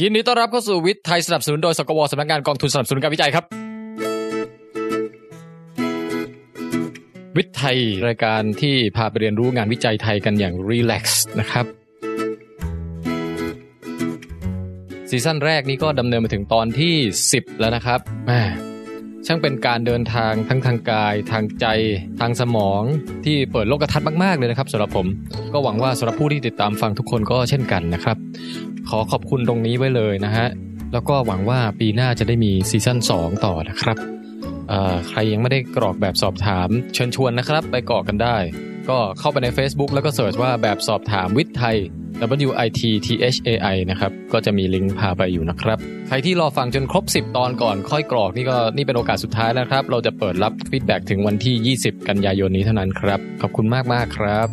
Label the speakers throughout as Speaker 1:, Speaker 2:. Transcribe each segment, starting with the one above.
Speaker 1: ยินดีต้อนรับเข้าสู่วิทย์ไทยสนับสนุนโดยสกวสำนักงานกองทุนสนับสนุนการวิจัยครับ วิทย์ไทยรายการที่พาไปเรียนรู้งานวิจัยไทยกันอย่างรีแลกซ์นะครับ ซีซั่นแรกนี้ก็ดำเนินมาถึงตอนที่ 10 แล้วนะครับแหม่ช่างเป็นการเดินทางทั้งทางกาย ทางใจ ทางสมองที่เปิดโลกทัศน์มาก ๆ เลยนะครับสำหรับผม ก็หวังว่าสำหรับผู้ที่ติดตามฟังทุกคนก็เช่นกันนะครับ ขอขอบคุณตรงนี้ไว้เลยนะฮะ แล้วก็หวังว่าปีหน้าจะได้มีซีซั่น2 ต่อนะครับเอ่อใครยังไม่ได้กรอกแบบสอบถาม เชิญชวนนะครับ ไปกรอกกันได้ ก็เข้าไปใน Facebook แล้วก็เสิร์ชว่าแบบสอบถามวิทย์ไทย W I T T H A I นะครับ ก็จะมีลิงก์พาไปอยู่นะครับ ใครที่รอฟังจนครบ 10 ตอนก่อนค่อยกรอกนี่ก็นี่เป็นโอกาสสุดท้ายแล้วครับ เราจะเปิดรับฟีดแบ็ถึงวันที่ 20 กันยายนนี้เท่านั้นครับ ขอบคุณมากๆครับ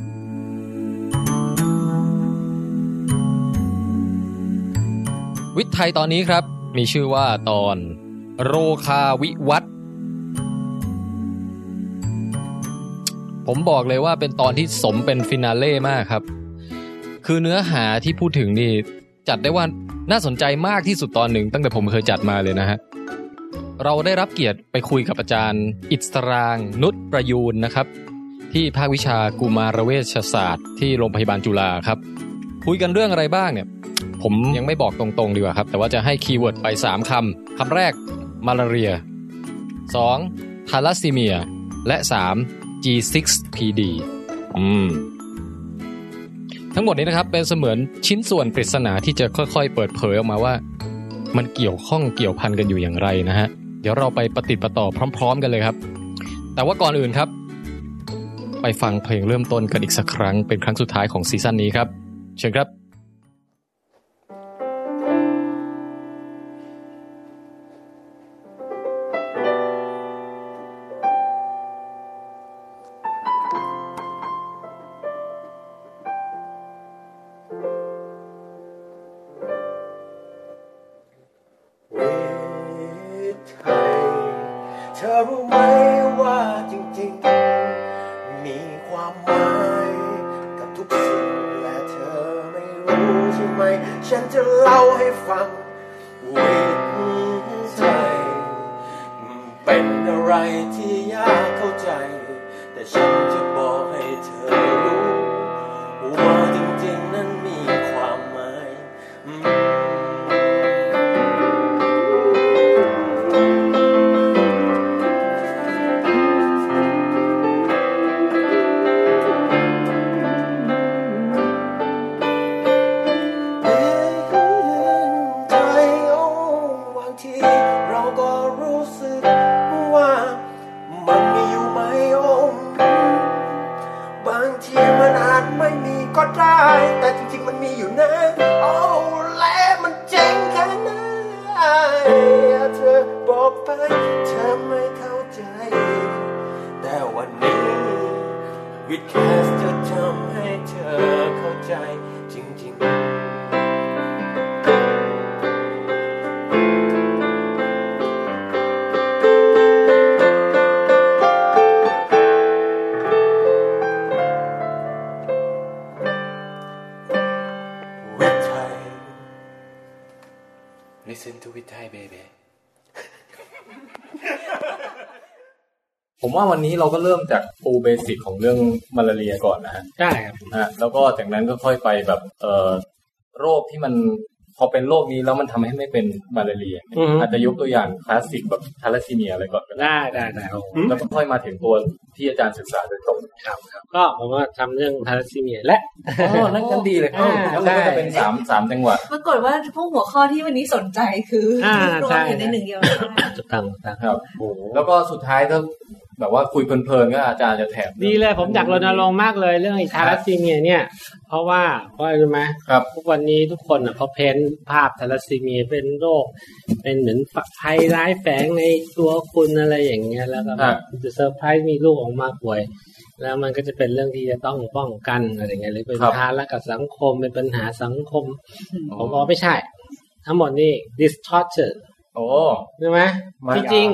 Speaker 1: วิทย์ไทยตอนนี้ครับ มีชื่อว่าตอน โรคาวิวัตน์ผมบอกเลยว่าเป็นตอนที่สมเป็นฟินาเล่มากครับ คือเนื้อหาที่พูดถึงนี่ จัดได้ว่าน่าสนใจมากที่สุดตอนหนึ่งตั้งแต่ผมเคยจัดมาเลยนะฮะ เราได้รับเกียรติไปคุยกับอาจารย์ อิสราง นุชประยูนนะครับ ที่ภาควิชากุมารเวชศาสตร์ที่โรงพยาบาลจุฬาครับ คุยกันเรื่องอะไรบ้างเนี่ย ผมยังไม่บอกตรงๆดีกว่าครับ แต่ว่าจะให้คีย์เวิร์ดไป 3 คำ คำแรกมาลาเรีย 2. ทาลัสซีเมีย และ 3. G6PD อืม ทั้งหมดนี้นะครับ เป็นเสมือนชิ้นส่วนปริศนาที่จะค่อยๆ เปิดเผยออกมาว่า มันเกี่ยวข้องเกี่ยวพันกันอยู่อย่างไรนะฮะ เดี๋ยวเราไปปฏิดประต่อพร้อม ๆ กันเลยครับ แต่ว่าก่อนอื่นครับ ไปฟังเพลงเริ่มต้นกันอีกสักครั้งเป็นครั้งสุดท้ายของซีซั่นนี้ครับ เชิญครับ
Speaker 2: วิทย์ไทย เธอรู้ไหมว่าจริงๆ มีความหมายกับทุกสิ่งและเธอไม่รู้ใช่ไหม ฉันจะเล่าให้ฟัง วิทย์ไทย เป็นอะไรที่ยากเข้าใจ แต่ฉันจะบอกให้เธอรู้ ว่าจริงๆ นั้นมีความหมาย เรื่องใจโอ้บางทีเราก็รู้สึกว่ามันมีอยู่ไหมโอ้บางทีมันอาจไม่มีก็ได้ แต่จริงๆมันมีอยู่นะโอ้และมันเจ๋งแค่ไหนเธอบอกไปเธอไม่เข้าใจ แต่วันนี้ วิดแคสจะทำให้เธอเข้าใจจริง ๆ วิทย์ไทย Listen to วิทย์ไทย baby
Speaker 1: ผมว่าวันนี้เราก็เริ่มจากปูเบสิกของเรื่องมาลาเรียก่อนนะฮะ
Speaker 3: ได้ครับ
Speaker 1: นะฮะแล้วก็จากนั้นก็ค่อยไปแบบเอ่อโรคที่มันพอเป็นโรคนี้แล้วมันทำให้ไม่เป็นมาลาเรีย
Speaker 3: อือฮึ
Speaker 1: อาจจะยกตัวอย่างคลาสสิกแบบทาลัสซีเมียอะไรก่อนก็ได้
Speaker 3: ได้ได้ได้
Speaker 1: แล้วก็ค่อยมาถึงตัวที่อาจารย์ศึกษาโดยตรง
Speaker 3: ครับครับก็ผมก็ทำเรื่องทาราซีเมียและ
Speaker 1: อ๋อนั่นกันดีเลยครับ
Speaker 3: อ่า
Speaker 1: แล้วมันก็จะเป็น
Speaker 3: ใช่
Speaker 1: สามสามจังหวะ
Speaker 4: ปรากฏว่าพวกหัวข้อที่วันนี้สนใจคืออา โรว
Speaker 3: ใช่
Speaker 4: มอยู่ในหนึ่งเดียวได้
Speaker 3: จุดตังจุดตัง
Speaker 1: ครับ
Speaker 3: โอ้โห
Speaker 1: แล้วก็สุดท้ายถ้าแบบว่าคุยเพลินๆก็อาจารย์จะแถม
Speaker 3: ดีเลยผมอยากรณรงค์มากเลยเรื่องไอ้ทาราซีเมียเนี่ย เพราะว่าเพราะอะไรรู้ไหม
Speaker 1: ครับ
Speaker 3: ทุกวันนี้ทุกคนอ่ะเขาเพ้นภาพทาราซีเมียเป็นโรค เป็นเหมือนภัยร้ายแฝงในตัวคุณอะไรอย่างเงี้ยแล้วก็แบบจะเซอร์ไพรส์มีลูกออกมาป่วย แล้วมันก็จะเป็นเรื่องที่จะต้องป้องกันอะไรเงี้ยหรือเป็นภาระกับสังคมเป็นปัญหาสังคม ผมบอกไม่ใช่ ทั้งหมดนี่ distorted
Speaker 1: โอ้
Speaker 3: ใช่ไหม
Speaker 1: มา
Speaker 3: ที่จริง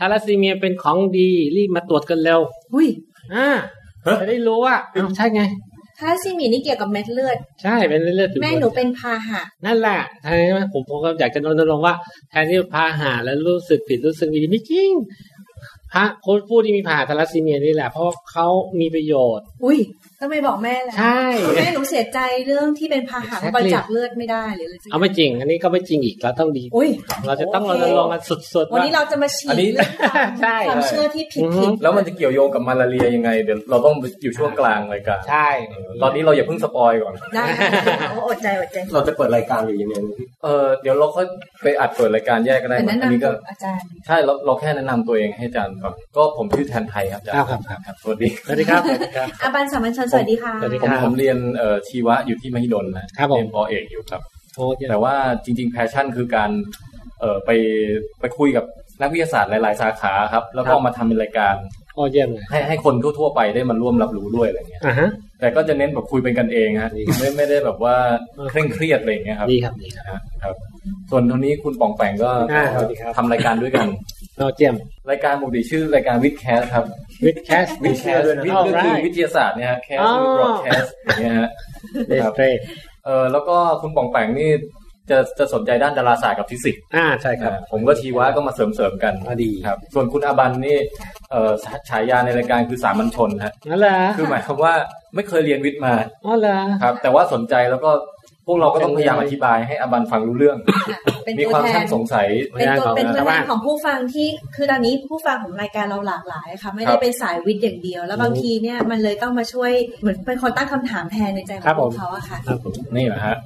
Speaker 3: ทาลัสซีเมียเป็นของดี รีบมาตรวจกันเร็ว
Speaker 4: อุ้ย
Speaker 3: อ่าจะได้รู้ว่าอ้าวใช่ไง
Speaker 4: ทาราซีมีนี่เกี่ยวกับเม็ดเลือด
Speaker 3: ใช่เป็นเลือดติด
Speaker 4: แม่
Speaker 3: ตัว
Speaker 4: หนูเป็นพาหะ
Speaker 3: นั่นแหละทางนี้ผมผมก็อยากจะรณรงค์ว่าแทนที่พาหาแล้วรู้สึกผิดรู้สึกดีไม่จริงพระคนผู้ที่มีผ่าทาลัสซีเมียนี่แหละเพราะเขามีประโยชน์
Speaker 4: อุ้ยต้องไปบอกแม่แล้ว
Speaker 3: ใช่
Speaker 4: แม่หนูเสียใจเรื่องที่เป็นพาหะ
Speaker 3: Exactly
Speaker 4: บริจาคเลือดไม่ได้หรืออะไรสักอย่า
Speaker 3: เอา
Speaker 4: ง
Speaker 3: ไม่จริง อันนี้ก็ไม่จริงอีกเราต้องดี
Speaker 4: อุ้ย
Speaker 3: เราจะต้องรณรงค์กันสุดๆ
Speaker 4: วันนี้
Speaker 3: ว่า
Speaker 4: เราจะมาฉี
Speaker 5: อั
Speaker 4: ด
Speaker 5: นนี้
Speaker 4: เรื่อง
Speaker 3: ใช่
Speaker 4: ความเชื่อที่ผิดผิด
Speaker 5: แล้วมันจะเกี่ยวโยงกับมาลาเรียยังไง เดี๋ยวเราต้องอยู่ช่วงกลางรายการ
Speaker 3: ใช่
Speaker 5: ตอนนี้เราอย่าเพิ่งสปอยก่อน
Speaker 4: ได้เอาอดใจอดใจ
Speaker 6: เราจะเปิดรายการหรือยังไงพี่
Speaker 5: เออเดี๋ยวเราค่อยไปอัดเปิดรายการแยกก็ได้
Speaker 4: แต่แนะ
Speaker 5: อันนี้ก็
Speaker 4: นำกับอาจารย์
Speaker 5: ใช่เราเราแค่แนะนำตัวเองให้อาจารย์ฟังก็ผมชื่อแทนไทยครับอาจารย์
Speaker 3: ครับครับ
Speaker 5: สวัสดี
Speaker 3: สวัสดีครับสวัสดีครับ
Speaker 4: อาบันสามัญชนสวัสดีค่ะ
Speaker 3: สวัสดี
Speaker 5: ผม
Speaker 3: ครับ
Speaker 5: ผมเรียนเอ่อชีวะอยู่ที่มหิดลนะครับ
Speaker 3: ผม
Speaker 5: เรียนปอเอกอยู่ครับ
Speaker 3: โอ้ย
Speaker 5: แต่ว่าจริง ๆ แพชชั่นคือการเอ่อไปไปคุยกับนักวิทยาศาสตร์หลาย ๆ สาขาครับ แล้วก็
Speaker 3: ครับ
Speaker 5: มาทำเป็นรายการ
Speaker 3: โอ้ยเยี่ยมเลย
Speaker 5: ให้ให้คนทั่ว ๆ ไปได้มาร่วมรับรู้ด้วยอะไรเงี้ย
Speaker 3: อ่าฮะ
Speaker 5: แต่ก็จะเน้นแบบคุยเป็นกันเองฮะ
Speaker 3: ดีครับ
Speaker 5: ไม่ไม่ได้แบบว่า
Speaker 3: เออ
Speaker 5: เคร่งเครียดอะไรเงี้ยครับ
Speaker 3: ดีครับดีครับ
Speaker 5: ฮะครับ ส่วนทางนี้คุณป่องแปงก็
Speaker 3: อ่าสวัสดีครับ
Speaker 5: ทำรายการด้วยกัน
Speaker 3: โอ้ยเยี่ยม
Speaker 5: รายการปกติชื่อรายการวิดแคสครับ
Speaker 3: วิดแคส
Speaker 5: วิดแคสวิดก็คือ
Speaker 3: Alright
Speaker 5: วิทยาศาสตร์เนี่ยฮะแคส
Speaker 3: อ๋อ
Speaker 5: คือบล็อกแคสอย่างเงี้ยฮะ
Speaker 3: เดสเตร
Speaker 5: เออแล้วก็คุณป่องแปงนี่จะจะสนใจด้านดาราศาสตร์กับฟิสิกส์
Speaker 3: อ่าใช่ครับ
Speaker 5: อ่าผมก็ทีว่าก็มาเสริมเสริมๆกัน
Speaker 3: อ่าดี
Speaker 5: ครับ ส่วนคุณอาบันนี่เออฉาฉายาในรายการคือสามัญชนฮะ
Speaker 3: นั่นแหละ
Speaker 5: คือหมายความว่าไม่เคยเรียนวิทย์มา
Speaker 3: อ๋อเหรอ
Speaker 5: ครับ แต่ว่าสนใจแล้วก็พวกเราก็ต้องพยายามอธิบายให้อาบันฟังรู้เรื่อง
Speaker 4: เป็น
Speaker 5: มี
Speaker 4: ตัว
Speaker 5: ความ
Speaker 4: แท
Speaker 5: ช่าน งสงสัย
Speaker 4: เป็นตัวเป็นตัว
Speaker 3: แต่
Speaker 4: แท
Speaker 3: ว่า
Speaker 4: นของผู้ฟังที่คือตอนนี้ผู้ฟังของรายการเราหลากหลายค่ะ ไม่
Speaker 5: ครั
Speaker 4: ได้
Speaker 5: บ
Speaker 4: เป็นสายวิทย์อย่างเดียว แล้วบางทีเนี่ยมันเลยต้องมาช่วยเหมือนเป็นคนตั้งคำถามแทนในใจข
Speaker 3: ครั
Speaker 4: อง
Speaker 3: บ
Speaker 4: พ
Speaker 3: ผ
Speaker 4: ว
Speaker 3: ม
Speaker 4: กเขาอะค่ะ
Speaker 3: ครับผม
Speaker 5: นี่แหละฮะ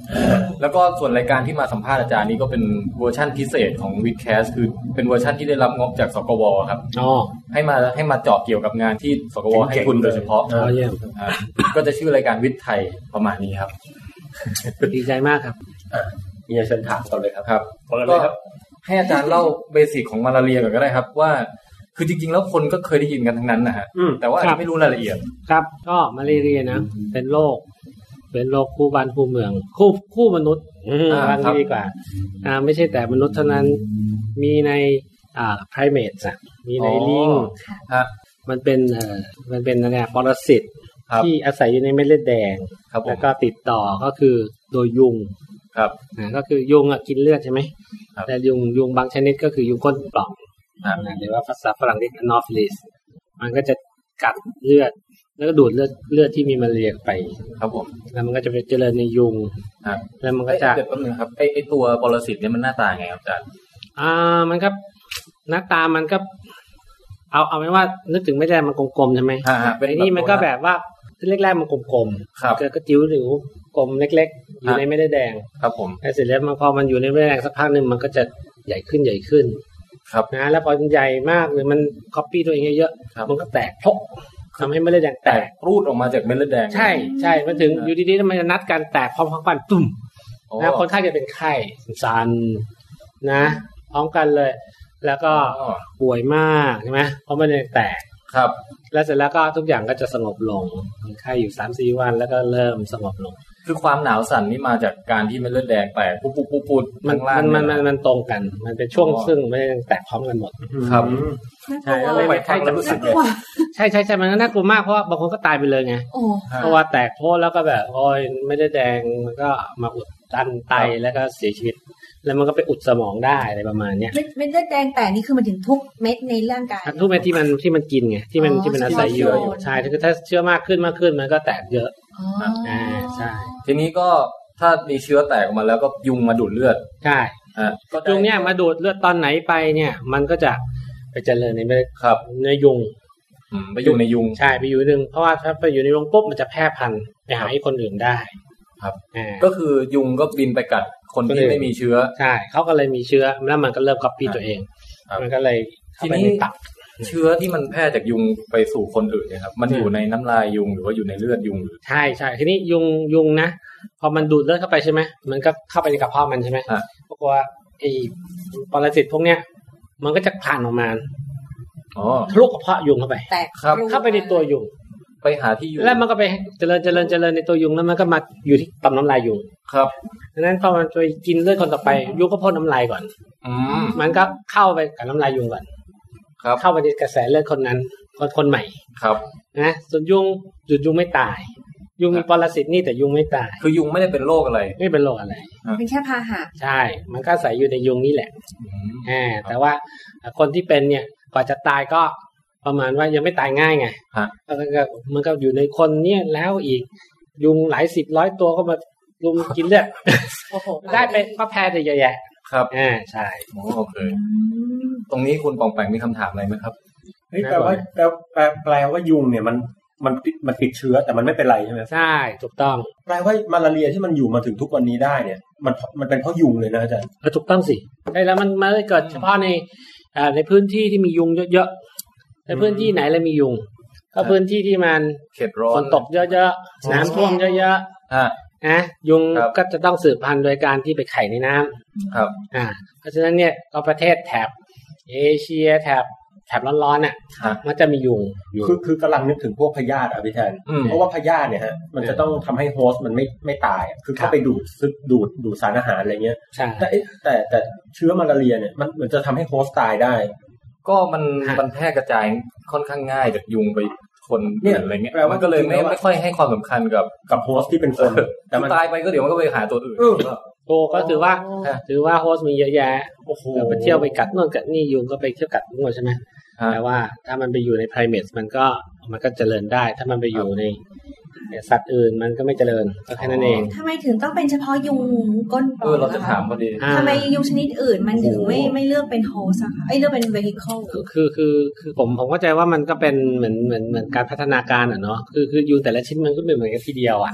Speaker 5: แล้วก็ส่วนรายการที่มาสัมภาษณ์อาจารย์นี่ก็เป็นเวอร์ชั่นพิเศษของวิดแคสคือเป็นเวอร์ชั่นที่ได้รับงบจากสกวครับ
Speaker 3: อ๋อ
Speaker 5: ให้มาให้มาเจาะเกี่ยวกับงานที่สกวให้คุณโดยเฉพาะ
Speaker 3: โอ้ยเยี่ยม
Speaker 5: อ่าก็จะชื่อรายการวิทย์ไทยประมาณนี้ครับ
Speaker 3: ดีใจมากครับ
Speaker 6: เฮียเชิญถามก่อนเลยครับ
Speaker 5: ครับ
Speaker 6: เปิดเลยครับ
Speaker 5: ก็ให้อาจารย์เล่าเบสิกของมาลาเรียก่อนก็ได้ครับ ว่าคือจริงๆ แล้วคนก็เคยได้ยินกันทั้งนั้นนะฮะ
Speaker 3: อืม
Speaker 5: แต่ว่าอาจ
Speaker 3: ครั
Speaker 5: จะ
Speaker 3: บ
Speaker 5: ไม่รู้รายละเอียด
Speaker 3: ครับ ก็มาเรียนนะ เป็นโรค เป็นโรคคู่บ้านคู่เมือง คู่คู่มนุษย์
Speaker 5: อ่า
Speaker 3: ว่า
Speaker 5: ครับ
Speaker 3: งี้ดีกว่า อ่า ไม่ใช่แต่มนุษย์เท่านั้น มีในอ่า primates อะมีในลิง
Speaker 5: อ๋อฮะ
Speaker 3: มันเป็นเอ่อมันเป็นอะไรอะปรสิต
Speaker 5: ครับ
Speaker 3: ที่อาศัยอยู่ในเม็ดเลือดแดง
Speaker 5: ครับผ
Speaker 3: แล้
Speaker 5: ม
Speaker 3: วก็ติดต่อก็คือโดยยุง
Speaker 5: ครับ
Speaker 3: นะก็คือยุงอะกินเลือดใช่ไหม
Speaker 5: ครับ
Speaker 3: แต่ยุงยุงบางชนิดก็คือยุงก้นปล่อง
Speaker 5: อ่า
Speaker 3: นะหรือว่าภาษาฝรั่งเรียก anopheles มันก็จะกัดเลือด แล้วก็ดูดเลือดเลือดที่มีมาเรียไป
Speaker 5: ครับผม
Speaker 3: แล้วมันก็จะไปเจริญในยุง
Speaker 5: ฮะ
Speaker 3: แล้วมัน
Speaker 5: เอ้
Speaker 3: ก็
Speaker 5: ย
Speaker 3: จะ
Speaker 5: เดี๋ยวแป๊บนึงครับไอไอตัวปรสิตเนี่ยมันหน้าตาไงครับอาจารย์
Speaker 3: อ่ามันก็หน้าตามันก็ เอาเอาไม่ว่า นึกถึงไม่ได้มันกลมๆใช่ไหม
Speaker 5: ฮะฮะเป็
Speaker 3: ไอ้นี่มันก็
Speaker 5: ตัว
Speaker 3: แบบว่าแรกๆมันกลมๆ
Speaker 5: ครับ
Speaker 3: เกิดก็จิ๋วหรือกลมเล็ก ๆ อยู่
Speaker 5: ฮะ
Speaker 3: ในไม่ได้แดง
Speaker 5: ครับผม
Speaker 3: แล้วเสร็จแล้วมันพอมันอยู่ในไม่ได้แดงสักพักหนึ่งมันก็จะใหญ่ขึ้นใหญ่ขึ้น
Speaker 5: ครับ
Speaker 3: นะแล้วพอมันใหญ่มากหรือมันคัปปี้ตัวเองเยอะ
Speaker 5: ครับ
Speaker 3: ๆมันก็แตกพกทำให้ไม่ได้แดง
Speaker 5: แต
Speaker 3: แต
Speaker 5: ก
Speaker 3: ก
Speaker 5: ปรูดออกมาจากเม็ดเลือดแดง
Speaker 3: ใช่ใช่มันถึงอยู่ดีๆมันจะนัดการแตกพร้อมๆกันตุ่ม
Speaker 5: โอ้
Speaker 3: นะคนไข้จะเป็นไข้สันๆนะพร้อมกันเลย แล้วก็
Speaker 5: อ๋อ
Speaker 3: ป่วยมากใช่ไหมเพราะมันยังแตก
Speaker 5: ครับ
Speaker 3: แล้วเสร็จแล้วก็ทุกอย่างก็จะสงบลงคนไข้อยู่สามสี่วันแล้วก็เริ่มสงบลง
Speaker 5: คือความหนาวสั่นนี่มาจากการที่เม็ดเลือดแดงแตกปุ๊บปุ๊บปุ๊บปุ๊บ
Speaker 3: มัน
Speaker 5: ข้างล่าง
Speaker 3: มัน
Speaker 5: เยะ
Speaker 3: มันมันตรงกัน มันเป็นช่วง
Speaker 5: อ๋อ
Speaker 3: ซึ่งไม่ได้แตกพร้อมกันหมด
Speaker 5: ครับ
Speaker 4: น่าก
Speaker 3: ใช่
Speaker 4: ลัว
Speaker 3: แล้วไป
Speaker 4: น่ากลัว
Speaker 3: ใช่ใช่ใช่มันก็น่ากลัวมากเพราะว่าบางคนก็ตายไปเลยไง
Speaker 4: โอ้
Speaker 3: เพราะว่าแตกโพะแล้วก็แบบโอ้ยไม่ได้แดงมันก็มาอุดตันไต
Speaker 5: ครับ
Speaker 3: แล้วก็เสียชีวิต แล้วมันก็ไปอุดสมองได้อะไรประมาณเนี้ย
Speaker 4: เม็ดเม็ดเลือดแดงแต่นี่คือมันถึงทุกเม็ดในร่างกาย
Speaker 3: ทุกเม็ดที่มันที่มันกินไงที่มัน
Speaker 4: อ๋อ
Speaker 3: ที่มันอา
Speaker 4: ที่มัน
Speaker 3: ศัยอยู่
Speaker 4: เชื้ออยู่
Speaker 3: ใช่คือถ้าเชื้อมากขึ้นมากขึ้นมันก็แตกเยอะ
Speaker 4: อ๋ออ
Speaker 3: อ่าใช่
Speaker 5: ทีนี้ก็ถ้ามีเชื้อแตกออกมาแล้วก็ยุงมาดูดเลือด
Speaker 3: ใช่
Speaker 5: อ่ะก็
Speaker 3: ยุงเนี่ยมาดูดเลือดตอนไหนไปเนี่ย มันก็จะไปเจริญในเม็ด
Speaker 5: ครับ
Speaker 3: เนื้อยุง
Speaker 5: อืมไปอยู่ในยุง
Speaker 3: ใช่ไปอยู่ในยุงเพราะว่าถ้าไปอยู่ในยุงปุ๊บมันจะแพร่พันธุ์ไปหาให้คนอื่นได้
Speaker 5: ครับ
Speaker 3: อ่า
Speaker 5: ก็คือยุงก็บินไปกัดคน
Speaker 3: คนอื่
Speaker 5: ที่
Speaker 3: น
Speaker 5: ไม่มีเชื้อ
Speaker 3: ใช่เขาก็เลยมีเชื้อแล้วมันก็เริ่มก๊อปปี้ตัวเอง
Speaker 5: ครับ
Speaker 3: มันก็เลยเข้าไป
Speaker 5: ทีนี้
Speaker 3: ในตับ
Speaker 5: เชื้อที่มันแพร่จากยุงไปสู่คนอื่นเนะครับ มันอยู่ในน้ำลายยุงหรือว่าอยู่ในเลือดยุงหรือ
Speaker 3: ใช่ใช่ทีนี้ยุงยุงนะพอมันดูดเลือดเข้าไปใช่ไหมมันก็เข้าไปในกระเพาะมันใช่ไหม
Speaker 5: อ่ะ
Speaker 3: ปรากฏว่าไอ้ปรสิตพวกเนี้ย มันก็จะผ่านออกมา
Speaker 5: อ๋อ
Speaker 3: ทะลุกระเพาะยุงเข้าไป
Speaker 4: แตก
Speaker 5: ครับ
Speaker 4: รู
Speaker 3: เข้าไปในตัวยุง
Speaker 5: ไปหาที่อยู่
Speaker 3: แล้วมันก็ไปเจริญเจริญเจริญในตัวยุงแล้วมันก็มาอยู่ที่ต่อมน้ำลายยุง
Speaker 5: ครับ
Speaker 3: ดังนั้นพอมันไปกินเลือดคนต่อไปยุงก็พ่นน้ำลายก่อน
Speaker 5: อืม
Speaker 3: มันก็เข้าไปกับน้ำลายยุงก่อน
Speaker 5: ครับ
Speaker 3: เข้าไปในกระแสเลือดคนนั้นคนคนใหม่
Speaker 5: ครับ
Speaker 3: นะส่วนยุงหยุดยุงไม่ตาย ยุงมีปรสิตนี่แต่ยุงไม่ตาย
Speaker 5: คือยุงไม่ได้เป็นโรคอะไร
Speaker 3: ไม่เป็นโรคอะไร
Speaker 4: เป็นแค่พาหะ
Speaker 3: ใช่ มันก็อาศัยอยู่ในยุงนี่แหละอ่าแต่ว่าคนที่เป็นเนี่ยกว่อนจะตายก็ประมาณว่ายังไม่ตายง่ายไง
Speaker 5: ฮะ
Speaker 3: แล้วก็มันก็อยู่ในคนเนี่ยแล้วอีกยุงหลายสิบร้อยตัวก็มารุมกินเลือด
Speaker 4: โอ้โห
Speaker 3: ได้เป็นก็แพ้ได้เยอะแยะ
Speaker 5: ครับ
Speaker 3: อ่าใช่
Speaker 5: โอ้โอเค
Speaker 4: อืม
Speaker 5: ตรงนี้คุณปองแปงมีคำถามอะไรไหมครับ
Speaker 6: เฮ้ยแปลว่าแปลแปลแปลว่ายุงเนี่ยมันมันติดมันติดเชื้อแต่มันไม่เป็นไรใช่ไหม
Speaker 3: ใช่ถูกต้อง
Speaker 6: แปลว่ามาลาเรียที่มันอยู่มาถึงทุกวันนี้ได้เนี่ย มันมันเป็นเพราะยุงเลยนะอาจารย์
Speaker 3: ก็ถูกต้องสิไอ้แล้วมันมันเกิดเฉพาะในอ่าในพื้นที่ที่มียุงเยอะๆในพื้นที่ไหนแล้วมียุง ก็พื้นที่ที่มัน
Speaker 5: เขตร้อ
Speaker 3: ฝ
Speaker 5: น
Speaker 3: นตกเยอะๆน้ำท่วมเยอะ
Speaker 5: ฮะ
Speaker 3: ๆนะยุง
Speaker 5: ครับ
Speaker 3: ก็จะต้องสืบพันธุ์โดยการที่ไปไข่ในน้ำ
Speaker 5: ครับ
Speaker 3: อ่า เพราะฉะนั้นเนี่ยก็ประเทศแถบเอเชียแถบแถบร้อนๆน่ะ
Speaker 5: ฮะ
Speaker 3: มันจะมียุงอยู่
Speaker 6: คือคือกำลังนึกถึงพวกพยาธิอ่ะพี่แทน
Speaker 5: อืม
Speaker 6: เพราะว่าพยาธิเนี่ยฮะมันจะต้องทำให้โฮสต์มันไม่ไม่ตายอะคือ
Speaker 3: ครั
Speaker 6: เข้า
Speaker 3: บ
Speaker 6: ไปดูดซึบดูดดูดสารอาหารอะไรเงี้ย
Speaker 3: ใช่
Speaker 6: แต่เอ๊ะแต่แต่เชื้อมาลาเรียเนี่ยมันมันจะทำให้โฮสต์ตายได้
Speaker 5: ก็มัน
Speaker 3: ฮะ
Speaker 5: มันแพร่กระจายค่อนข้างง่ายจากยุงไปคน
Speaker 6: เนี่ย
Speaker 5: อะไรเงี้ย
Speaker 6: แปลว่ามั
Speaker 5: มันก็เลยไม่
Speaker 6: จริงๆแล้วอะ
Speaker 5: ไม่ค่อยให้ความสำคัญกับ
Speaker 6: กับโฮสต์ที่เป็นคน แต่
Speaker 5: คือ
Speaker 6: มัน
Speaker 5: ตายไปก็เดี๋ยวมันก็ไปหาตัวอื่น
Speaker 6: เออ
Speaker 5: ก็
Speaker 3: โอ้ก็ถือว่า
Speaker 5: ฮะ
Speaker 3: ถือว่าโฮสต์มีเยอะแยะ
Speaker 6: โอ้โห
Speaker 3: เราไปเที่ยวไปกัดนู่นกัดนี่ยุงก็ไปเที่ยวกัดนู่นใช่ไหม
Speaker 5: ฮะ
Speaker 3: แต่ว่าถ้ามันไปอยู่ใน primates มันก็มันก็เจริญได้ ถ้ามันไปอยู่ในในสัตว์อื่นมันก็ไม่เจริญก็แค่นั้นเอง
Speaker 4: ทำไมถึงต้องเป็นเฉพาะยุงก้นปล่
Speaker 5: เอ
Speaker 4: อง
Speaker 5: อเราจะ
Speaker 4: ล่ค
Speaker 5: ถามพอดี
Speaker 3: อ่า
Speaker 4: ทำไมยุงชนิดอื่นมันถึงไม่
Speaker 6: โอ้โห
Speaker 4: ไม่เลือกเป็นโฮสอะคะไอยเลือกเป็นเวฮิเคิล
Speaker 3: คือคือคือคือผมผมเข้าใจว่ามันก็เป็นเหมือนเหมือนเหมือนการพัฒนาการอ่ะเนาะคือคือยุงแต่ละชิ้นมันก็ไม่เหมือนกันทีเดียวอ่ะ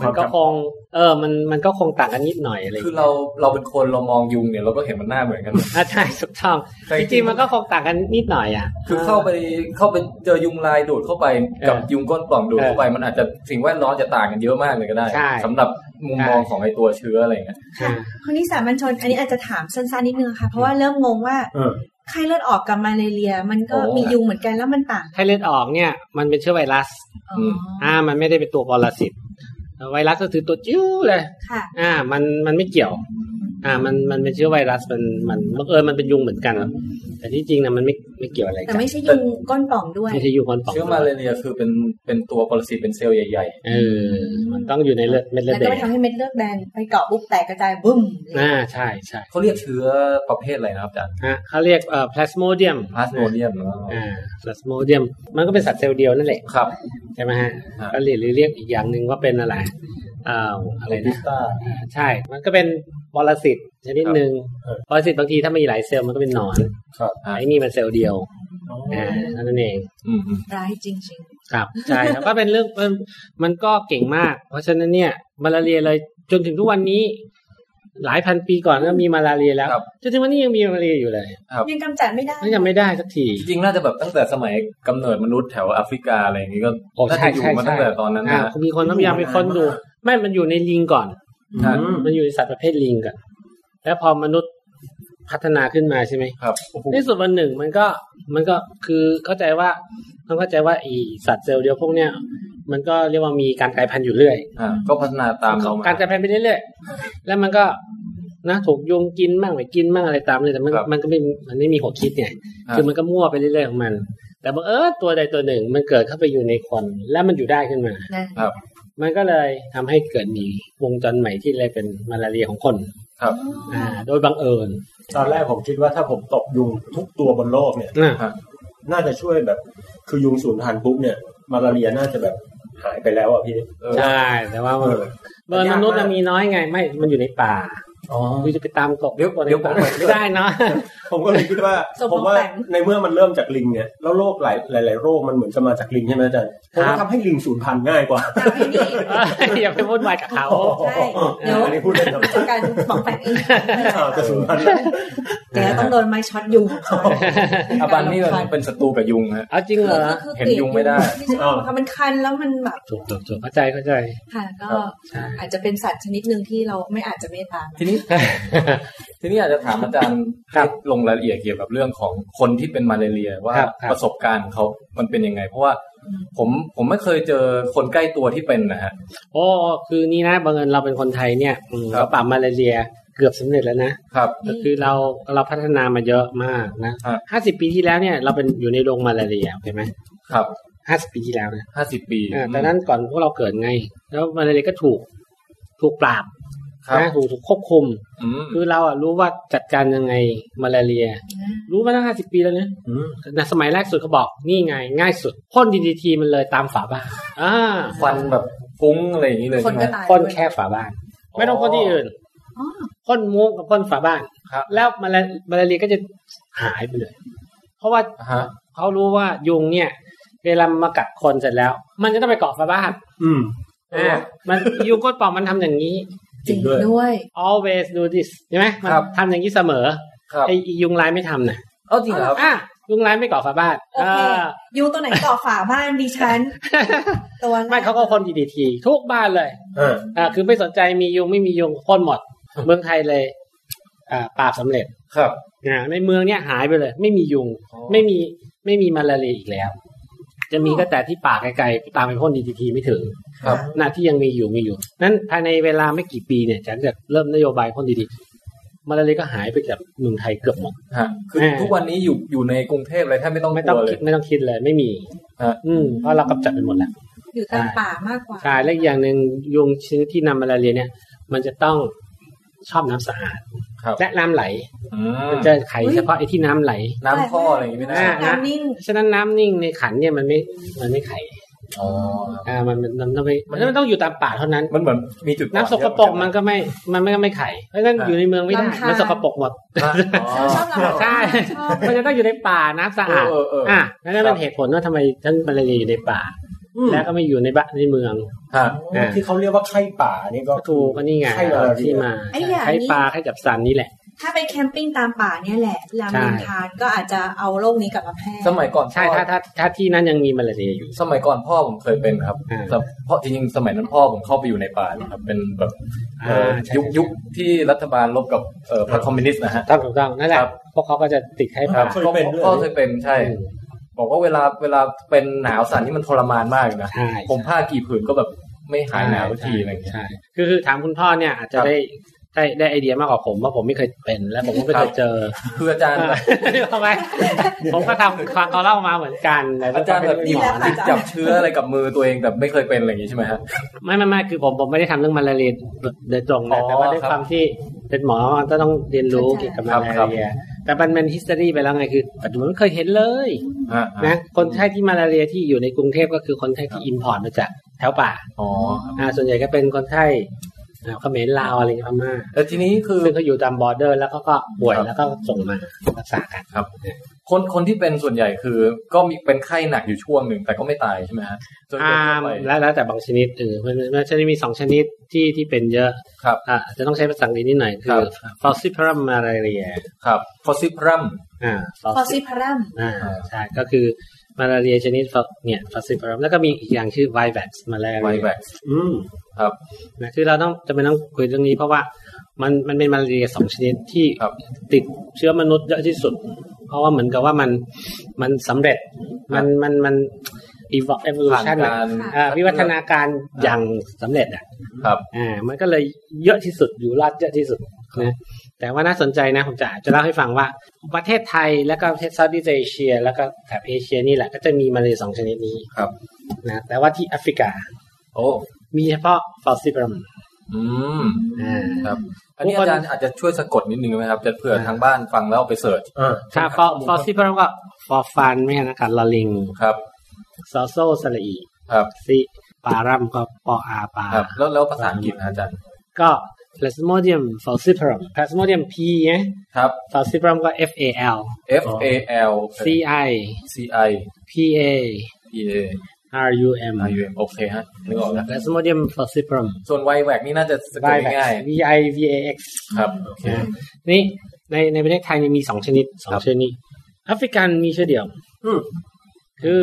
Speaker 3: มันก็คง เออมันมันก็คงต่างกันนิดหน่อยอะไรอย่าง
Speaker 5: คือ
Speaker 3: เงี้ย
Speaker 5: เราเราเป็นคนเรามองยุงเนี่ยเราก็เห็นมันหน้าเหมือนกัน
Speaker 3: อ่ะใช่ถูกต้อง
Speaker 5: แต่จ
Speaker 3: จ
Speaker 5: ริง
Speaker 3: ริงๆมันก็คงต่างกันนิดหน่อยอ่ะ
Speaker 5: คือเข้าไปเข้าไปเจอยุงลายดูดเข้าไปกับ
Speaker 3: เออ
Speaker 5: ยุงก้นปล่องดูดเข้าไป มันอาจจะสิ่งแวดล้อมจะต่างกันเยอะมากเลยก็ได้
Speaker 3: ใช่
Speaker 5: สำหรับมุมมอง
Speaker 3: ใช่
Speaker 5: ของไอตัวเชื้ออะไรเงี้ย
Speaker 4: ค่ะคนที่สามัญชนอันนี้อาจจะถามสั้นๆนิดนึงค่ะ เพราะว่าเริ่มงงว่า
Speaker 6: เออ
Speaker 4: ไข้เลือดออกกับมาเลเรีย มันก็
Speaker 5: โอ้
Speaker 4: มียุงเหมือนกันแล้วมันต่าง
Speaker 3: ให้เลือดออกเนี่ย มันเป็นเชื้อไวรัส
Speaker 4: อ๋ออ
Speaker 3: อ่ามันไม่ได้เป็นตัวปรสิตไวรัสก็คือตัวจิ้วเลย
Speaker 4: ค่ะ
Speaker 3: อ่า มันมันไม่เกี่ยว อ่า มันมันเป็นเชื้อไวรัสมันมันบังเอิญมันเป็นยุงเหมือนกัน แต่ที่จริงนะมันไม่ไม่เกี่ยวอะไร
Speaker 4: แต่
Speaker 3: กัน
Speaker 4: ไม่ใช่ยุงก้นปล่องด้วย
Speaker 3: ไม่ใช่ยุงคนปอก
Speaker 5: เชื้อมาเลเรียคือเป็นเป็นตัวปรสิตเป็นเซลล์ใหญ่
Speaker 3: เออ มันต้องอยู่ในเลือดเม็ดเลื
Speaker 4: แล้
Speaker 3: อ
Speaker 4: ว
Speaker 3: ด
Speaker 4: ก็
Speaker 3: แด
Speaker 4: ไป
Speaker 3: ง
Speaker 4: ทำให้เม็ดเลือดแดงไปเกาะปุ๊บแตกกระจายบึ้ม
Speaker 3: อ่าใช่ใช่
Speaker 5: ๆเขาเรียกเชื้อประเภทอะไรนะครับอาจารย์
Speaker 3: ฮะเขาเรียกเอ่อ plasmodium
Speaker 5: พลาสโมเดียม
Speaker 3: อ่า plasmodium มันก็เป็นสัตว์เซลล์เดียวนั่นแหละ
Speaker 5: ครับ
Speaker 3: ใช่ไหมฮะ
Speaker 5: อ่า
Speaker 3: ก็เรียกเรียกอีกอย่างหนึ่งว่าเป็นอะไรอ่าอะไรนะ ใช่ มันก็เป็นปรสิตชนิดหนึ่ง
Speaker 6: เออ
Speaker 3: ปรสิตบางทีถ้ามีหลายเซลล์มันก็เป็นหนอน
Speaker 6: ครับ
Speaker 3: ไอ้นี่มันเซลล์เดียวอ่าเท่านั้นเอง
Speaker 5: อืมอืม
Speaker 4: ร้ายจริง
Speaker 3: ครับ ใช่ครับ ก็เป็นเรื่องมันมันก็เก่งมาก เพราะฉะนั้นเนี่ย มาลาเรียเลยจนถึงทุกวันนี้ หลายพันปีก่อนก็มีมาลาเรียแล้ว
Speaker 5: ครับ
Speaker 3: จนถึงวันนี้ยังมีมาลาเรียอยู่เลย
Speaker 5: ครับ
Speaker 4: ๆยังกำจัดไม่ได้
Speaker 3: มันยังไม่ได้สักที
Speaker 5: จริงๆน่าจะแบบตั้งแต่สมัยกำเนิดมนุษย์แถวแอฟริกาอะไรอย่างนี้ก็
Speaker 3: โอ้
Speaker 5: น่า
Speaker 3: ใช่
Speaker 5: จะอยู่
Speaker 3: ใช่
Speaker 5: มา
Speaker 3: ใช่
Speaker 5: ตั้งแต่ตอนนั้น
Speaker 3: อ่า
Speaker 5: นะ
Speaker 3: มีคนพยายามไปค้นดู ไม่ มันอยู่ในลิงก่อน
Speaker 5: ครับ
Speaker 6: อืม
Speaker 3: มันอยู่ในสัตว์ประเภทลิงก่อนแล้วพอมนุษย์พัฒนาขึ้นมาใช่ไหม
Speaker 5: ครับ
Speaker 3: ในที่สุดวันหนึ่งมันก็มันก็คือเข้าใจว่าต้องเข้าใจว่าไอีสัตว์เซลล์เดียวพวกเนี้ยมันก็เรียกว่ามีการกลายพันธุ์อยู่เรื่อย
Speaker 5: อ่า ก็พัฒนาตามเรามา
Speaker 3: การกลายพันธุ์ไปเรื่อยๆแล้วมันก็นะถูกยุงกินบ้างไม่กินบ้างอะไรตามเลยแต่มัน
Speaker 5: ครับ
Speaker 3: มันก็ไม่มันไม่มีหัวคิดไง
Speaker 5: อ่า
Speaker 3: คือมันก็มั่วไปเรื่อยๆของมัน แต่บังเออตัวใดตัวหนึ่งมันเกิดเข้าไปอยู่ในคนแล้วมันอยู่ได้ขึ้นมา
Speaker 4: นะ
Speaker 3: มันก็เลยทำให้เกิดมีวงจรใหม่ที่เลยเป็นมาลาเรียของคน
Speaker 5: ครับ
Speaker 3: อ่าโดยบังเอิญ
Speaker 6: ตอนแรกผมคิดว่าถ้าผมตบยุงทุกตัวบนโลกเนี่ย
Speaker 3: นะ
Speaker 6: น่าจะช่วยแบบ คือยุงสูญพันธุ์ปุ๊บเนี่ย มาลาเรียน่าจะแบบหายไปแล้วอ่ะพี่
Speaker 5: เออ
Speaker 3: ใช่แต่ว่า
Speaker 6: เอ
Speaker 3: มัน
Speaker 6: อ
Speaker 3: เบอร์มนุษย์น่ะมีน้อยไงไม่ มันอยู่ในป่า
Speaker 6: อ๋อ
Speaker 3: วิจะไปตามกบ
Speaker 5: เดี๋ยว
Speaker 3: กบใน
Speaker 5: เดี๋ยวผม
Speaker 3: ป่าไม่ได้เนาะ
Speaker 6: ผมก็เลยคิดว่า
Speaker 4: สม
Speaker 6: ผ
Speaker 4: อง
Speaker 6: มว่า
Speaker 4: แตก
Speaker 6: ในเมื่อมันเริ่มจากลิงเนี่ย แล้วโรคหลายหลายหลายโรคมันเหมือนจะมาจากลิงใช่ไหมอาจารย์ผมว่า
Speaker 3: ครับ
Speaker 6: ทำให้ลิงสูญพันธุ์ง่ายกว่า
Speaker 4: จำให้ดี
Speaker 3: อย่าไปพูดวายกับ เขา
Speaker 4: ใช่เดี๋ยว
Speaker 6: อันนี้พูดเล่นครับ
Speaker 4: จัดการปองแปงเอง
Speaker 6: อ้าวจะสูญพันธุ์แล้ว
Speaker 4: เดี๋ยวต้องโดนไม้ช็อตยุงของเขา
Speaker 5: อาบันนี่เป็นศัตรูกับยุงฮะ
Speaker 3: เอาจริงเหรอ
Speaker 4: ก็คือก
Speaker 5: เห็นยุงไม่ได้
Speaker 4: ที่ฉันบอกค่ะมันคันแล้วมันแบบ
Speaker 3: ถูกถูกถูกเข้าใจเข้าใจ
Speaker 4: ค่ะก็
Speaker 3: ใช่
Speaker 4: อาจจะเป็นสัตว์ชนิดหนึ่งที่เราไม่อาจจะเมตตามัน
Speaker 5: ทีนี้ ทีนี้อยากจะถามอาจารย์
Speaker 3: ครับ
Speaker 5: ลงรายละเอียดเกี่ยวกับเรื่องของคนที่เป็นมาเลเรียว่า
Speaker 3: ครับครับ
Speaker 5: ประสบการณ์ของเขามันเป็นยังไง เพราะว่าผมผมไม่เคยเจอคนใกล้ตัวที่เป็นนะฮะ
Speaker 3: โอ้คือนี่นะบังเอิญเราเป็นคนไทยเนี่ยอืม
Speaker 5: ครับ
Speaker 3: เราปราบมาเลาเรียเกือบสำเร็จแล้วนะครับ ก็คือเราเราพัฒนามาเยอะมากนะครับ ห้าสิบปีที่แล้วเนี่ยเราเป็นอยู่ในโรงมาลาเรียเห็นไหม
Speaker 5: ครับ
Speaker 3: ห้าสิบปีที่แล้วนะ
Speaker 5: ห้าสิบปี
Speaker 3: อ่าแต่นั้นก่อนพวกเราเกิดไง แล้วมาเลเรียก็ถูกถูกปราบ
Speaker 5: ครับ
Speaker 3: นะถูกถูกควบคุม
Speaker 5: อืม
Speaker 3: คือเราอ่ะรู้ว่าจัดการยังไงมาเลเรีย รู้มาตั้งห้าสิบปีแล้วนะ
Speaker 6: อืม
Speaker 3: ในสมัยแรกสุดเขาบอกนี่ไง ง่ายสุดพ่นดีดีทีมันเลยตามฝาบ้านอ่า
Speaker 5: ควันแบบฟุ้งอะไรอย่างนี้เลย
Speaker 4: ค
Speaker 5: ใช่
Speaker 4: น
Speaker 5: ไหม
Speaker 4: ก็ตาย
Speaker 3: พ่นแค่ฝาบ้าน ไม่ต้องพ่นที่อื่น
Speaker 4: อ๋อ
Speaker 3: พ่นมุ้งกับพ่นฝาบ้าน
Speaker 5: ครับ
Speaker 3: แล้วมาลามาลาเรียก็จะหายไปเลย เพราะว่า
Speaker 5: ฮะ
Speaker 3: เขารู้ว่ายุงเนี่ย เวลามากัดคนเสร็จแล้ว มันจะต้องไปเกาะฝาบ้าน
Speaker 6: อืม
Speaker 3: อ่ามันยุงก้นป่องมันทำอย่างนี้
Speaker 4: จริงด้วย
Speaker 3: always do this ใช่ไหมมัน
Speaker 5: ครับ
Speaker 3: ทำอย่างนี้เสมอ
Speaker 5: ครับ
Speaker 3: ไอ้ยุงลายไม่ทำนะ
Speaker 5: เอ้าจริงเหรอครับ
Speaker 3: อ่ะยุงลายไม่เกาะฝาบ้าน
Speaker 4: โอเค
Speaker 3: อ่า
Speaker 4: อยู่ตัวไหนต่อฝาบ้านดิฉัน ตัวนั้น
Speaker 3: ไม่เขาก็พ่นดีดีทีทุกบ้านเลย
Speaker 6: อ่า
Speaker 3: อ่าคือไม่สนใจมียุงไม่มียุงพ่นหมด เมืองไทยเลย อ่าปราบสำเร็จ
Speaker 5: ครับ
Speaker 3: อ่าในเมืองเนี่ยหายไปเลย ไม่มียุง
Speaker 5: อ๋อ
Speaker 3: ไม่มีไม่มีมาลาเรียอีกแล้ว จะมีก็แต่ที่ป่าไกลๆตามไปพ่นดีดีทีไม่ถึง
Speaker 5: ครับ
Speaker 3: นะที่ยังมีอยู่มีอยู่นั้นภายในเวลาไม่กี่ปีเนี่ยจากจากเริ่มนโยบายพ่นดีดีมาลาเรียก็หายไปจากเมืองไทยเกือบหมด
Speaker 5: ฮะคือ
Speaker 3: แม่
Speaker 5: ทุกวันนี้อยู่อยู่ในกรุงเทพเลยแทบไม่ต้อง
Speaker 3: ไม่
Speaker 5: ก
Speaker 3: ต้อง
Speaker 5: ลัวเล
Speaker 3: คิ
Speaker 5: ย
Speaker 3: ดไม่ต้องคิดเลยไม่มี
Speaker 5: ฮะ
Speaker 3: อืมเพราะเรากำจัดไปหมดแล้ว
Speaker 4: อยู่ตามป่ามากกว่า
Speaker 3: ใช่และอีกอย่างหนึ่งยุงชนิดที่นำมาลาเรียเนี่ย มันจะต้องชอบน้ำสะอาด
Speaker 5: ครับ
Speaker 3: และน้ำไหล
Speaker 5: อื
Speaker 3: มั
Speaker 5: ม
Speaker 3: นจะไขเฉพาะไอ้ที่น้ำไหล
Speaker 5: น้ำท่ออะไรอย่างนี้ไม่ได้
Speaker 3: อ่า
Speaker 4: น้ำนิ่ง
Speaker 3: ฉะนั้นน้ำนิ่งในขันเนี่ยมันไม่มันไม่ไข
Speaker 5: อ๋อ
Speaker 3: อ่ามันมันมันต้องไป
Speaker 5: มั
Speaker 3: มัน นต้องอยู่ตามป่าเท่านั้น
Speaker 5: มันเหมือนมีจุดอ่อ
Speaker 3: น้ำสกปรกมันก็ไม่มันไม่ไม่ไขเพราะฉะนั้นอยู่ในเมืองไม่ได้
Speaker 4: รำคาญ
Speaker 3: มันสกปรกหมด
Speaker 5: ฮะ
Speaker 4: ชอบชอบเรา
Speaker 3: ใช่
Speaker 4: ชอบ
Speaker 3: มันจะต้องอยู่ในป่าน้ำสะ
Speaker 5: เอ
Speaker 3: อา
Speaker 5: อ
Speaker 3: ด
Speaker 5: เออเอออ่ะ
Speaker 3: อ่ะนั่นเป็นเหตุผลว่าทำไมท่านมาลาเรียอยู่ในป่า และก็ไม่อยู่ในบ้านในเมือง
Speaker 5: ฮะ
Speaker 3: อ่า
Speaker 6: ที่เขาเรียกว่าไข้ป่านี่ก็
Speaker 3: ถูกก็นี่ไง
Speaker 6: ไข้มาลาเรีย
Speaker 3: ที่มา
Speaker 4: ไอ้อย่าง
Speaker 3: ไข่
Speaker 4: นี้
Speaker 3: ปลาไข่จับสันนี่แหละ
Speaker 4: ถ้าไปแคมปิ้งตามป่าเนี่ยแหละลา
Speaker 3: ใช่
Speaker 4: มินทานก็อาจจะเอาโรคนี้กลับมาแพร่
Speaker 5: สมัยก่อน
Speaker 3: ใช่
Speaker 5: พ่อ
Speaker 3: ถ้าถ้าถ้าที่นั้นยังมีมาลาเรียอยู่
Speaker 5: สมัยก่อนพ่อผมเคยเป็นครับ
Speaker 3: อ่า
Speaker 5: แต่เพราะจริงๆสมัยนั้นพ่อผมเข้าไปอยู่ในป่านะครับเป็นแบบเอ่อ
Speaker 3: อ่าใช่
Speaker 5: ยุคยุคที่รัฐบาลลบกับเอ่อพรรคคอมมิวนิสต์นะฮะ
Speaker 3: ต้องถูกต้องนั่นแหละ
Speaker 5: ครับ
Speaker 3: พวกเขาก็จะติดให้
Speaker 5: ค
Speaker 3: ผ่า
Speaker 5: รั
Speaker 3: น
Speaker 5: บ
Speaker 6: เคยเป็นด้วย
Speaker 5: พ่อเคยเป็นใช่ บอกว่าเวลาเวลาเป็นหนาวสั่นนี่มันทรมานมากเลยนะ
Speaker 3: ใช่
Speaker 5: ผมผ้ากี่ผืนก็แบบไม่หายหนาวสักทีอะไรอย่างเงี้ย
Speaker 3: ใช่คือคือถามคุณพ่อเนี่ยอาจจะ
Speaker 5: ครับ
Speaker 3: ได้ได้ได้ไอเดียมากกว่าผมว่าผมไม่เคยเป็น และผมก็ไม่
Speaker 5: ครั
Speaker 3: เค
Speaker 5: บ
Speaker 3: ยเจอ
Speaker 5: คืออาจารย์
Speaker 3: ทำไม ผมก็ทำความเขาเล่ามาเหมือนกันแต่
Speaker 5: อาจารย์แบบหยิบหยิบจับเชื้ออะไรกับมือตัวเองแต่ไม่เคยเป็นอะไรอย่างงี้ใช่ไหมฮะ
Speaker 3: ไม่ไม่ไม่คือผมผมไม่ได้ทำเรื่องมาลาเรียโดยตรง
Speaker 5: อ๋
Speaker 3: นะ
Speaker 5: อ
Speaker 3: แต่ว่าด้วยความที่เป็นหมอก็ต้องเรียนรู้เกี่ยวกับมา
Speaker 5: ครั
Speaker 3: ลา
Speaker 5: บ
Speaker 3: เรียแต่มันเป็น history ไปแล้วไงคือปัจจุบันไม่เคยเห็นเลย
Speaker 5: อ่า
Speaker 3: นะคนไข้ที่มาลาเรียที่อยู่ในกรุงเทพก็คือคนไข้ที่อิมพอร์ตมาจากแถวป่า
Speaker 5: อ๋อ
Speaker 3: อ่าส่วนใหญ่ก็เป็นคนไข้อ่าเขมรลาวอะไรเงี้ยพม่า
Speaker 5: แล้วทีนี้คือ
Speaker 3: ซึ่งเขาอยู่ตามบอร์เดอร์ แล้วเขาก็ป่วย
Speaker 5: ครับ
Speaker 3: แล้วก็ส่งมารักษากัน
Speaker 5: ครับ คนคนที่เป็นส่วนใหญ่คือ ก็มีเป็นไข้หนักอยู่ช่วงหนึ่งแต่ก็ไม่ตายใช่ไหมฮะจน
Speaker 3: อ่า
Speaker 5: เกินทั่วไป
Speaker 3: แล้วแล้วแต่บางชนิดเออมันมันชนิดมีสองชนิดที่ที่เป็นเยอะ
Speaker 5: ครับ
Speaker 3: อ่าจะต้องใช้ภาษาอังกฤษนิดหน่อย
Speaker 5: ค
Speaker 3: คื
Speaker 5: รั
Speaker 3: อบ ฟอสซิพรัมมาลาเรีย
Speaker 5: ครับฟอสซิพรัม
Speaker 3: อ่า
Speaker 4: ฟอสซิพรัม
Speaker 3: Falciparum อ่าใช่ก็คือมาลาเรียชนิด Fal- เนี่ยฟอสซิพรัมแล้วก็มีอีกอย่างชื่อไวแบ็กมาลา
Speaker 5: ไว
Speaker 3: เรีย
Speaker 5: แบ็ก
Speaker 6: อืม
Speaker 3: นะคือเราต้องจะเป็นต้องคุยเรื่องนี้เพราะว่ามันมันเป็นมาลาเรียสองชนิดที่
Speaker 5: ครับ
Speaker 3: ติดเชื้อมนุษย์เยอะที่สุด เพราะว่าเหมือนกับว่ามันมันสำเร็จ
Speaker 5: ครั
Speaker 3: มั
Speaker 5: บ
Speaker 3: นมันมัน evolve
Speaker 5: ผ่าน
Speaker 3: evolution
Speaker 5: การ
Speaker 3: อะอ่าวิวัฒนาการอย่างสำเร็จอ่ะ
Speaker 5: ครับ
Speaker 3: อ่ามันก็เลยเยอะที่สุดอยู่รอดเยอะที่สุดนะแต่ว่าน่าสนใจนะผมจะจะเล่าให้ฟังว่าประเทศไทยแล้วก็ประเทศเซาท์อีสเอเชีย แล้วก็แถบเอเชียนี่แหละก็จะมีมาลาเรียสองชนิดนี้
Speaker 5: ครับ
Speaker 3: นะแต่ว่าที่แอฟริกา
Speaker 5: โอ้
Speaker 3: มีเฉพาะฟอสซิปรัม
Speaker 5: อืม
Speaker 3: อ่า
Speaker 5: ครับ อันนี้อาจารย์อาจจะช่วยสะกดนิดนึงไหมครับ จะเผื่อทางบ้านฟังแล้วเอาไปเสิร์ช
Speaker 6: อ่า
Speaker 3: ถ้าฟอฟอสซิเพิ่มก็ฟอฟันไม่ใช่นะครับลอลิง
Speaker 5: ครับ
Speaker 3: ซอโซสลี
Speaker 5: ครับ
Speaker 3: ซิปารัมก็ปออาปา
Speaker 5: ครับ แล้วแล้วภาษาอังกฤษนะอาจารย์
Speaker 3: ก็ plasmodium falciparum plasmodium p นะครับ ฟอสซิพัมก็ f a l
Speaker 5: F A L
Speaker 3: c i
Speaker 5: C I
Speaker 3: p a
Speaker 5: E A
Speaker 3: r u m
Speaker 5: R U M โอเคฮะนึกออกแล้ว
Speaker 3: plasmodium falciparum
Speaker 5: ส่วนไวแวกนี่น่าจะสะกดง่าย
Speaker 3: v i v a x
Speaker 5: ครับโอเค
Speaker 3: นี่ในในประเทศไทยเนี่ยมีสองชนิดสอง
Speaker 5: ครับ
Speaker 3: ชนิดแอฟริกันมีชนิดเดียว
Speaker 5: อืม
Speaker 3: คือ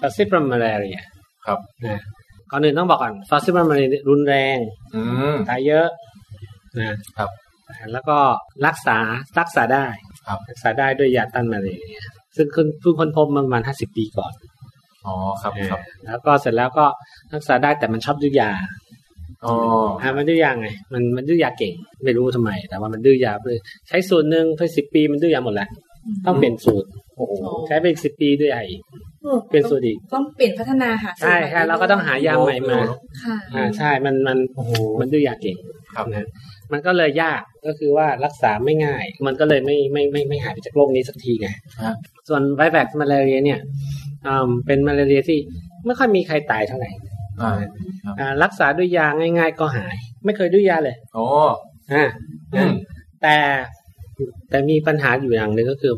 Speaker 3: ฟอสซิพัมมาลาเรีย
Speaker 5: ครับ
Speaker 3: นะก่อนอื่นต้องบอกก่อนฟอสซิพัมมาลาเรียรุนแรง
Speaker 5: อืม
Speaker 3: ตายเยอะนะครับแล้วก็รักษารักษาได้
Speaker 5: ครับ
Speaker 3: กษาได้ด้วยยาต้านมาเรียซึ่งเพิ่งเพิ่งค้นพบมาประมาณ 50 ปีก่อน
Speaker 5: อ๋อครับครับ
Speaker 3: เออแล้วก็เสร็จแล้วก็รักษาได้แต่มันชอบดื้อยา
Speaker 5: อ๋อ
Speaker 3: อ่ามันดื้อยาไงมันมันดื้อยาเก่ง ไม่รู้ทำไม แต่ว่ามันดื้อยาเลยใช้สูตรหนึ่งไปสิปีมันดื้อยาหมดแล้ว ต้องเปลี่ยนสูตร
Speaker 5: โอ้โห
Speaker 3: ใช้ไปอีกสิปีดื้อยาอีก
Speaker 4: ออ
Speaker 3: เป็นสูตรอีก
Speaker 4: ต้องเปลี่ยนพัฒนาหาสูตร
Speaker 3: ใช่
Speaker 4: ม่
Speaker 3: ใช่เราก็ต้องหายาใหม่มา
Speaker 4: ค่ะ
Speaker 3: อ่าใช่มันมัน
Speaker 6: โอ้โห
Speaker 3: มันดื้อยาเก่ง
Speaker 5: ครับ
Speaker 3: นะมันก็เลยยากก็คือว่ารักษาไม่ง่าย มันก็เลยไม่ไม่ไม่ไม่หายไปจากโรคนี้สักทีไง
Speaker 5: ฮะ
Speaker 3: ส่วนไวแบคมาลาเรียเนี่ยอืมเป็นมาลาเรียที่ไม่ค่อยมีใครตายเท่าไหร่
Speaker 5: อ่า
Speaker 3: อ่ารักษาด้วยยาง่าย ๆ ก็หาย ไม่เคยด้วยยาเลย
Speaker 5: อ๋อ
Speaker 3: อ่า
Speaker 5: อืม
Speaker 3: แต่แต่มีปัญหาอยู่อย่างหนึ่งก็คือ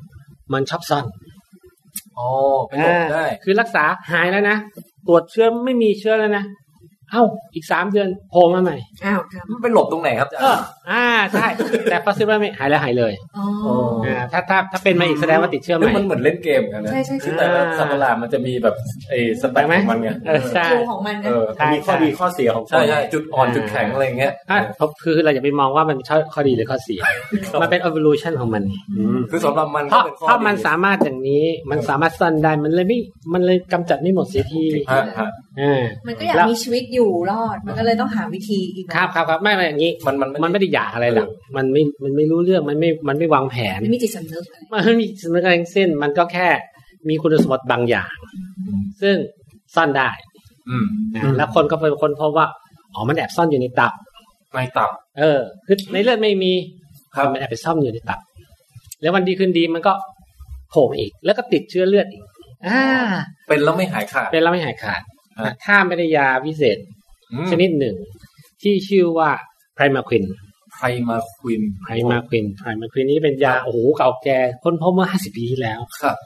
Speaker 3: มันชอบซ่อน
Speaker 5: อ๋อเป็นหลบได้
Speaker 3: อ่าคือรักษาหายแล้วนะตรวจเชื้อไม่มีเชื้อแล้วนะเอ้าอีกสามเดือนโผล่มาใหม่
Speaker 4: อ้าวครับ
Speaker 5: มันเป็นหลบตรงไหนครับอาจาร
Speaker 3: เออ
Speaker 5: ย์
Speaker 3: อ่าใช่แต่ฟาซิบาไม่หายแล้วหายเลย
Speaker 4: อ๋อ
Speaker 3: อ่าถ้าถ้าถ้าเป็นมาอีกแสดงว่าติดเชื้อให
Speaker 5: เฮ้ย
Speaker 3: ม่
Speaker 5: มันเหมือนเล่นเกมกันนะ
Speaker 4: ใช่ใช่ใช่
Speaker 5: คือแต่ละสัตว์ประหลาดมันจะมีแบบไอ้สแต็กของมันไง
Speaker 3: เออใช่
Speaker 4: ครูของมัน
Speaker 5: เอ
Speaker 4: นะ
Speaker 5: อ
Speaker 3: ใช่
Speaker 6: มีข้อดีข้อเสียของ
Speaker 5: ใช่ใช่จุดอ่อนจุดแข็งอะไรอย่างเงี้ย
Speaker 3: อ่ะเพราะคือเราอย่าไปมองว่ามันเป็นข้อดีหรือข้อเสีย มันเป็น evolution ของมัน
Speaker 6: อืม
Speaker 5: คือสำหรับมัน
Speaker 3: เพ
Speaker 5: ก็
Speaker 3: ราะ
Speaker 5: เป็นข้อ
Speaker 3: เพราะ
Speaker 5: ดี
Speaker 3: มันสามารถอย่างนี้ มันสามารถซ่อนได้ มันเลยไม่ มันเลยกำจัดไม่หมดเสียที
Speaker 5: ฮะฮะ
Speaker 3: อ่า
Speaker 4: มันก็อยาก
Speaker 3: แล้ว
Speaker 4: มีชีวิตอยู่รอด มันก็เลยต้องหาวิธีอีก
Speaker 3: ครับครับครับไม่ไม่อย่างนี้
Speaker 5: มันมัน
Speaker 3: มันไม่ได้อยากอะไรหรอก มันไม่ มันไม่รู้เรื่อง มันไม่ มันไม่วางแผน
Speaker 4: ไม่มีจิตสำนึกอะไร
Speaker 3: มันไม่มีสมรรถทั้งสิ้น มันก็แค่มีคุณสมบัติบางอย่าง ซึ่งซ่อนได้
Speaker 5: อืม
Speaker 3: นะแล้วคนก็ไปคนพบว่า อ๋อ มันแอบซ่อนอยู่ในตับ
Speaker 5: ไม่ตับ
Speaker 3: เออคือในเลือดไม่มี
Speaker 5: ครับ
Speaker 3: มันแอบไปซ่อมอยู่ในตับ แล้ววันดีคืนดีมันก็โผล่มาอีก แล้วก็ติดเชื้อเลือดอีก อ่า
Speaker 5: เป็นแล้วไม่หายขาด
Speaker 3: เป็นแล้วไม่หายขาด
Speaker 5: อ่ะ
Speaker 3: ถ้าไม่ได้ยาพิเศษ
Speaker 5: อืม
Speaker 3: ชนิดหนึ่ง ที่ชื่อว่าไพรมาควิน
Speaker 5: ใครมาควิน
Speaker 3: ไพรมาควินไพรมาควินนี้เป็นยาโอ้โหเก่าแก่ค้นพบเมื่อ 50 ปีที่แล้ว
Speaker 5: ครับ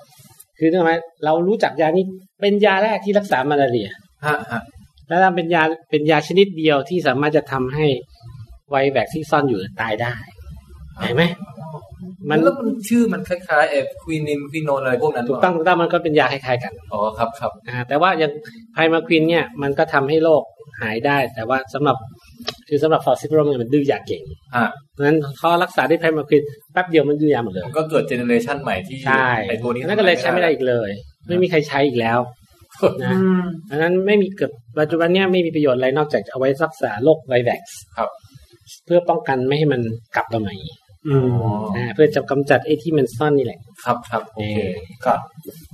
Speaker 3: คือทำไมเรารู้จักยานี้เป็นยาแรกที่รักษามาลาเรีย
Speaker 5: ฮะฮะ
Speaker 3: และเป็นยาเป็นยาชนิดเดียวที่สามารถจะทำให้ไวแบคที่ซ่อนอยู่ตายได้เห็นไหม
Speaker 5: มันแล้วมันชื่อมันคล้ายๆเอฟควินินควินโนอะไรพวกนั้น
Speaker 3: ถูกต้องถูกต้องมันก็เป็นยาคล้ายๆกัน
Speaker 5: อ๋อครับครับ
Speaker 3: อ่าแต่ว่าอย่างไพรมาควินเนี่ยมันก็ทำให้โรคหายได้ แต่ว่าสำหรับคือสำหรับฟอสซิโรมเนี่ยมันดื้อยาเก่ง
Speaker 5: ฮะ
Speaker 3: เพราะฉะนั้นเขารักษาด้วยไพรมาควินแป๊บเดียวมันดื้อยาหมดเลย
Speaker 5: มันก็เกิดเจเนเรชันใหม่ที่
Speaker 3: ใช่
Speaker 5: ไอตัวนี้
Speaker 3: นั่นก็เลยใช้ไม่ได้อีกเลย ไม่มีใครใช้อีกแล้วนะอันนั้นไม่มีเกิดปัจจุบันเนี่ยไม่มีประโยชน์อะไรนอกจากเอาไว้รักษาโรคไวแว็กซ์
Speaker 5: ครับ
Speaker 3: เพื่อป้องกันไม่ให้มันกลับมาใหม่
Speaker 6: อืม
Speaker 5: อ๋อ
Speaker 3: อ่าเพื่อจะกำจัดไอ้ที่มันซ่อนนี่แหละ
Speaker 5: ครับครับโอเค
Speaker 6: ครับ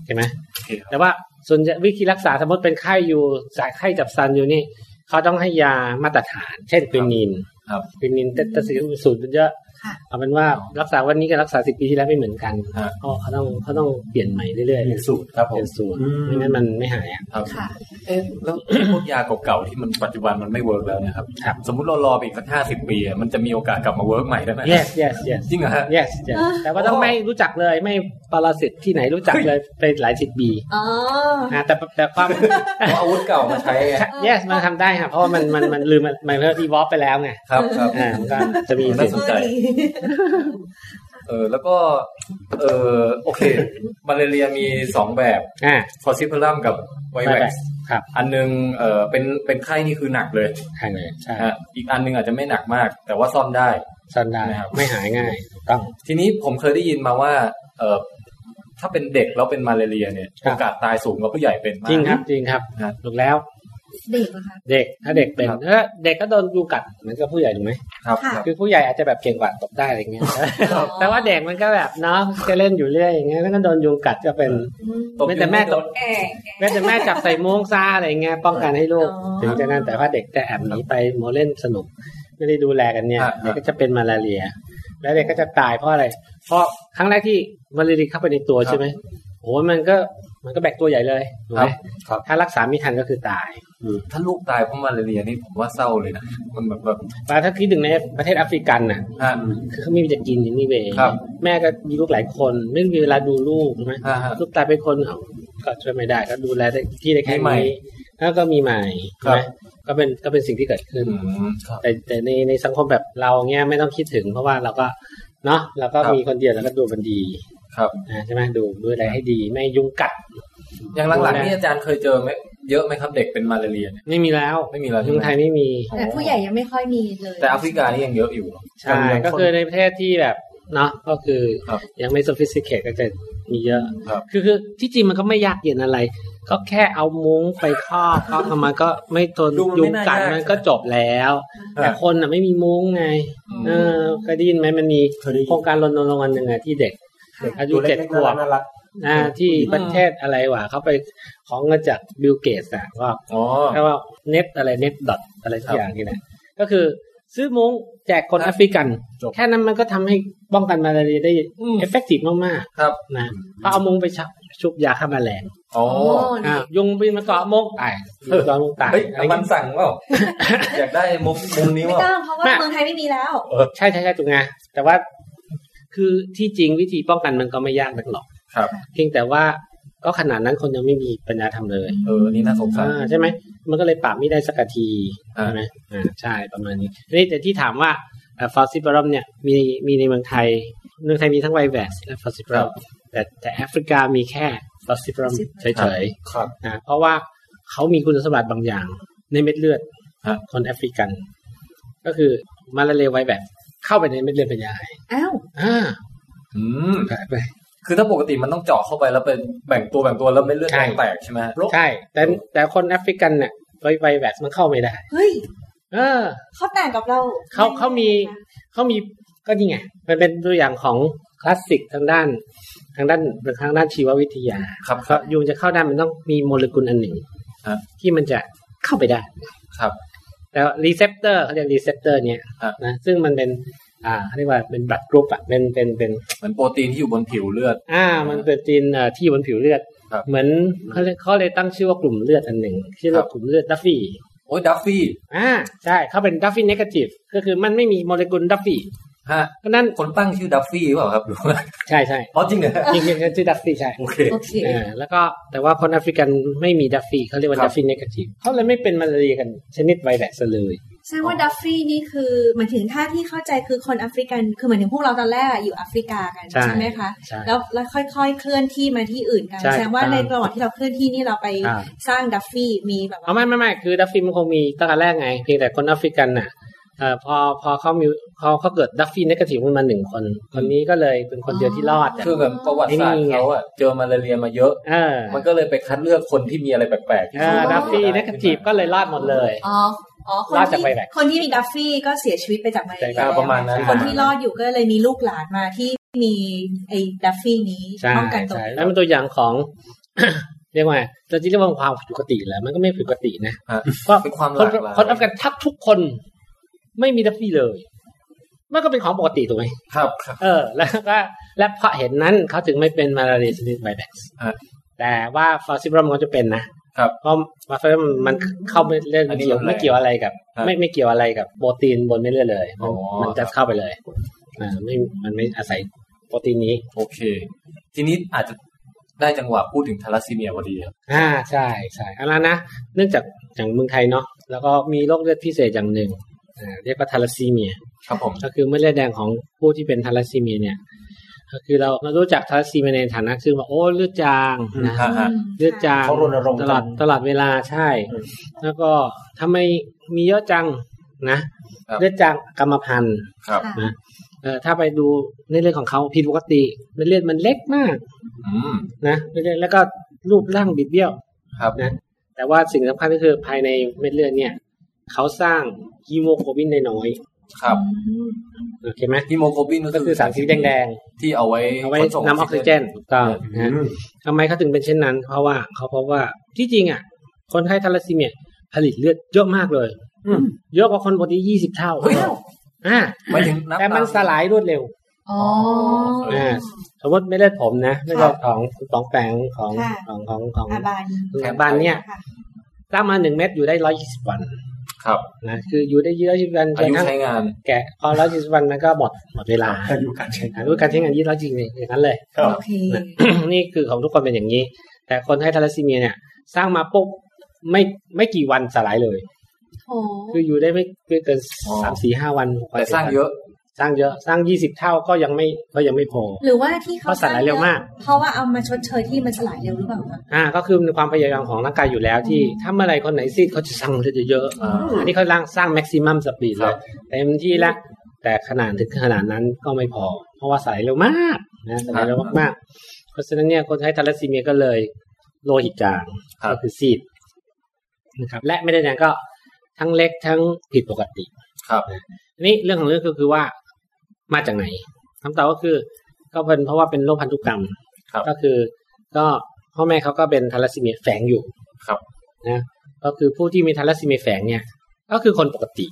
Speaker 3: ใช่ไหม
Speaker 5: โอเคครับ
Speaker 3: แต่ว่าส่วนวิธีรักษาสมมติเป็นไข้อยู่จากไข้จับซันอยู่นี่ เขาต้องให้ยามาตรฐาน เช่นควินิน
Speaker 5: ครับ
Speaker 3: ควินินเตตสิสูตรมันเยอะ
Speaker 4: ค่ะ
Speaker 3: เอาเป็นว่ารักษาวันนี้กับรักษาสิบปีที่แล้วไม่เหมือนกัน
Speaker 5: ฮะ
Speaker 3: เขาเขาต้องเขาต้องเปลี่ยนใหม่เรื่อยๆ
Speaker 6: เรียนสูตรครับผ
Speaker 3: เปลี่
Speaker 6: ม
Speaker 3: ยนสูตร
Speaker 6: อืม
Speaker 3: ไม่งั้นมันไม่หายอ่ะ
Speaker 5: ครับ
Speaker 4: ค่ะ
Speaker 5: เอ๊ะแล้ว พวกยาเก่าๆที่มันปัจจุบันมันไม่เวิร์กแล้วเนะครับ
Speaker 3: ครับ
Speaker 5: สมมุติเรารอไปอีกสักห้าสิบปีอะมันจะมีโอกาสกลับมาเวิร์กใหม่ได้ไหม
Speaker 3: yes yes yes
Speaker 5: จริงเหรอฮะ
Speaker 3: yes yes
Speaker 4: อ่ะ
Speaker 3: แต่ว่าต้องไม่รู้จักเลยไม่ปรสิตที่ไหนรู้จักเลยไปหลายสิบปี
Speaker 4: อ๋อ
Speaker 3: อ่ะแต่แต่ความ
Speaker 5: เอาอาวุธเก่ามาใช้ไง
Speaker 3: yes มันทำได้ค่ะเพราะว่ามันมันมันลืมมันมันก็ดีวอปไปแล้วไง
Speaker 5: ครับครับ
Speaker 3: อ่ามันก็จะมี
Speaker 5: น่าสนใจ เออแล้วก็ เออโอเค มาเลเรียมีสองแบบ
Speaker 3: อ่า
Speaker 5: ฟอซิพิลัมกับไวแว็กซ์
Speaker 3: ครับ
Speaker 5: อันหนึงเออเป็นเป็นไข้นี่คือหนักเลย
Speaker 3: ใช่เลยใช่
Speaker 5: ฮะอีกอันหนึงอาจจะไม่หนักมาก แต่ว่าซ่อนได้
Speaker 3: ซ่อนได้
Speaker 5: นะครับ
Speaker 3: ไม่หายง่ายถูกต้อง
Speaker 5: ทีนี้ผมเคยได้ยินมาว่า เออถ้าเป็นเด็กแล้วเป็นมาเลเรียเนี่ย
Speaker 3: ครั
Speaker 5: โอบ กาสตายสูงกว่าผู้ใหญ่เป็นมาก
Speaker 3: จริงครับจริงครับ
Speaker 5: ครับ
Speaker 3: ถูกแล้ว
Speaker 4: เด็กเหรอคะ
Speaker 3: เด็กถ้าเด็กเป็น
Speaker 5: ครับ
Speaker 3: เออเด็กก็โดนยุงกัดเหมือนกับผู้ใหญ่ถูกไหม
Speaker 5: ครับ
Speaker 4: ค่ะ
Speaker 5: ครับ
Speaker 3: คือผู้ใหญ่อาจจะแบบเก่งกว่าตบได้อะไรเงี้ย
Speaker 4: ครับ
Speaker 3: แต่ว่าเด็กมันก็แบบเนาะจะเล่นอยู่เรื่อยอย่างเงี้ยแล้วก็โดนยุงกัดก็เป็น
Speaker 4: อืม
Speaker 5: ตบ
Speaker 3: ไม่แต่แม่ตบ
Speaker 4: แอบแอบ
Speaker 3: แม่จะแม่จับใส่โมงซาอะไรเงี้ยป้องกันให้ลูก
Speaker 4: อ๋อ
Speaker 3: ถึงจะนั่นแต่ว่าเด็กจะแอบหนีไปโมเล่นสนุก ไม่ได้ดูแลกันเนี่ย
Speaker 5: อ่ะ
Speaker 3: เด็กก็จะเป็นมาลาเรีย แล้วเด็กก็จะตายเพราะอะไร เพราะครั้งแรกที่มาลาเรียเข้าไปในตัวใช่ไหมโอ้มันก็มันก็แบกตัวใหญ่เลยถูกไหม
Speaker 6: ครับ
Speaker 3: ถ้ารักษาไม่ทันก็คือตาย
Speaker 5: ถ้าลูกตายเพราะมาเลเรียนี่ผมว่าเศร้าเลยนะ มันแบบแบบ
Speaker 3: ปลาถ้าคิดถึงในประเทศแอฟริกันน่ะ
Speaker 5: ฮะ
Speaker 3: คือเขาไม่มีจะกินอย่างนี้เวย
Speaker 5: ครับ
Speaker 3: แม่ก็มีลูกหลายคนไม่มีเวลาดูลูกใช่ไหม
Speaker 5: อ่าฮะ
Speaker 3: ลูกตายไปคนเอาก็ช่วยไม่ได้ก็ดูแลได้ที่ได้แค่
Speaker 5: มีใหม่
Speaker 3: นี้แล้วก็มีใหม่ใช่
Speaker 5: ครับ
Speaker 3: ไหมก็เป็นก็เป็นสิ่งที่เกิดขึ้น
Speaker 5: อืมครับ
Speaker 3: แต่แต่ในในสังคมแบบเราเงี้ยไม่ต้องคิดถึง เพราะว่าเราก็เนาะเราก็
Speaker 5: ครับ
Speaker 3: มีคนเดียวแล้วก็ดูมันดี
Speaker 5: ครับ
Speaker 3: นะใช่ไหมดูดูอะไรให้ดีไม่ยุงกัด
Speaker 5: อย่างหลัง
Speaker 3: ดู
Speaker 5: ๆ
Speaker 3: นะ
Speaker 5: นี่อาจารย์เคยเจอไหมเยอะไหมครับเด็กเป็นมาเลเรียเนี่ย
Speaker 3: ไม่มีแล้ว
Speaker 5: ไม่มีแล้วใช่
Speaker 3: เมือง
Speaker 5: ไหม
Speaker 3: ไทยไม่มี
Speaker 4: แต่ผู้ใหญ่ยังไม่ค่อยมีเลย
Speaker 5: แต่แอฟริกานี่ยังเยอะอยู่
Speaker 3: ใช่ก็คือในประเทศที่แบบเนาะก็คือ
Speaker 5: ครับ
Speaker 3: ยังไม่ sophisticate ก็จะมีเยอะ
Speaker 5: ครับ
Speaker 3: คือคือที่จริงมันก็ไม่ยากเย็นอะไร ก็แค่เอามุ้งไปครอบครอบทำไมก็ไม่ทน
Speaker 5: ดูมัน
Speaker 3: ยุ
Speaker 5: ไม่
Speaker 3: ง
Speaker 5: น่า
Speaker 3: กัด
Speaker 5: ยาก
Speaker 3: มันก็จบแล้ว
Speaker 5: อ่า
Speaker 3: แต่คนน่ะไม่มีมุ้งไง
Speaker 5: อืม
Speaker 3: เออเคยได้ยินไหมมันมี
Speaker 6: เคยได้ยิน
Speaker 3: โครงการรณรงค์อันหนึ่งอะที่เด็ก
Speaker 4: ค่ะ
Speaker 3: อายุ
Speaker 6: ตัวล็ก
Speaker 3: เจ็ดขวบ
Speaker 6: น่ารัก
Speaker 3: อ่าที่ประเทศอะไรวะเขาไปของเงินจากบิลเกตส์อ่ะก็
Speaker 5: อ๋อ
Speaker 3: แค่ว่าเน็ตอะไรเน็ตดอทอะไรสักอย่างนี่แหละก็คือซื้อมุ้งแจกคนแอฟริกัน
Speaker 5: จบ
Speaker 3: แค่นั้นมันก็ทำให้ป้องกันมาลาเรียได้เอฟเฟกตีฟมาก
Speaker 5: ครับ
Speaker 3: ๆนะก็เอามุ้งไปชักชุบยาฆ่าแมลง
Speaker 5: อ๋อ
Speaker 4: โอ้
Speaker 3: อ่า
Speaker 4: นี่
Speaker 3: ยุงบินมาเกาะมุ้งตายยุงเกาะมุ้งตาย
Speaker 5: เฮ้ย
Speaker 3: อะไรอย่าง
Speaker 5: มัน
Speaker 3: เงี้ย
Speaker 5: สั่งเปล่า อยากได้มุมมุมนี้
Speaker 4: ไม่
Speaker 5: เปล่า
Speaker 4: ต้องเพราะว่าเมืองไทยไม่มีแล้ว
Speaker 3: ใช่ใช่ใช่ถูกไงแต่ว่าคือที่จริงวิธีป้องกันมันก็ไม่ยากนักหรอก
Speaker 5: ครับ
Speaker 3: เพียงแต่ว่าก็ขนาดนั้นคนยังไม่มีปัญญาทำเลย
Speaker 5: เออนี่น่าสงสาร
Speaker 3: อ่าใช่ไหมมันก็เลยปราบไม่ได้สักที
Speaker 5: อ่า
Speaker 3: ใช่ไหมอ่าใช่ประมาณนี้นี่แต่ที่ถามว่าฟอสซิบรัมเนี่ยมีมีในเมืองไทย เมืองไทยมีทั้งไวแวสและฟอสซิบรัมแต่แต่แอฟริกามีแค่ฟอสซิบรัม
Speaker 4: Falciparum
Speaker 3: เฉย
Speaker 6: ครับ
Speaker 3: ๆนะเพราะว่าเขามีคุณสมบัติบางอย่างในเม็ดเลือดคนแอฟริกัน ก็คือมาลาเรียไวแวสเข้าไปในเม็ดเลือดเป็นยาไง
Speaker 4: อ้าว
Speaker 3: อ่า
Speaker 5: อืม
Speaker 3: แปลกไป
Speaker 5: คือถ้าปกติมันต้องเจาะเข้าไปแล้วเป็นแบ่งตัวแบ่งตัวแล้วไม่เลือด
Speaker 3: ใช่
Speaker 5: แตกใช่ไหมฮะ
Speaker 3: ใช่ แต่แต่คนแอฟริกันเนี่ยไวแวสมันเข้าไม่ได้
Speaker 4: เฮ้ย
Speaker 3: เออ
Speaker 4: เขาต่างกับเรา
Speaker 3: เขาเขามี เขามีก็นี่ไง มันเป็นตัวอย่างของคลาสสิกทางด้าน ทางด้านทางด้านชีววิทยา
Speaker 5: ครับค
Speaker 3: ก็
Speaker 5: รับ
Speaker 3: ยุงจะเข้าได้มันต้องมีโมเลกุลอันหนึ่ง
Speaker 5: ฮะ
Speaker 3: ที่มันจะเข้าไปได้
Speaker 5: ครับ
Speaker 3: แล้วรีเซพเตอร์เขาเรียกรีเซพเตอร์เนี่ย
Speaker 5: ฮะ
Speaker 3: นะซึ่งมันเป็น อ่าเขาเรียกว่าเป็นบัตกรุ๊ปอะเป็นเป็นเป็น
Speaker 5: เหมือนโปรตีนที่อยู่บนผิวเลือด
Speaker 3: อ่า มันเป็นจีนเอ่อที่อยู่บนผิวเลือด
Speaker 5: ครับ
Speaker 3: เหมือนเขาเลยเขาเลยตั้งชื่อว่ากลุ่มเลือดอันหนึ่งชื่อว่า
Speaker 5: ครับ
Speaker 3: กลุ่มเลือดดัฟฟี่
Speaker 5: โอ้ยดัฟฟี่
Speaker 3: อ่าใช่เขาเป็นดัฟฟี่เนกาทีฟก็คือมันไม่มีโมเลกุลดัฟฟี่
Speaker 5: ฮะ
Speaker 3: เพราะฉะนั้น
Speaker 5: คนตั้งชื่อดัฟฟี่หรือเปล่าครับหรือว่า
Speaker 3: ใช่ใช่
Speaker 5: อ๋อจริงเหรอฮะ
Speaker 3: จริงๆชื่อดัฟฟี่ใช่
Speaker 5: โอเค
Speaker 4: โอเค
Speaker 3: เออแล้วก็แต่ว่าคนแอฟริกันไม่มีดัฟฟี่เขาเรียกว่าดัฟฟี่เนกาทีฟเขาเลยไม่เป็นมาลาเรียกันชนิดไวรัสเลย
Speaker 4: แสดงว่าดัฟฟี่นี่คือหมายถึงถ้าที่เข้าใจคือคนแอฟริกัน คือหมายถึงพวกเราตอนแรกอะอยู่แอฟริกากัน
Speaker 3: ใช่
Speaker 4: ใช่ไหมคะ
Speaker 3: ใช่
Speaker 4: แล้วแล้วค่อยๆ เคลื่อนที่มาที่อื่นกัน
Speaker 3: ใช่
Speaker 4: แสดงว่า
Speaker 3: ครับ
Speaker 4: ในระหว่างที่เราเคลื่อนที่นี่เราไป
Speaker 3: อ่า
Speaker 4: สร้างดัฟฟี่มีแบบว่า
Speaker 3: เอาไม่ไม่ไม่คือดัฟฟี่มันคงมีตั้งแต่แรกไง เพียงแต่คนแอฟริกันน่ะเอ่อพอพอเขามีเขาเขาเกิดดัฟฟี่เนกาทีฟขึ้นมาหนึ่งคน คนนี้ก็เลยเป็นคนเดียวที่รอดอะ
Speaker 5: คือแบบประวัติศาสตร์เขาอะเจอมาลาเรียมาเยอะ
Speaker 3: เออ
Speaker 5: มันก็เลยไปคัดเลือกคนที่มีอะไรแปลกๆที่
Speaker 3: เออดัฟฟี่เนกาทีฟก็เลยรอดหมดเลย
Speaker 4: อ๋ออ๋อคน
Speaker 3: รอดจาก
Speaker 4: ที่
Speaker 3: ไวรัส
Speaker 4: คนที่มีดัฟฟี่ก็เสียชีวิตไปจากมาลาเรีย
Speaker 3: ใช่ครับ
Speaker 5: ประมาณนั้น
Speaker 4: ค
Speaker 5: ปะ
Speaker 4: น
Speaker 5: มาณ
Speaker 4: ที่รอดอยู่ก็เลยมีลูกหลานมาที่มีไอ้ดัฟฟี่นี้
Speaker 3: ใช่
Speaker 4: ป้องกันตัว
Speaker 3: ใช่แล้วเป็นตัวอย่างของ เรียกว่าเราจะเรียกว่าความผิดปกติแล้วมันก็ไม่ผิดปกตินะ
Speaker 5: ฮะ
Speaker 3: ก็
Speaker 5: เป็นความห
Speaker 3: คน
Speaker 5: ลากหลาย
Speaker 3: คนแอฟกันทับทุกคนไม่มีดัฟฟี่เลย มันก็เป็นของปกติถูกไหม
Speaker 5: ครับครับ
Speaker 3: เออ แล้วก็และเพราะเห็นนั้นเขาถึงไม่เป็นมาลาเรียชนิดไวรัส
Speaker 5: ฮะ
Speaker 3: แต่ว่าฟอสซิบรัมเขาจะเป็นนะครับ เพราะฟอสซิบรัมมันเข้าไปเล่น
Speaker 5: อันนี้
Speaker 3: เกี่ยว
Speaker 5: มันแรง
Speaker 3: ไม่เกี่ยวอะไรกับ
Speaker 5: ฮะ
Speaker 3: ไม่ไม่เกี่ยวอะไรกับโปรตีนบนเม็ดเลือดเลย
Speaker 5: อ๋อ
Speaker 3: มันจะเข้าไปเลยอ่าไม่มันไม่อาศัยโปรตีนนี้
Speaker 5: โอเค ทีนี้อาจจะได้จังหวะพูดถึงทารัสซีเมียพอดีครับ
Speaker 3: อ่าใช่ใช่อันนั้นนะเนื่องจากอย่างเมืองไทยเนาะแล้วก็มีโรคเลือดพิเศษอย่างหนึ่งอ่าเรียกว่าทาลัสซีเมีย
Speaker 5: ครับผม
Speaker 3: ก็คือเม็ดเลือดแดงของผู้ที่เป็นทาลัสซีเมียเนี่ยก็คือเราเรารู้จักทาลัสซีเมียในฐานะคือว่าโอ้เลือดจางนะ
Speaker 5: ฮะฮะ
Speaker 3: เลือดจาง
Speaker 6: เขารณรงค์
Speaker 3: ตลอดตลอดเวลาใช่
Speaker 6: อืม
Speaker 3: แล้วก็ทำไมมีเยอะจังนะครับ เลือดจางกรรมพันธุ์
Speaker 5: ครับ
Speaker 4: ค่ะ
Speaker 3: เอ่อถ้าไปดูในเลือดของเขาผิดปกติเม็ดเลือดมันเล็กมาก
Speaker 5: อืม
Speaker 3: นะเม็ดเลือดแล้วก็รูปร่างบิดเบี้ยว
Speaker 5: ครับ
Speaker 3: นะ แต่ว่าสิ่งสำคัญก็คือภายในเม็ดเลือดเนี่ยเขาสร้างฮีโมโกลบินได้น้อย
Speaker 5: ครับ
Speaker 3: โอเคไหม
Speaker 5: ฮีโมโกลบิน
Speaker 3: ก็คือสารสีแดงๆ
Speaker 5: ที่เอาไว้
Speaker 3: เอาไว้
Speaker 5: ขส่ง
Speaker 3: นำออกซิเจนถูกต้องนะฮะทำไมเขาถึงเป็นเช่นนั้น เพราะว่าเขาเพราะว่าที่จริงอ่ะ คนไข้ทาลัสซีเมียผลิตเลือดเยอะมากเลย
Speaker 5: อืม
Speaker 3: เยอะกว่าคนปกติยี่สิบเท่า
Speaker 5: เฮ้ย
Speaker 3: อ่า
Speaker 5: หมายถึงำ
Speaker 3: แต่มันสลายรวดเร็ว
Speaker 4: อ๋อ
Speaker 5: เออ
Speaker 3: อ่าสมมติไม่เลือดผมนะไม่เลือดของของแปงของ
Speaker 4: ค่ะ
Speaker 3: ของของของ
Speaker 4: อาบาน
Speaker 3: แถวบ้านเนี่ย
Speaker 4: ค่ะ
Speaker 3: สร้างมาหนึ่งเม็ดอยู่ได้ร้อยยี่สิบวัน
Speaker 5: ครับ
Speaker 3: นะคืออยู่ได้ร้อยยี่สิบวันจ
Speaker 5: อานยุ
Speaker 3: กระทั่ง
Speaker 5: ใช้งาน
Speaker 3: แกะพอร้อยยี่สิบวันมันก็หมดหมดเวลา
Speaker 6: อายุการใช้งา
Speaker 3: อ่าน ด้วยการใช้งานยี่ร้อยจริงๆอย่างนั้นเลย
Speaker 4: โอเค
Speaker 3: นี่คือของทุกคนเป็นอย่างนี้ แต่คนให้ทาลัสซีเมียเนี่ย สร้างมาปุ๊บไม่ไม่กี่วันสลายเลย
Speaker 4: โอ้
Speaker 3: คืออยู่ได้ไม่ไม่เกิน
Speaker 5: อ๋อ
Speaker 3: สามสี่ห้าวันหกวัน
Speaker 5: แต่สร้างเยอะ
Speaker 3: สร้างเยอะสร้างยี่สิบเท่าก็ยังไม่ก็ยังไม่พอ
Speaker 4: หรือว่าที่เขา
Speaker 3: เพราะสลายเร็วมาก
Speaker 4: เพราะว่าเอามาชดเชยที่มันสลายเร็วหรือเปล่าคะ
Speaker 3: อ่าก็คือความพยายามของร่างกายอยู่แล้วที่ถ้าเมื่อไหรคนไหนซีดเขาจะสร้างเลือดเยอะ
Speaker 5: อ่า
Speaker 3: ๆอันนี้เขาร่างสร้างแม็กซิมัมสปีด
Speaker 5: ค
Speaker 3: เล
Speaker 5: รับ
Speaker 3: ยเต็มที่ละแต่ขนาดถึงขนาดนั้นก็ไม่พอ เพราะว่าสลายเร็วมากนะสลายเร็วมากๆเพราะฉะนั้นเนี่ยคนใช้ทาลัสซีเมียก็เลยโลหิตจาง
Speaker 5: ครับ
Speaker 3: ก็คือซีดนะครับ และไม่ได้แดงก็ทั้งเล็กทั้งผิดปกติ
Speaker 5: ครับ
Speaker 3: ทีนี้เรื่องของเรื่องก็คือว่ามาจากไหนคำตอบก็คือ ก็เป็นเพราะว่าเป็นโรคพันธุกรรม
Speaker 5: ครับ
Speaker 3: ก็คือ ก็พ่อแม่เขาก็เป็นทาลัสซีเมียแฝงอยู่
Speaker 5: ครับ
Speaker 3: นะก็คือผู้ที่มีทาลัสซีเมียแฝงเนี่ย ก็คือคนปกติ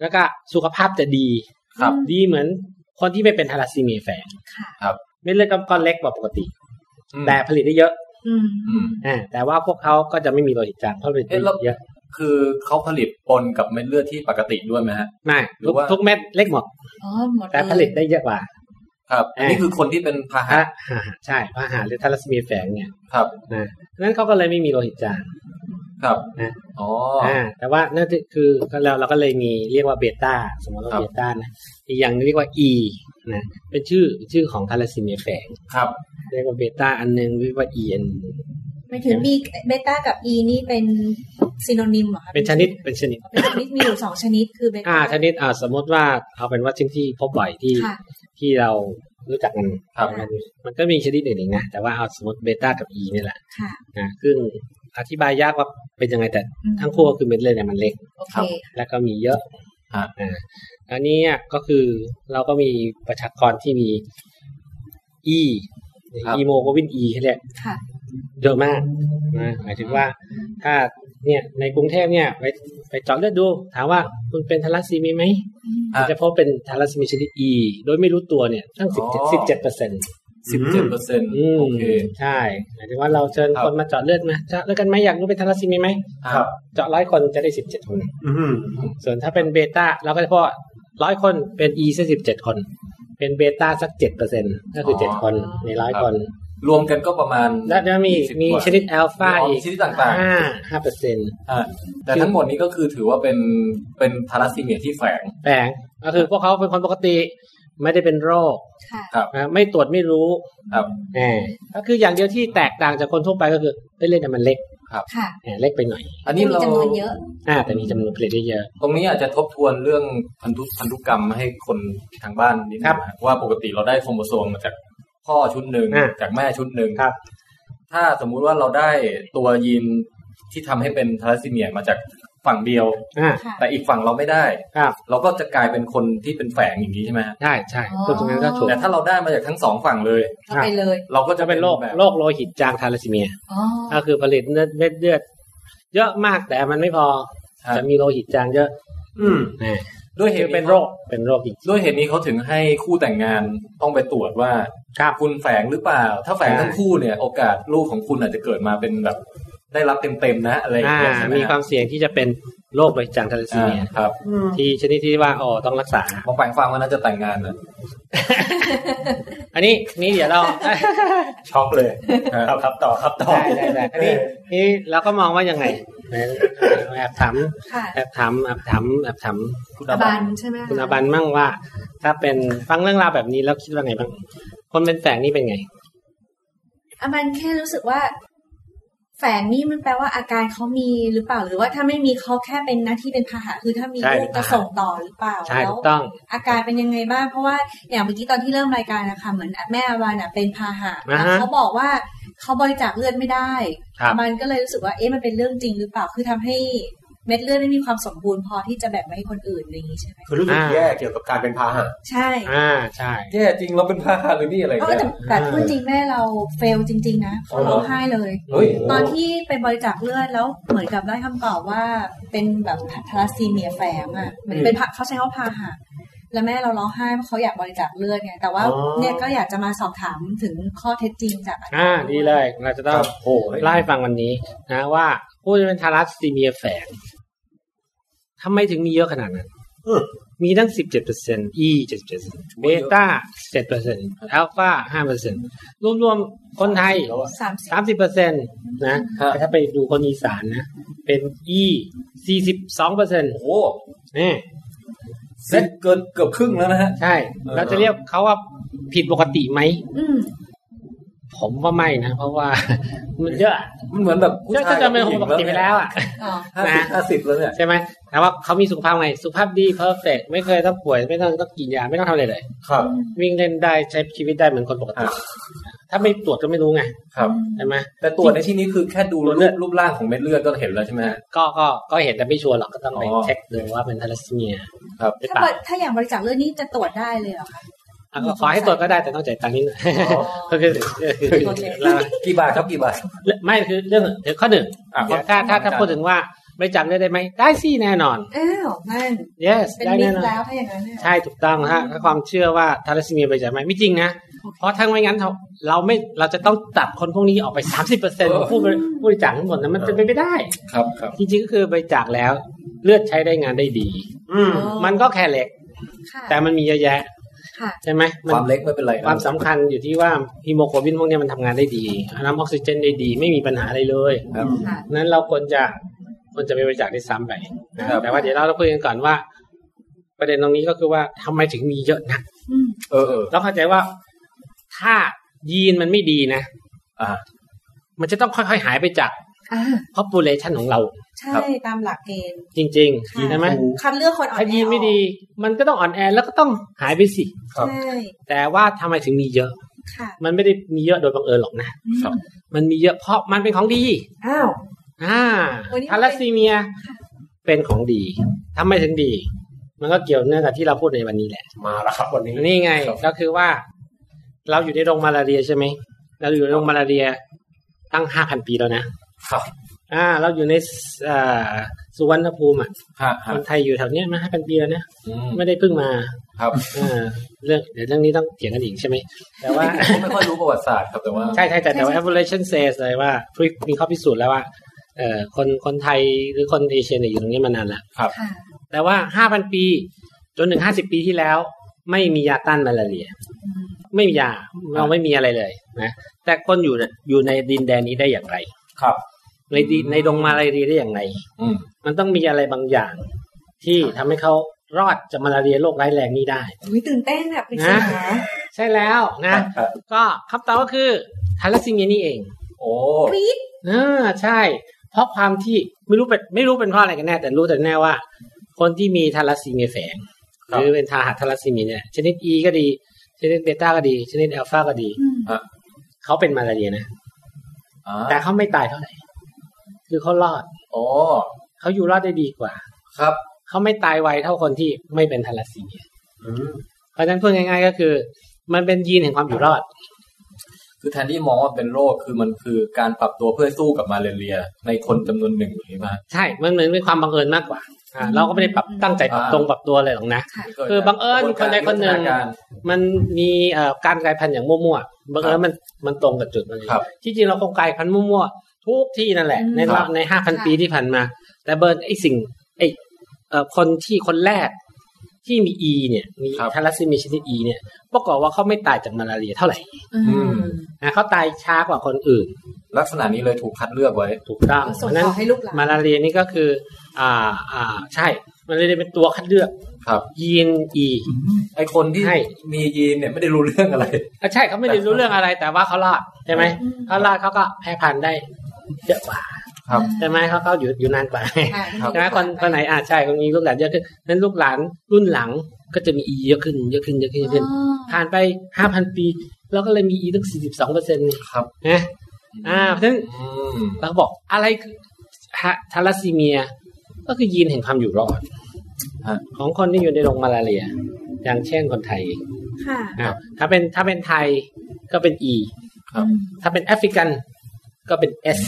Speaker 3: แล้วก็สุขภาพจะดี
Speaker 5: ครับ
Speaker 3: ดีเหมือนคนที่ไม่เป็นทาลัสซีเมียแฝง
Speaker 4: ค่ะ
Speaker 3: เม็ดเลือดกำก้อนเล็กกว่าปกติ
Speaker 5: อืม
Speaker 3: แต่ผลิตได้เยอะ
Speaker 4: อืม
Speaker 5: อืม
Speaker 3: อ่าแต่ว่าพวกเขาก็จะไม่มีโลหิตจางเพราะผลิตได้
Speaker 5: เอ๊ะแล้ว
Speaker 3: เยอะ
Speaker 5: คือเขาผลิตปนกับเม็ดเลือดที่ปกติด้วยไหมฮะ
Speaker 3: มาก
Speaker 5: หรือว่า
Speaker 3: ทุกเม็ดเล็กหมด
Speaker 4: อ๋อ หมด
Speaker 3: แต่ผลิตได้เยอะกว่า
Speaker 5: ครับอันนี้คือคนที่เป็นพาหะ
Speaker 3: ฮะใช่พาหาหรือทาลัสซีเมียแฝงเนี่ย
Speaker 5: ครับ
Speaker 3: นะนั้นเขาก็เลยไม่มีโลหิตจาง
Speaker 5: ครับ
Speaker 3: นะ
Speaker 5: อ๋อ
Speaker 3: อ่าแต่ว่านั่นคือเราเราก็เลยมีเรียกว่าเบต้าสมมติว่า
Speaker 5: ครับ
Speaker 3: เบต้านะอีกอย่างหนึงเรียกว่า E นะเป็นชื่อชื่อของทาลัสซีเมียแฝง
Speaker 5: ครับ
Speaker 3: เรียกว่าเบต้าอันหนึงเรียกว่า E อันหนึ่ง
Speaker 4: หมายถึงมีเบต้ากับอีนี่เป็นซีโนนิมเหรอคะ
Speaker 3: เป็นชนิดเป็นชนิด
Speaker 4: เป็นชนิดมีอยู่สองชนิดคือเบ
Speaker 3: อ่า
Speaker 4: ต้า
Speaker 3: ชนิดอ่าสมมติว่าเอาเป็นว่าชนิดที่พบบ่อยที่
Speaker 4: ค่ะ
Speaker 3: ที่เรารู้จักกัน
Speaker 5: ครับ
Speaker 3: มันมันก็มีชนิดอื่นอีกนะแต่ว่าเอาสมมติเบต้ากับ E นี่แหละ
Speaker 4: ค่ะ
Speaker 3: นะซึ่งอธิบายยากว่าเป็นยังไงแต่
Speaker 4: อืม
Speaker 3: ทั้งคู่ก็คือเม็ดเลือดเนี่ยมันเล็ก
Speaker 4: โอเค
Speaker 3: แล้วก็มีเยอะ
Speaker 5: ฮะ
Speaker 3: อ่าอันนี้อ่ะก็คือเราก็มีประชากรที่มี E
Speaker 5: ครับ
Speaker 3: อีโมโกวิน E เขาเรียก
Speaker 4: ค่ะ
Speaker 3: เยอะมากนะหมายถึงว่าถ้าเนี่ยในกรุงเทพเนี่ยไปไปเจาะเลือดดู ถามว่าคุณเป็นทาลัสซีมีไหม
Speaker 5: อ่ะ
Speaker 3: จะพบเป็นทาลัสซีมีชนิด E โดยไม่รู้ตัวเนี่ยตั้ง
Speaker 5: อ๋อ
Speaker 3: 17 17เปอร์เซ็นต์
Speaker 5: สิบเจ็ดเปอร์เซ็นต์โอเค
Speaker 3: ใช่หมายถึงว่าเราเชิญ
Speaker 5: ครับ
Speaker 3: คนมาเจาะเลือดมาเจาะเลือดกันไหมอยากรู้เป็นทาลัสซีมีไหม
Speaker 5: ครับ
Speaker 3: เจาะร้อยคนจะได้ 17คน
Speaker 6: อืม
Speaker 3: ส่วนถ้าเป็นเบต้าเราก็จะพอร้อยคนเป็น e สักสิบเจ็ดคน เป็นเบต้าสักเจ็ดเปอร์เซ็นก็คือเจ็ดคนในร้อยคน
Speaker 5: รวมกันก็ประมาณ
Speaker 3: แล้วจะมี
Speaker 5: สิบ
Speaker 3: มี
Speaker 5: กว่า
Speaker 3: ชนิดอัลฟา
Speaker 5: อ๋อ
Speaker 3: อี
Speaker 5: มี
Speaker 3: ก
Speaker 5: ชนิดต่าง
Speaker 3: ห้าห้าเปอร์เซ็น
Speaker 5: ๆอ่าแต่ทั้งหมดนี้ก็คือถือว่าเป็นเป็นทาลัสซีเมียที่แฝง
Speaker 3: แปลงก็คือพวกเขาเป็นคนปกติไม่ได้เป็นโรค
Speaker 4: ค่ะ
Speaker 3: นะไม่ตรวจไม่รู้
Speaker 5: ครับ
Speaker 3: แหมก็คืออย่างเดียวที่แตกต่างจากคนทั่วไปก็คือได้เล่นแต่มันเล็ก
Speaker 4: ค่ะ
Speaker 3: แหมเล็กไปหน่อย
Speaker 5: อัน
Speaker 4: มี
Speaker 5: นี้เรา
Speaker 4: จำนวนเยอะ
Speaker 3: อ่าแต่มีจำนวนผลิตได้เยอะ
Speaker 5: ตรงนี้อาจจะทบทวนเรื่องพันธุพันธุกรรมให้คนทางบ้านนิดนึ
Speaker 3: ครับ
Speaker 5: งนะว่าปกติเราได้โครโมโซมมาจากพ่อชุดหนึ่ง
Speaker 3: อ่ะ
Speaker 5: จากแม่ชุดหนึ่ง
Speaker 3: ครับ
Speaker 5: ถ้าสมมุติว่าเราได้ตัวยีนที่ทำให้เป็นทาลัสซีเมียมาจากฝั่งเดียว
Speaker 3: อ่า
Speaker 4: ค่ะ
Speaker 5: แต่อีกฝั่งเราไม่ได้
Speaker 3: ครับ
Speaker 5: เราก็จะกลายเป็นคนที่เป็นแฝงอย่างนี้ใช่ไหมฮะ
Speaker 3: ใช่ใช่พูดตรงนั้นก็ถูก
Speaker 5: แต่ถ้าเราได้มาจากทั้งสองฝั่งเลย
Speaker 4: เข้าไปเลย
Speaker 5: เราก็จะ
Speaker 3: จะเป็นโรค
Speaker 5: แบบ
Speaker 3: โรคโลหิตจางทาลัสซีเมีย
Speaker 4: อ๋อ
Speaker 3: ก็คือผลิตเม็ดเลือด เยอะมากแต่มันไม่พอ
Speaker 5: ครับ
Speaker 3: จะมีโลหิตจางเยอะ
Speaker 6: อืม
Speaker 5: ด้วยเห
Speaker 3: คือ
Speaker 5: ตุ
Speaker 3: เป็นโรคเป็นโรคอีก
Speaker 5: ด้วยเหตุนี้เขาถึงให้คู่แต่งงานต้องไปตรวจว่า
Speaker 3: ครับ
Speaker 5: คุณแฝงหรือเปล่า ถ้าแฝง
Speaker 3: ใช่
Speaker 5: ทั้งคู่เนี่ยโอกาสลูกของคุณอาจจะเกิดมาเป็นแบบ ได้รับเต็มๆนะอะไรอย่าง
Speaker 3: อ่า
Speaker 5: เงี้ยใช่ไหม
Speaker 3: มีควา
Speaker 5: ฮะ
Speaker 3: มเสี่ยงที่จะเป็นโรคโลหิตจางทาลัสซี
Speaker 5: อ่า
Speaker 3: เมีย
Speaker 5: ครับ
Speaker 3: ที่ชนิดที่ว่าอ๋อต้องรักษา
Speaker 5: มองแฝงฟังว่าน่าจะแต่งงานนะ
Speaker 3: อันนี้นี่เดี๋ยวเรา
Speaker 6: ช็อกเลย
Speaker 5: ครับ
Speaker 6: เอาครับต่อครับต่อ
Speaker 3: ได้ได้ได้อันนี้นี่เราก็มองว่ายังไงแอบถาม
Speaker 4: ค่ะ
Speaker 3: แอบถามแอบถามแอบถาม
Speaker 5: คุณ
Speaker 4: อา
Speaker 5: อา
Speaker 4: บั
Speaker 5: บั
Speaker 4: น
Speaker 5: น
Speaker 4: ใช่ไหมะ
Speaker 3: คุณอาบันมั่งว่า ถ้าเป็นฟังเรื่องราวแบบนี้แล้วคิดว่าไงบ้างคนเป็นแฝงนี่เป็นไง
Speaker 4: อาบันแค่รู้สึกว่า แฝงนี่มันแปลว่าอาการเขามีหรือเปล่า หรือว่าถ้าไม่มีเขาแค่เป็นหน้าที่เป็นพาหะคือถ้ามี
Speaker 3: ใช่
Speaker 4: ลูกจะส่งต่อหรือเปล่า
Speaker 3: ใช่
Speaker 4: แล้
Speaker 3: ถู
Speaker 4: ว
Speaker 3: กต้อง
Speaker 4: อาการเป็นยังไงบ้างเพราะว่าอย่างเมื่อกี้ตอนที่เริ่มรายการนะคะเหมือนแม่อาบานอะเป็นพาหะ
Speaker 3: อ่าฮะ
Speaker 4: เขาบอกว่าเขาบริจาคเลือดไม่ได้
Speaker 3: ครับ
Speaker 4: อาบานก็เลยรู้สึกว่าเอ๊ะมันเป็นเรื่องจริงหรือเปล่าคือทำให้เม็ดเลือดไม่มีความสมบูรณ์พอที่จะแบ่งไปให้คนอื่นอะไรอย่างนี้ใช่ไหม
Speaker 6: คือรู้สึก
Speaker 3: อ่า
Speaker 6: แย่เกี่ยวกับการเป็นพาหะ
Speaker 4: ใช่
Speaker 3: อ่าใช่
Speaker 5: แย่จริงเราเป็นพาหะหรือนี่อะไรอย่าง
Speaker 4: ก็
Speaker 5: เงี้ย
Speaker 4: แต่แต่พูดจริงแม่เราเฟลจริง ๆ นะเขาร้องไห้เลย
Speaker 5: เฮ้ย
Speaker 4: ตอนที่ไปบริจาคเลือดแล้วเหมือนกับได้คำตอบว่าเป็นแบบทาราซีเมียแฝงอ่ะเหมือนเป็นพะเขาใช้คำว่าพาหะแล้วแม่เราร้องไห้เพราะเขาอยากบริจาคเลือดไงแต่ว่า
Speaker 3: อ๋อ
Speaker 4: เนี่ยก็อยากจะมาสอบถามถึงข้อเท็จจริงจาก
Speaker 3: อ่าดีเลยเราจะต้องเล่าให้ฟังวันนี้นะว่าผู้ที่เป็นทารัสซีเมียแฝงทำไมถึงมีเยอะขนาดนั้น
Speaker 6: อืม
Speaker 3: มีทั้ง 17% E 77%เบต้า7%อัลฟา5%รวมๆ คนไทย
Speaker 4: สามสิบ
Speaker 3: 30%นะแต่ถ้าไปดูคนอีสานนะ เป็น E 42%
Speaker 5: โอ้โห
Speaker 3: นี่
Speaker 5: เซ็ตเกินเกือบครึ่งแล้วนะฮะ
Speaker 3: ใช่
Speaker 5: เออ
Speaker 3: เราจะเรียกเขาว่าผิดปกติไหม
Speaker 4: อืม
Speaker 3: ผมว่าไม่นะ เพราะ ว่า มันเยอะอะ
Speaker 5: มันเหมือนแบบผู้
Speaker 3: เยอะ
Speaker 5: ชาย
Speaker 3: จนจะเป็นคนปกติไปแล้วอ่ะ
Speaker 4: อ๋อ
Speaker 5: ห้าสิบห้าสิบแล้วเนี่ย
Speaker 3: ใช่ไหมแต่ว่าเขามีสุขภาพไง สุขภาพดีเพอร์เฟกไม่เคยต้องป่วย ไม่ต้องต้องกินยา ไม่ต้องทำอะไรเลย
Speaker 6: ครับ
Speaker 3: วิ่งเล่นได้ใช้ชีวิตได้เหมือนคนปกติ ถ้าไม่ตรวจก็ไม่รู้ไง
Speaker 5: ครับ
Speaker 3: ใช่ไหม
Speaker 5: แต่ตรวจในที่นี้คือแค่ดู
Speaker 3: ตรวจเลื
Speaker 5: รู
Speaker 3: อด
Speaker 5: ปรูปร่างของเม็ดเลือดก็เห็นแล้วใช่ไหมฮะ
Speaker 3: ก็ก็ก็เห็นแต่ไม่ชัวร์หรอกก็ต้องไป
Speaker 5: อ๋อ
Speaker 3: เช็คดูว่าเป็นทาลัสซีเมีย
Speaker 5: ครับ
Speaker 3: หรือ
Speaker 4: ถ้า
Speaker 3: เปล่า
Speaker 4: บริถ้าอย่างบริจาคเลือดนี่จะตรวจได้เลยเหรอคะ
Speaker 3: อ่ะก็ขอให้ตรวจก็ได้แต่ต้องจ่ายตังค์นิดหน่อยก็คือ
Speaker 4: โอเค
Speaker 3: แล้ว
Speaker 5: กี่บาทครับกี่บาท
Speaker 3: ไม่คือเรื่องเดี๋ยวข้อหนึ่ง
Speaker 5: อ่ะข้อ
Speaker 3: ถ้าถ้าถ้า
Speaker 5: ข้อหนึ่ง
Speaker 3: พูดถึงว่าไม่จำได้ได้ไหมได้สิแน่นอน
Speaker 4: อ้าวนั่น
Speaker 3: yes
Speaker 4: เป็น
Speaker 3: ได้
Speaker 4: มิ
Speaker 3: แน่น
Speaker 4: ตร
Speaker 3: อน
Speaker 4: แล้วถ้าอย่างนั้นเนี่ย
Speaker 3: ใช่ถูกต้องฮะถ้าความเชื่อว่าทาราซีเมียไปจากไหมไม่จริงนะ เพราะทั้งไม่งั้นเราเราไม่เราจะต้องตัดคนพวกนี้ออกไป 30%ของผู้บริผู้บริจาคทั้งหมดนะมันเป็นไปไม่ได้
Speaker 5: ครับครับ
Speaker 3: จริงๆก็คือบริจาคแล้ว เลือดใช้ได้งานได้ดี
Speaker 6: อืม
Speaker 4: อ๋อ
Speaker 3: มันก็แค่เหล็ก
Speaker 4: ค่ะ
Speaker 3: แต่มันมีเยอะแยะ
Speaker 4: ค่ะ
Speaker 3: ใช่ไหมน
Speaker 5: ความเล็กไม่เป็นไร
Speaker 3: ความสำคัญอยู่ที่ว่าฮีโมโกลบินพวกเนี้ยมันทำงานได้ดีน้ำออกซิเจนได้ดี ไม่มีปัญหาอะไรเลย
Speaker 5: ครับ
Speaker 4: ค่ะ
Speaker 3: นั้นเราควรจะควรจะไปบริจาคได้ซ้ำไป
Speaker 5: ครับ
Speaker 3: แต่ว่าเดี๋ยวเราเราคุยกันก่อนว่า ประเด็นตรงนี้ก็คือว่าทำไมถึงมีเยอะนัก
Speaker 4: อืม
Speaker 5: เออเออ
Speaker 3: เราเข้าใจว่าถ้ายีนมันไม่ดีนะ
Speaker 5: อ่า
Speaker 3: มันจะต้องค่อยๆหายไปจาก
Speaker 4: อ่า
Speaker 3: population ของเรา
Speaker 4: ใช่
Speaker 5: ครับ
Speaker 4: ตามหลักเกณฑ์
Speaker 3: จริงๆ
Speaker 4: ค่ะ
Speaker 3: ใช่ไหม
Speaker 4: คัดเลือกคนอ่อน
Speaker 3: ถ้า
Speaker 4: แอ
Speaker 3: ยีนไม่ดี มันก็ต้องอ่อนแอแล้วก็ต้องหายไปสิ
Speaker 4: ออกใช่
Speaker 3: แต่ว่าทำไมถึงมีเยอะ
Speaker 4: ค่ะ
Speaker 3: มันไม่ได้มีเยอะโดยบังเอิญหรอกนะ
Speaker 4: อืม
Speaker 5: ครับ
Speaker 3: มันมีเยอะเพราะมันเป็นของดี
Speaker 4: อ้าว
Speaker 3: อ่า
Speaker 4: วันนี้
Speaker 3: ทาลัสซีเมียเป็นของดีทำไมถึงดี มันก็เกี่ยวเนื่องกับที่เราพูดในวันนี้แหละ
Speaker 6: มาแล้วครับวันนี้
Speaker 3: นี่ไง
Speaker 5: ครับ
Speaker 3: ก็คือว่า เราอยู่ในโรงมาลาเรียใช่ไหมเราอยู่ในโรงมาลาเรียตั้งห้าพันปีแล้วนะ
Speaker 5: ครับ
Speaker 3: อ่า เราอยู่ในสอ่าสุวรรณภูมิอ่ะ
Speaker 5: ฮะฮะ
Speaker 3: คนไทยอยู่แถวเนี้ยมาห้าพันปีแล้วนะ
Speaker 5: อืม
Speaker 3: ไม่ได้เพิ่งมา
Speaker 5: ครับ
Speaker 3: อ่าเรื่องเดี๋ยวเรื่องนี้ต้องเถียงกันอีกใช่ไหมแต่ว่า
Speaker 5: ผมไม่ค่อยรู้ประวัติศาสตร์ครับแต่ว่า
Speaker 3: ใช่ใช่แต่แต่ว่า evolution says เลยว่ามีข้อพิสูจน์แล้วว่าเอ่อคนคนไทยหรือคนเอเชียเนี่ยอยู่ตรงนี้มานานแล้ว
Speaker 4: ค่ะ
Speaker 3: แต่ว่าห้าพันปี จนถึงห้าสิบปีที่แล้ว ไม่มียาต้านมาลาเรีย ไม่มียาเราไม่มีอะไรเลยนะแต่คนอยู่อยู่ในดินแดนนี้ได้อย่างไร
Speaker 5: ครับ
Speaker 3: ในดิในดงมาลาเรียได้อย่างไร
Speaker 5: อืม
Speaker 3: มันต้องมีอะไรบางอย่าง ที่ทำให้เขารอดจากมาลาเรียโรคร้ายแรงนี้ได้
Speaker 4: อุ้ยตื่นเต้นอะปริศนา
Speaker 3: ใช่แล้วนะ
Speaker 5: ครับ
Speaker 3: ก็คำตอบก็คือทาลัสซีเมียนี่เอง
Speaker 5: โอ้
Speaker 4: กรี๊ด
Speaker 3: อ่าใช่ เพราะความที่ไม่รู้เป็นไม่รู้เป็นเพราะอะไรกันแน่ แต่รู้แต่แน่ว่า คนที่มีทาลัสซีเมียแฝง
Speaker 5: ค
Speaker 3: ห
Speaker 5: รับ
Speaker 3: รือเป็นทาหัสทาลัสซีเมียเนี่ยชนิด E ก็ดี ชนิดเบต้าก็ดี ชนิดอัลฟาก็ดี
Speaker 4: อืม
Speaker 3: เขาเป็นมาลาเรียนะ
Speaker 5: อ่า
Speaker 3: แต่เขาไม่ตายเท่าไหร่คือเขารอด
Speaker 5: โอ้
Speaker 3: เขาอยู่รอดได้ดีกว่า
Speaker 5: ครับ
Speaker 3: เขาไม่ตายไวเท่าคนที่ไม่เป็นทาลัสซีเมียเพราะฉะนั้นพูดง่ายๆก็คือ มันเป็นยีนแห่งความอยู่รอด
Speaker 5: คือแทนที่มองว่าเป็นโรคคือมันคือการปรับตัวเพื่อสู้กับมาเลเรีย ในคนจำนวนหนึ่งอย่างนี้มา
Speaker 3: ใช่ มันเหมือนเป็นความบังเอิญมากกว่าอ่า เราก็ไม่ได้ปรับตั้งใจปรับตรงปรับตัวอะไรหรอกนะ คือบังเอิญคนใดคนหนึ่ง มันมีเอ่อการกลายพันธุ์อย่างมั่วๆบังเอิญมันมันตรงกับจุดมันเลย
Speaker 5: ครับ
Speaker 3: ที่จริงเราคงกลายพันธุ์มั่วๆทุกที่นั่นแหละ ในรอบในห้าพันปีที่ผ่านมา แต่เบิร์นไอสิ่งไอเอ่อคนที่คนแรกที่มี E เนี่ยมี
Speaker 5: ครับ
Speaker 3: ทาลัสซีเมียชนิด E เนี่ยปรากฏว่าเขาไม่ตายจากมาลาเรียเท่าไหร่
Speaker 4: อืม
Speaker 3: นะเขาตายช้ากว่าคนอื่น
Speaker 5: ลักษณะนี้เลยถูกคัดเลือกไว้
Speaker 3: ถูกต้องเพ
Speaker 4: ส่ง
Speaker 3: ราะฉะนั้
Speaker 4: ต่
Speaker 3: น
Speaker 4: อให้ลูกหลาน
Speaker 3: มาลาเรียนี่ก็คือ อ่า อ่า ใช่ มาลาเรียเป็นตัวคัดเลือก
Speaker 5: ครับ
Speaker 3: ยีนอี
Speaker 5: ไอคนที่
Speaker 3: ใช่
Speaker 5: มียีนเนี่ยไม่ได้รู้เรื่องอะไร
Speaker 3: อ่ะใช่เขาไม่ได้รู้เรื่องอะไรแต่ว่าเขารอดใช่ไหมเขารอดเขาก็แพร่พันธุ์ได้เยอะกว่า
Speaker 5: ครับ
Speaker 3: ใช่ไหมเขาเขาอยู่อยู่นานก ว่า
Speaker 4: ค่ะ
Speaker 5: ครับ
Speaker 3: ใช่ไหมคนคนไหนอ่าใช่คนนี้ลูกหลานเยอะขึ้นนั้นลูกหลานรุ่นหลังก็จะมีอีเยอะขึ้นเยอะขึ้นเยอะขึ้นเยอะขึ้น
Speaker 4: อ๋อ
Speaker 3: ผ่านไปห้าพันปี แล้วก็เลยมีอีตั้งสี่สิบสองเปอร์เซ็นต์
Speaker 5: ครับ
Speaker 3: นะอ่าเพราะฉะนั้น
Speaker 5: อืม
Speaker 3: เราก็บอกอะไรคือฮะทาลัสซีเมีย ก็คือยีนแห่งความอยู่รอด
Speaker 5: ฮะ
Speaker 3: ของคนที่อยู่ในโรงมาลาเรีย อย่างเช่นคนไทยเอง
Speaker 4: ค่ะ
Speaker 3: อ่ะถ้าเป็นถ้าเป็นไทยก็เป็น E
Speaker 5: ครับ
Speaker 3: ถ้าเป็นแอฟริกันก็เป็น S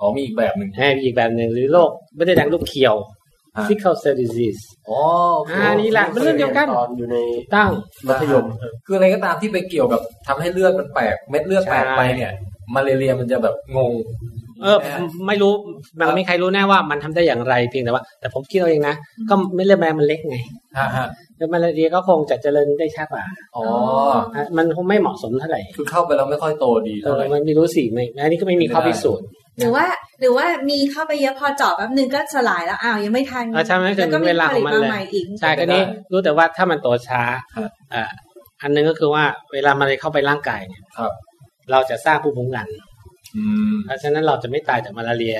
Speaker 5: อ๋อมีอีกแบบหนึ่ง
Speaker 3: ให้อีกแบบหนึ่งหรือโรคไม่ได้แดงลูกเขียว
Speaker 5: ฮะ
Speaker 3: sickle cell disease
Speaker 5: อ๋อโอเค
Speaker 3: อ่านี่แหละมันเรื่องเดียวกัน
Speaker 6: ตอนอยู่ใน
Speaker 3: ตั้ง
Speaker 6: มัธยม
Speaker 5: คืออะไรก็ตามที่ไปเกี่ยวกับทำให้เลือดมันแปลกเม็ดเลือดแปลก
Speaker 3: ใช่
Speaker 5: ไปเนี่ย มาเลเรียมันจะแบบงง
Speaker 3: เออไม่รู้มันไม่มีใครรู้แน่ว่ามันทำได้อย่างไรเพียงแต่ว่า แต่ผมคิดเอาเองนะ ก็ไม่เลือดแมงมันเล็กไง
Speaker 5: ฮะฮะ
Speaker 3: แล้วมาลาเรียก็คงจะเจริญได้ช้ากว่า
Speaker 5: อ๋อ
Speaker 3: อ่ะมันคงไม่เหมาะสมเท่าไหร่
Speaker 5: คือเข้าไปแล้วไม่ค่อยโตดี
Speaker 3: เอ
Speaker 5: เท่าไห
Speaker 3: อ
Speaker 5: ร่
Speaker 3: มันไม่รู้สิไม่อันนี้ก็ไม่มีข้อ
Speaker 5: ไม่ได้
Speaker 3: พิสูจน์
Speaker 4: หรือว่า หรือว่ามีเข้าไปเยอะพอเจาะแป๊บนึงก็สลายแล้วอ้าวยังไม่ทัน
Speaker 3: อ่าใช่ไหมถึง
Speaker 4: แล้วก็
Speaker 3: เวลาของมัน
Speaker 4: ผต
Speaker 3: เลย
Speaker 4: ใหม่อีก
Speaker 3: ใช่
Speaker 5: เป็
Speaker 3: ก็
Speaker 5: นไปได้
Speaker 3: นี้รู้แต่ว่าถ้ามันโตช้า
Speaker 5: ครับ
Speaker 3: อ่าอันหนึงก็คือว่าเวลามันเข้าไปร่างกายเนี่ย
Speaker 5: ครับ
Speaker 3: เราจะสร้างภูมิคุ้มกัน
Speaker 5: อืม
Speaker 3: เพราะฉะนั้นเราจะไม่ตายจากมาลาเรีย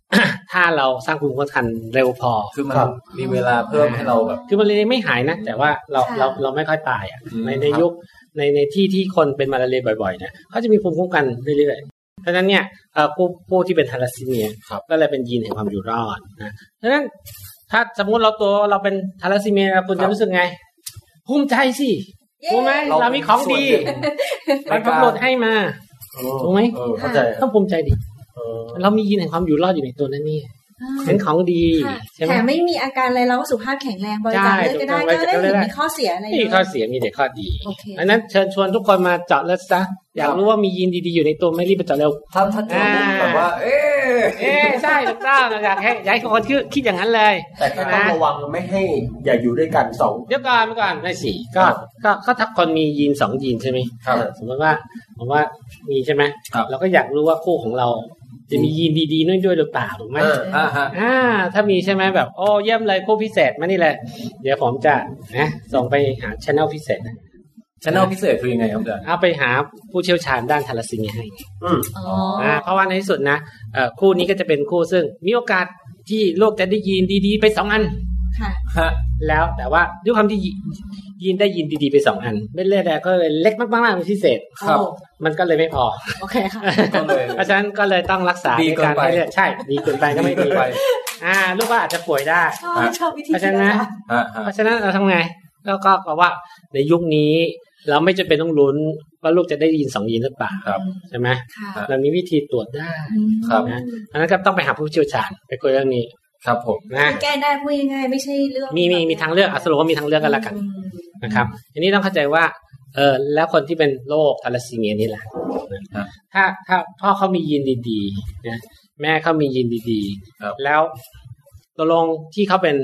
Speaker 3: ถ้าเราสร้างภูมิคุ้มกันเร็วพอ
Speaker 5: คือมันมีเวลาเพิ่มให้เราแบบ
Speaker 3: คือมาลาเรียไม่หายนะ แต่ว่าเรา
Speaker 4: ค่ะ
Speaker 3: เราเราไม่ค่อยตายอ่ะ
Speaker 5: อืม
Speaker 3: ในใน
Speaker 5: ครับ
Speaker 3: ยุคในในที่ที่คนเป็นมาลาเรียบ่อยๆเนี่ยเขาจะมีภูมิคุ้มกันเรื่อยๆเพราะฉะนั้นเนี่ยเอ่อผู้ผู้ที่เป็นทาลัสซีเมียก็เลยเป็นยีนแห่งความอยู่รอดนะเพราะฉะนั้นถ้าสมมุติเราตัวเราเป็นทาลัสซีเมียคุณจะรู้สึกไงภูมิใจสิ
Speaker 4: เย้
Speaker 3: รู้ไหม
Speaker 5: เรา
Speaker 3: เรามีของดี
Speaker 5: ส่วนหนึ่ง
Speaker 3: ทางตำรวจให้มา ถูกไหม
Speaker 5: เออ
Speaker 6: เข้าใจค
Speaker 3: ต้
Speaker 6: รับ
Speaker 3: องภูมิใจดิ
Speaker 6: เออ
Speaker 3: เรามียีนแห่งความอยู่รอดอยู่ในตัวนั่นนี่
Speaker 4: อ่า
Speaker 3: เป็นของดี
Speaker 4: ค่ะ
Speaker 3: ใช่ไหม
Speaker 4: แถมไม่มีอาการอะไรเราก็สุขภาพแข็งแรงบริจาคเลือดก็ได้
Speaker 3: ใช่
Speaker 4: ก็
Speaker 3: ถูกต้
Speaker 4: ได้
Speaker 3: องบริจาคเลื
Speaker 4: เห็
Speaker 3: อด
Speaker 4: น
Speaker 3: ได้
Speaker 4: มีข้อเสียอะไร
Speaker 3: นี่
Speaker 4: ด้วย
Speaker 3: ข้อเสียมีแต่ข้อดี
Speaker 4: โอเค
Speaker 3: ดังนั้นเชิญชวนทุกคนมาเจาะเลือดซะอยากรู้ว่ามียีนดีๆอยู่ในตัวไหม่รีบไปเจาะเร็ว
Speaker 5: ถ้าถ้าเจอปุ๊บแบบว่า เอ๊ะ
Speaker 3: เอ้ใช่ถูกต้องอยากให้อยากให้คนคิดอย่างนั้นเลย
Speaker 6: แต่ก็ต้องระวังไม่ให้อย่าอยู่ด้วยกันสอง
Speaker 3: เดี๋ยวก่อนเดี๋ยวก่อนไม่สิก็
Speaker 6: ครับ
Speaker 3: ก็ก็ถ้าคนมียีนสองยีนใช่ไหม
Speaker 5: ครับ
Speaker 3: สมมติว่าผมว่ามีใช่ไหม
Speaker 5: ครับ
Speaker 3: เราก็อยากรู้ว่าคู่ของเรา จะมียีนดีๆนั่นด้วยหรือเปล่าถูกไหม
Speaker 6: เออ
Speaker 5: อ่าฮะ
Speaker 3: อ่าถ้ามีใช่ไหมแบบ โอ้เยี่ยมเลยคู่พิเศษมานี่แหละ เดี๋ยวผมจะนะส่งไปหาช anel พิเศษนะ
Speaker 5: ช่องพิเศษคือยังไงครับอาจารย์
Speaker 3: เอาไปหาผู้เชี่ยวชาญด้านทาลัสซีเมียให้
Speaker 6: อืม
Speaker 4: อ๋อ
Speaker 3: อ่าเพราะว่าในที่สุดนะเอ่อคู่นี้ก็จะเป็นคู่ซึ่งมีโอกาสที่โลกจะได้ยีนดีๆ ไปสองอัน
Speaker 4: ค่ะ
Speaker 5: ฮะ
Speaker 3: แล้วแต่ว่าด้วยความที่ยียีนได้ยีนดีๆไปสองอันเม็ดเลือดแดงก็เลยเล็กมากๆเป็นพิเศษ
Speaker 5: ครับ
Speaker 3: มันก็เลยไม่พอ
Speaker 4: โอเคค่ะ
Speaker 5: ก็เลย
Speaker 3: เพราะฉะนั้นก็เลยต้องรักษา
Speaker 5: ดี
Speaker 3: ด้วยการ
Speaker 5: เกินไป
Speaker 3: ให้เลือดใช่ดีเกินไปก็ไม่ดี
Speaker 5: ไป
Speaker 3: อ่าลูกว่าอาจจะป่วยได้
Speaker 4: ชอบชอบวิธี
Speaker 3: เพราะฉะนั้นนะ
Speaker 5: ฮะ
Speaker 3: เพ
Speaker 5: ฮะ
Speaker 3: ราะฉะนั้นเราทำไงเราก็บอกว่าในยุคนี้ เราไม่จำเป็นต้องลุ้นว่าลูกจะได้ยีนสองยีนหรือเปล่า
Speaker 5: ครับ
Speaker 3: ใช่ไหม
Speaker 4: ค่ะ
Speaker 3: เรามีวิธีตรวจได้
Speaker 4: อืม
Speaker 5: ครับ
Speaker 3: นะอันนั้นก็ต้องไปหาผู้เชี่ยวชาญไปคุยเรื่องนี้
Speaker 5: ครับผม
Speaker 3: นะ
Speaker 4: แก้ได้พูดง่ายๆไม่ใช่เรื่อง
Speaker 3: มีมีมีทางเลือกอะสรุปว่ามีทางเลือกกันละกัน
Speaker 4: อืม
Speaker 3: นะครับอันนี้ต้องเข้าใจว่าเออแล้วคนที่เป็นโรคทาลัสซีเมียนี่แหละนะถ้าถ้าพ่อเขามียีนดีๆนะแม่เขามียีนดี
Speaker 5: ครับ
Speaker 3: แล้วตกลงที่เขาเป็น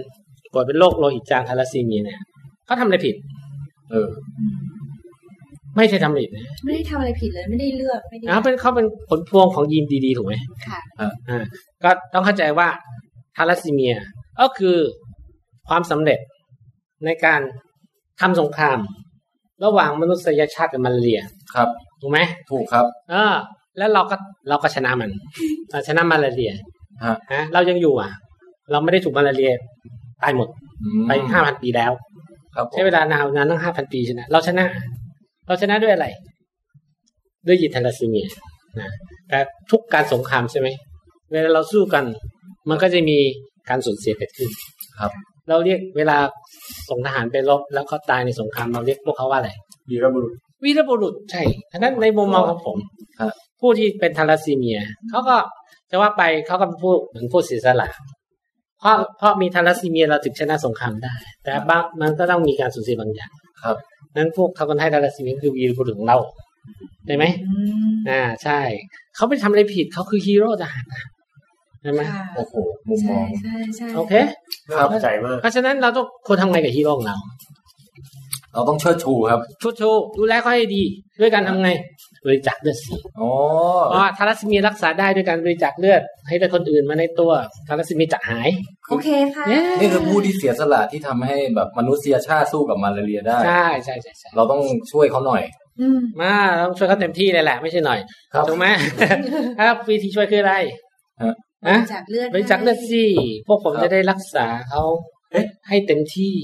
Speaker 3: ป่วยเป็นโรคโลหิตจางทาลัสซีเมียเนี่ยเขาทำอะไรผิด
Speaker 5: เออ
Speaker 3: ไม่ใช่ทำอะไรผิดนะ
Speaker 4: ไม่ได้ทำอะไรผิดเลยไม่ได้เลือกไม่ได้
Speaker 3: นะเป็นเขาเป็นผลพวงของยีนดีๆถูกไหม
Speaker 4: ค่ะ
Speaker 3: อ่าก็ต้องเข้าใจว่าทาลัสซีเมียก็คือความสำเร็จในการทำสงคราม ระหว่างมนุษยชาติกับมาลาเรีย
Speaker 5: ครับ
Speaker 3: ถูกไหม
Speaker 5: ถูกครับ
Speaker 3: เออ แล้วเราก็เราก็ชนะมันเราชนะมาลาเรีย
Speaker 5: ฮะ
Speaker 3: ฮะเรายังอยู่อ่ะ เราไม่ได้ถูกมาลาเรียตายหมด
Speaker 5: อืม
Speaker 3: ไปห้าพันปีแล้ว
Speaker 5: ครับผม
Speaker 3: ใช้เวลานานนานตั้งห้าพันปีชนะ เราชนะ เราชนะด้วยอะไร ด้วยยีนทาราซีเมียนะแต่ทุกการสงครามใช่ไหมเวลาเราสู้กัน มันก็จะมีการสูญเสียเกิดขึ้น
Speaker 5: ครับ
Speaker 3: เราเรียกเวลาส่งทหารไปรบแล้วเขาตายในสงครามเราเรียกพวกเขาว่าอะไร
Speaker 6: วีรบุรุษ
Speaker 3: วีรบุรุษใช่อันนั้นในมุมมองของผม
Speaker 5: ครับ
Speaker 3: ผู้ที่เป็นทาราซีเมีย เขาก็จะว่าไปเขาก็เป็นผู้เหมือนผู้เสียสละเพราะเพราะมีทาราซีเมียเราถึงชนะสงครามได้ แต่บางมันก็ต้องมีการสูญเสียบางอย่าง
Speaker 5: ครับ
Speaker 3: นั้นพวกเขาคนไทยทาราซีเมียคือวีรบุรุษของเราใช่ไหม
Speaker 4: อืม
Speaker 3: อ่าใช่ เขาไม่ทำอะไรผิดเขาคือฮีโร่ทหารนะใช่ไหม
Speaker 4: ค่ะ
Speaker 5: โอ้โห มุมม
Speaker 4: ใช่
Speaker 5: อง
Speaker 4: ใช่ใช่
Speaker 3: โอเค
Speaker 6: น่าประทับใจมาก
Speaker 3: เพราะฉะนั้นเราต้องควรทำไงกับฮีโร่ของเรา
Speaker 5: เราต้องเชิดชูครับ
Speaker 3: ชุดชูดูแลเขาให้ดี ด้วยการทำไงบริจาคเลือดสี
Speaker 5: อ๋อ
Speaker 3: อ๋อทารัสซีเมียรักษาได้ด้วยการบริจาคเลือด ให้เลือดคนอื่นมาในตัวทารัสซีเมียจะหาย
Speaker 4: โอเคค่ะ
Speaker 3: เย้
Speaker 5: นี่คือผู้ที่เสียสละที่ทำให้แบบมนุษยชาติสู้กับมาลาเรียได้
Speaker 3: ใช่ใช่ใช่ใช่
Speaker 5: เราต้องช่วยเขาหน่อย
Speaker 4: อืม
Speaker 3: มาต้องช่วยเขาเต็มที่เลยแหละไม่ใช่หน่อย
Speaker 5: ครับ
Speaker 3: ถูกไหม ครับวิธีช่วยคืออะไร
Speaker 5: ฮะ
Speaker 3: นะ
Speaker 4: บริจากเลือด
Speaker 3: บริจาคเลือดสิพวกผมจะได้รักษาเขา
Speaker 6: เอ๊ะ
Speaker 3: ให้เต็มที่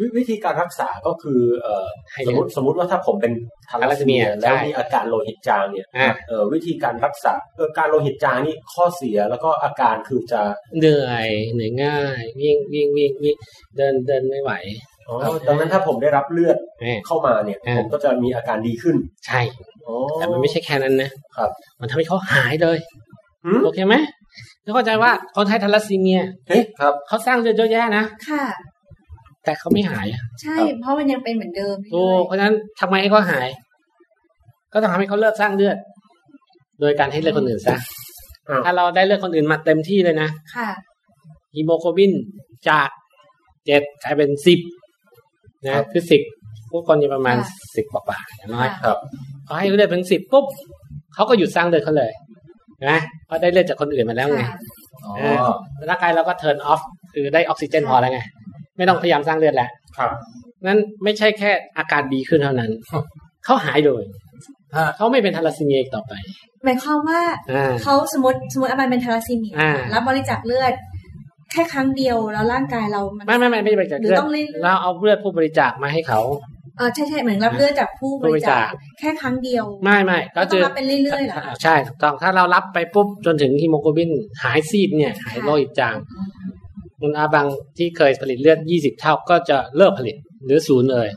Speaker 6: วิวิธีการรักษาก็คือเอ่อ
Speaker 3: ให้
Speaker 6: ส
Speaker 3: เล
Speaker 6: ม
Speaker 3: ย
Speaker 6: มติสมมติว่าถ้าผมเป็นทาราซีเมีย
Speaker 3: ทาราซีเมีย
Speaker 6: แล้ว
Speaker 3: ใช่
Speaker 6: มีอาการโลหิตจางเนี่ย
Speaker 3: อ่า
Speaker 6: เอ่อวิธีการรักษาเอ่อการโลหิตจางนี่ข้อเสียแล้วก็อาการคือจะ
Speaker 3: เหนื่อยเหนื่อยง่าย วิ่งวิ่งวิ่งวิ่งเดินเดินไม่ไหว
Speaker 6: อ๋อดังนั้นถ้าผมได้รับเลือด
Speaker 3: แม่
Speaker 6: เข้ามาเนี่ย ผมก็จะมีอาการดีขึ้น
Speaker 3: ใช่
Speaker 6: อ๋อ
Speaker 3: แต่มันไม่ใช่แค่นั้นนะครับ มันทำให้เขาหายเลย
Speaker 6: หืม
Speaker 3: โอเคไหมแล้วเข้าใจว่าคนไทยทารัสซีเมีย
Speaker 5: เฮ้ยครับ
Speaker 3: เขาสร้างเลือดเยอะแยะนะ
Speaker 4: ค่ะ
Speaker 3: แต่เขาไม่หายอะ
Speaker 4: ใช่เพราะมันยังเป็นเหมือนเดิม
Speaker 3: ถูกเพราะฉะนั้นทำไมให้เขาหาย ก็ต้องทำให้เขาเลิกสร้างเลือด โดยการให้เลือดคนอื่นซะ
Speaker 6: อ้าว
Speaker 3: ถ้าเราได้เลือดคนอื่นมาเต็มที่เลยนะ
Speaker 4: ค่ะ
Speaker 3: ฮีโมโกลบินจากเจ็ดกลายเป็นสิบ
Speaker 5: ครั
Speaker 3: นะ
Speaker 5: บ
Speaker 3: คือสิบพวกคนอยู่ประมาณ
Speaker 4: ค่ะ
Speaker 3: สิบกว่าๆอย่างน้อย
Speaker 4: ค่ะ
Speaker 5: ครับ
Speaker 3: พอให้เลือดเป็นสิบปุ๊บเขาก็หยุดสร้างเลือดเขาเลยนะเพราะได้เลือดจากคนอื่นมาแล้วไง
Speaker 4: ค่ะ
Speaker 5: อ๋อ
Speaker 3: เออร่างกายเราก็เทิร์นออฟคือได้ออกซิเจนพอแล้วไงไม่ต้องพยายามสร้างเลือดแล้ว
Speaker 6: ครับ
Speaker 3: นั้นไม่ใช่แค่อาการดีขึ้นเท่านั้น เขาหายเลย
Speaker 5: ฮะ
Speaker 3: เขาไม่เป็นทาราซีเมียอีกต่อไป
Speaker 4: หมายความว่า
Speaker 3: อ่า
Speaker 4: เขาสมมติสมมติอามันเป็นทาราซีเมีย
Speaker 3: อ่า
Speaker 4: รับบริจาคเลือด แค่ครั้งเดียวแล้วร่างกายเรามัน
Speaker 3: ไม่ไม่ไม่ไม่ได้บริจาค
Speaker 4: หรือ
Speaker 3: เลือด
Speaker 4: ต้องเล่น
Speaker 3: เราเอาเลือดผู้บริจาคมาให้เขา
Speaker 4: เออใช่ใช่เหมือนรับเลือดจากผู้บริจาคแค่ครั้งเดียว
Speaker 3: ไม่ไม่ก็
Speaker 4: ต้
Speaker 3: คื
Speaker 4: อง
Speaker 3: อ
Speaker 4: รับเป็นเรื่อยๆเหรอคะ
Speaker 3: ใช่ถูกต้องถ้าเรารับไปปุ๊บจนถึงฮีโมโกลบินหายซีดเนี่ยหาย
Speaker 4: ค่ะ
Speaker 3: โลหิตจางคุณอาบังที่เคยผลิตเลือด 20 เท่าก็จะเลิกผลิตหรือศูนย์เลย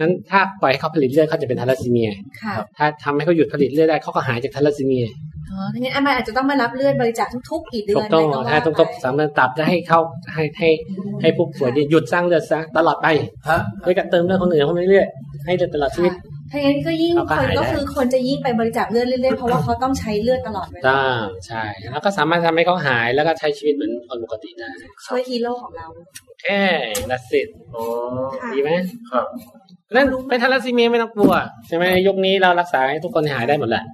Speaker 3: นั้นถ้าปล่อยให้เขาผลิตเลือดเขาจะเป็นทาลัสซีเมีย
Speaker 4: ค่ะ
Speaker 3: ถ้าทำให้เขาหยุดผลิตเลือดได้เขาก็หายจากทาลัสซีเมีย
Speaker 4: อ๋อทีนี้อันมันอาจจะต้องมารับเลือดบริจาคทุกๆกี่เดือ
Speaker 3: ถู
Speaker 4: น
Speaker 3: กต้อง
Speaker 4: ะไรก็ว่า
Speaker 3: ถ้าต้องครบ
Speaker 4: ไป
Speaker 3: สามเดือนตับแล้วให้เขาให้ให้ให้ผู้ป่วยเนี่ยหยุดสร้างเลือดซะตลอดไป
Speaker 5: ฮะ
Speaker 3: ด้วยการเติมเลือดคนอื่นเข้าไปเรื่อยๆให้เลือดตลอดชีวิต
Speaker 4: ค่ะถ้าอย่างนั้นก็ยิ่ง
Speaker 3: เราก็
Speaker 4: คน
Speaker 3: หาย
Speaker 4: ก็
Speaker 3: ได้
Speaker 4: คือคนจะยิ่งไปบริจาคเลือดเรื่อยๆเพราะว่าเขาต้องใช้เลือดตลอดเวลา
Speaker 3: ได้ใช่ แล้วก็สามารถทำให้เขาหายแล้วก็ใช้ชีวิตเหมือนคนปกติได้
Speaker 4: ช่วยฮีโร่ของเรา
Speaker 3: โอเคนัสสิต
Speaker 6: อ๋อ
Speaker 4: ค่ะ
Speaker 3: ดีไหม
Speaker 6: ครับ
Speaker 3: นั่นเป็นทาลัสซีเมียไม่ต้องกลัวใช่ไหมยุคนี้เรารักษาให้ทุกคนหายได้หมดแหละ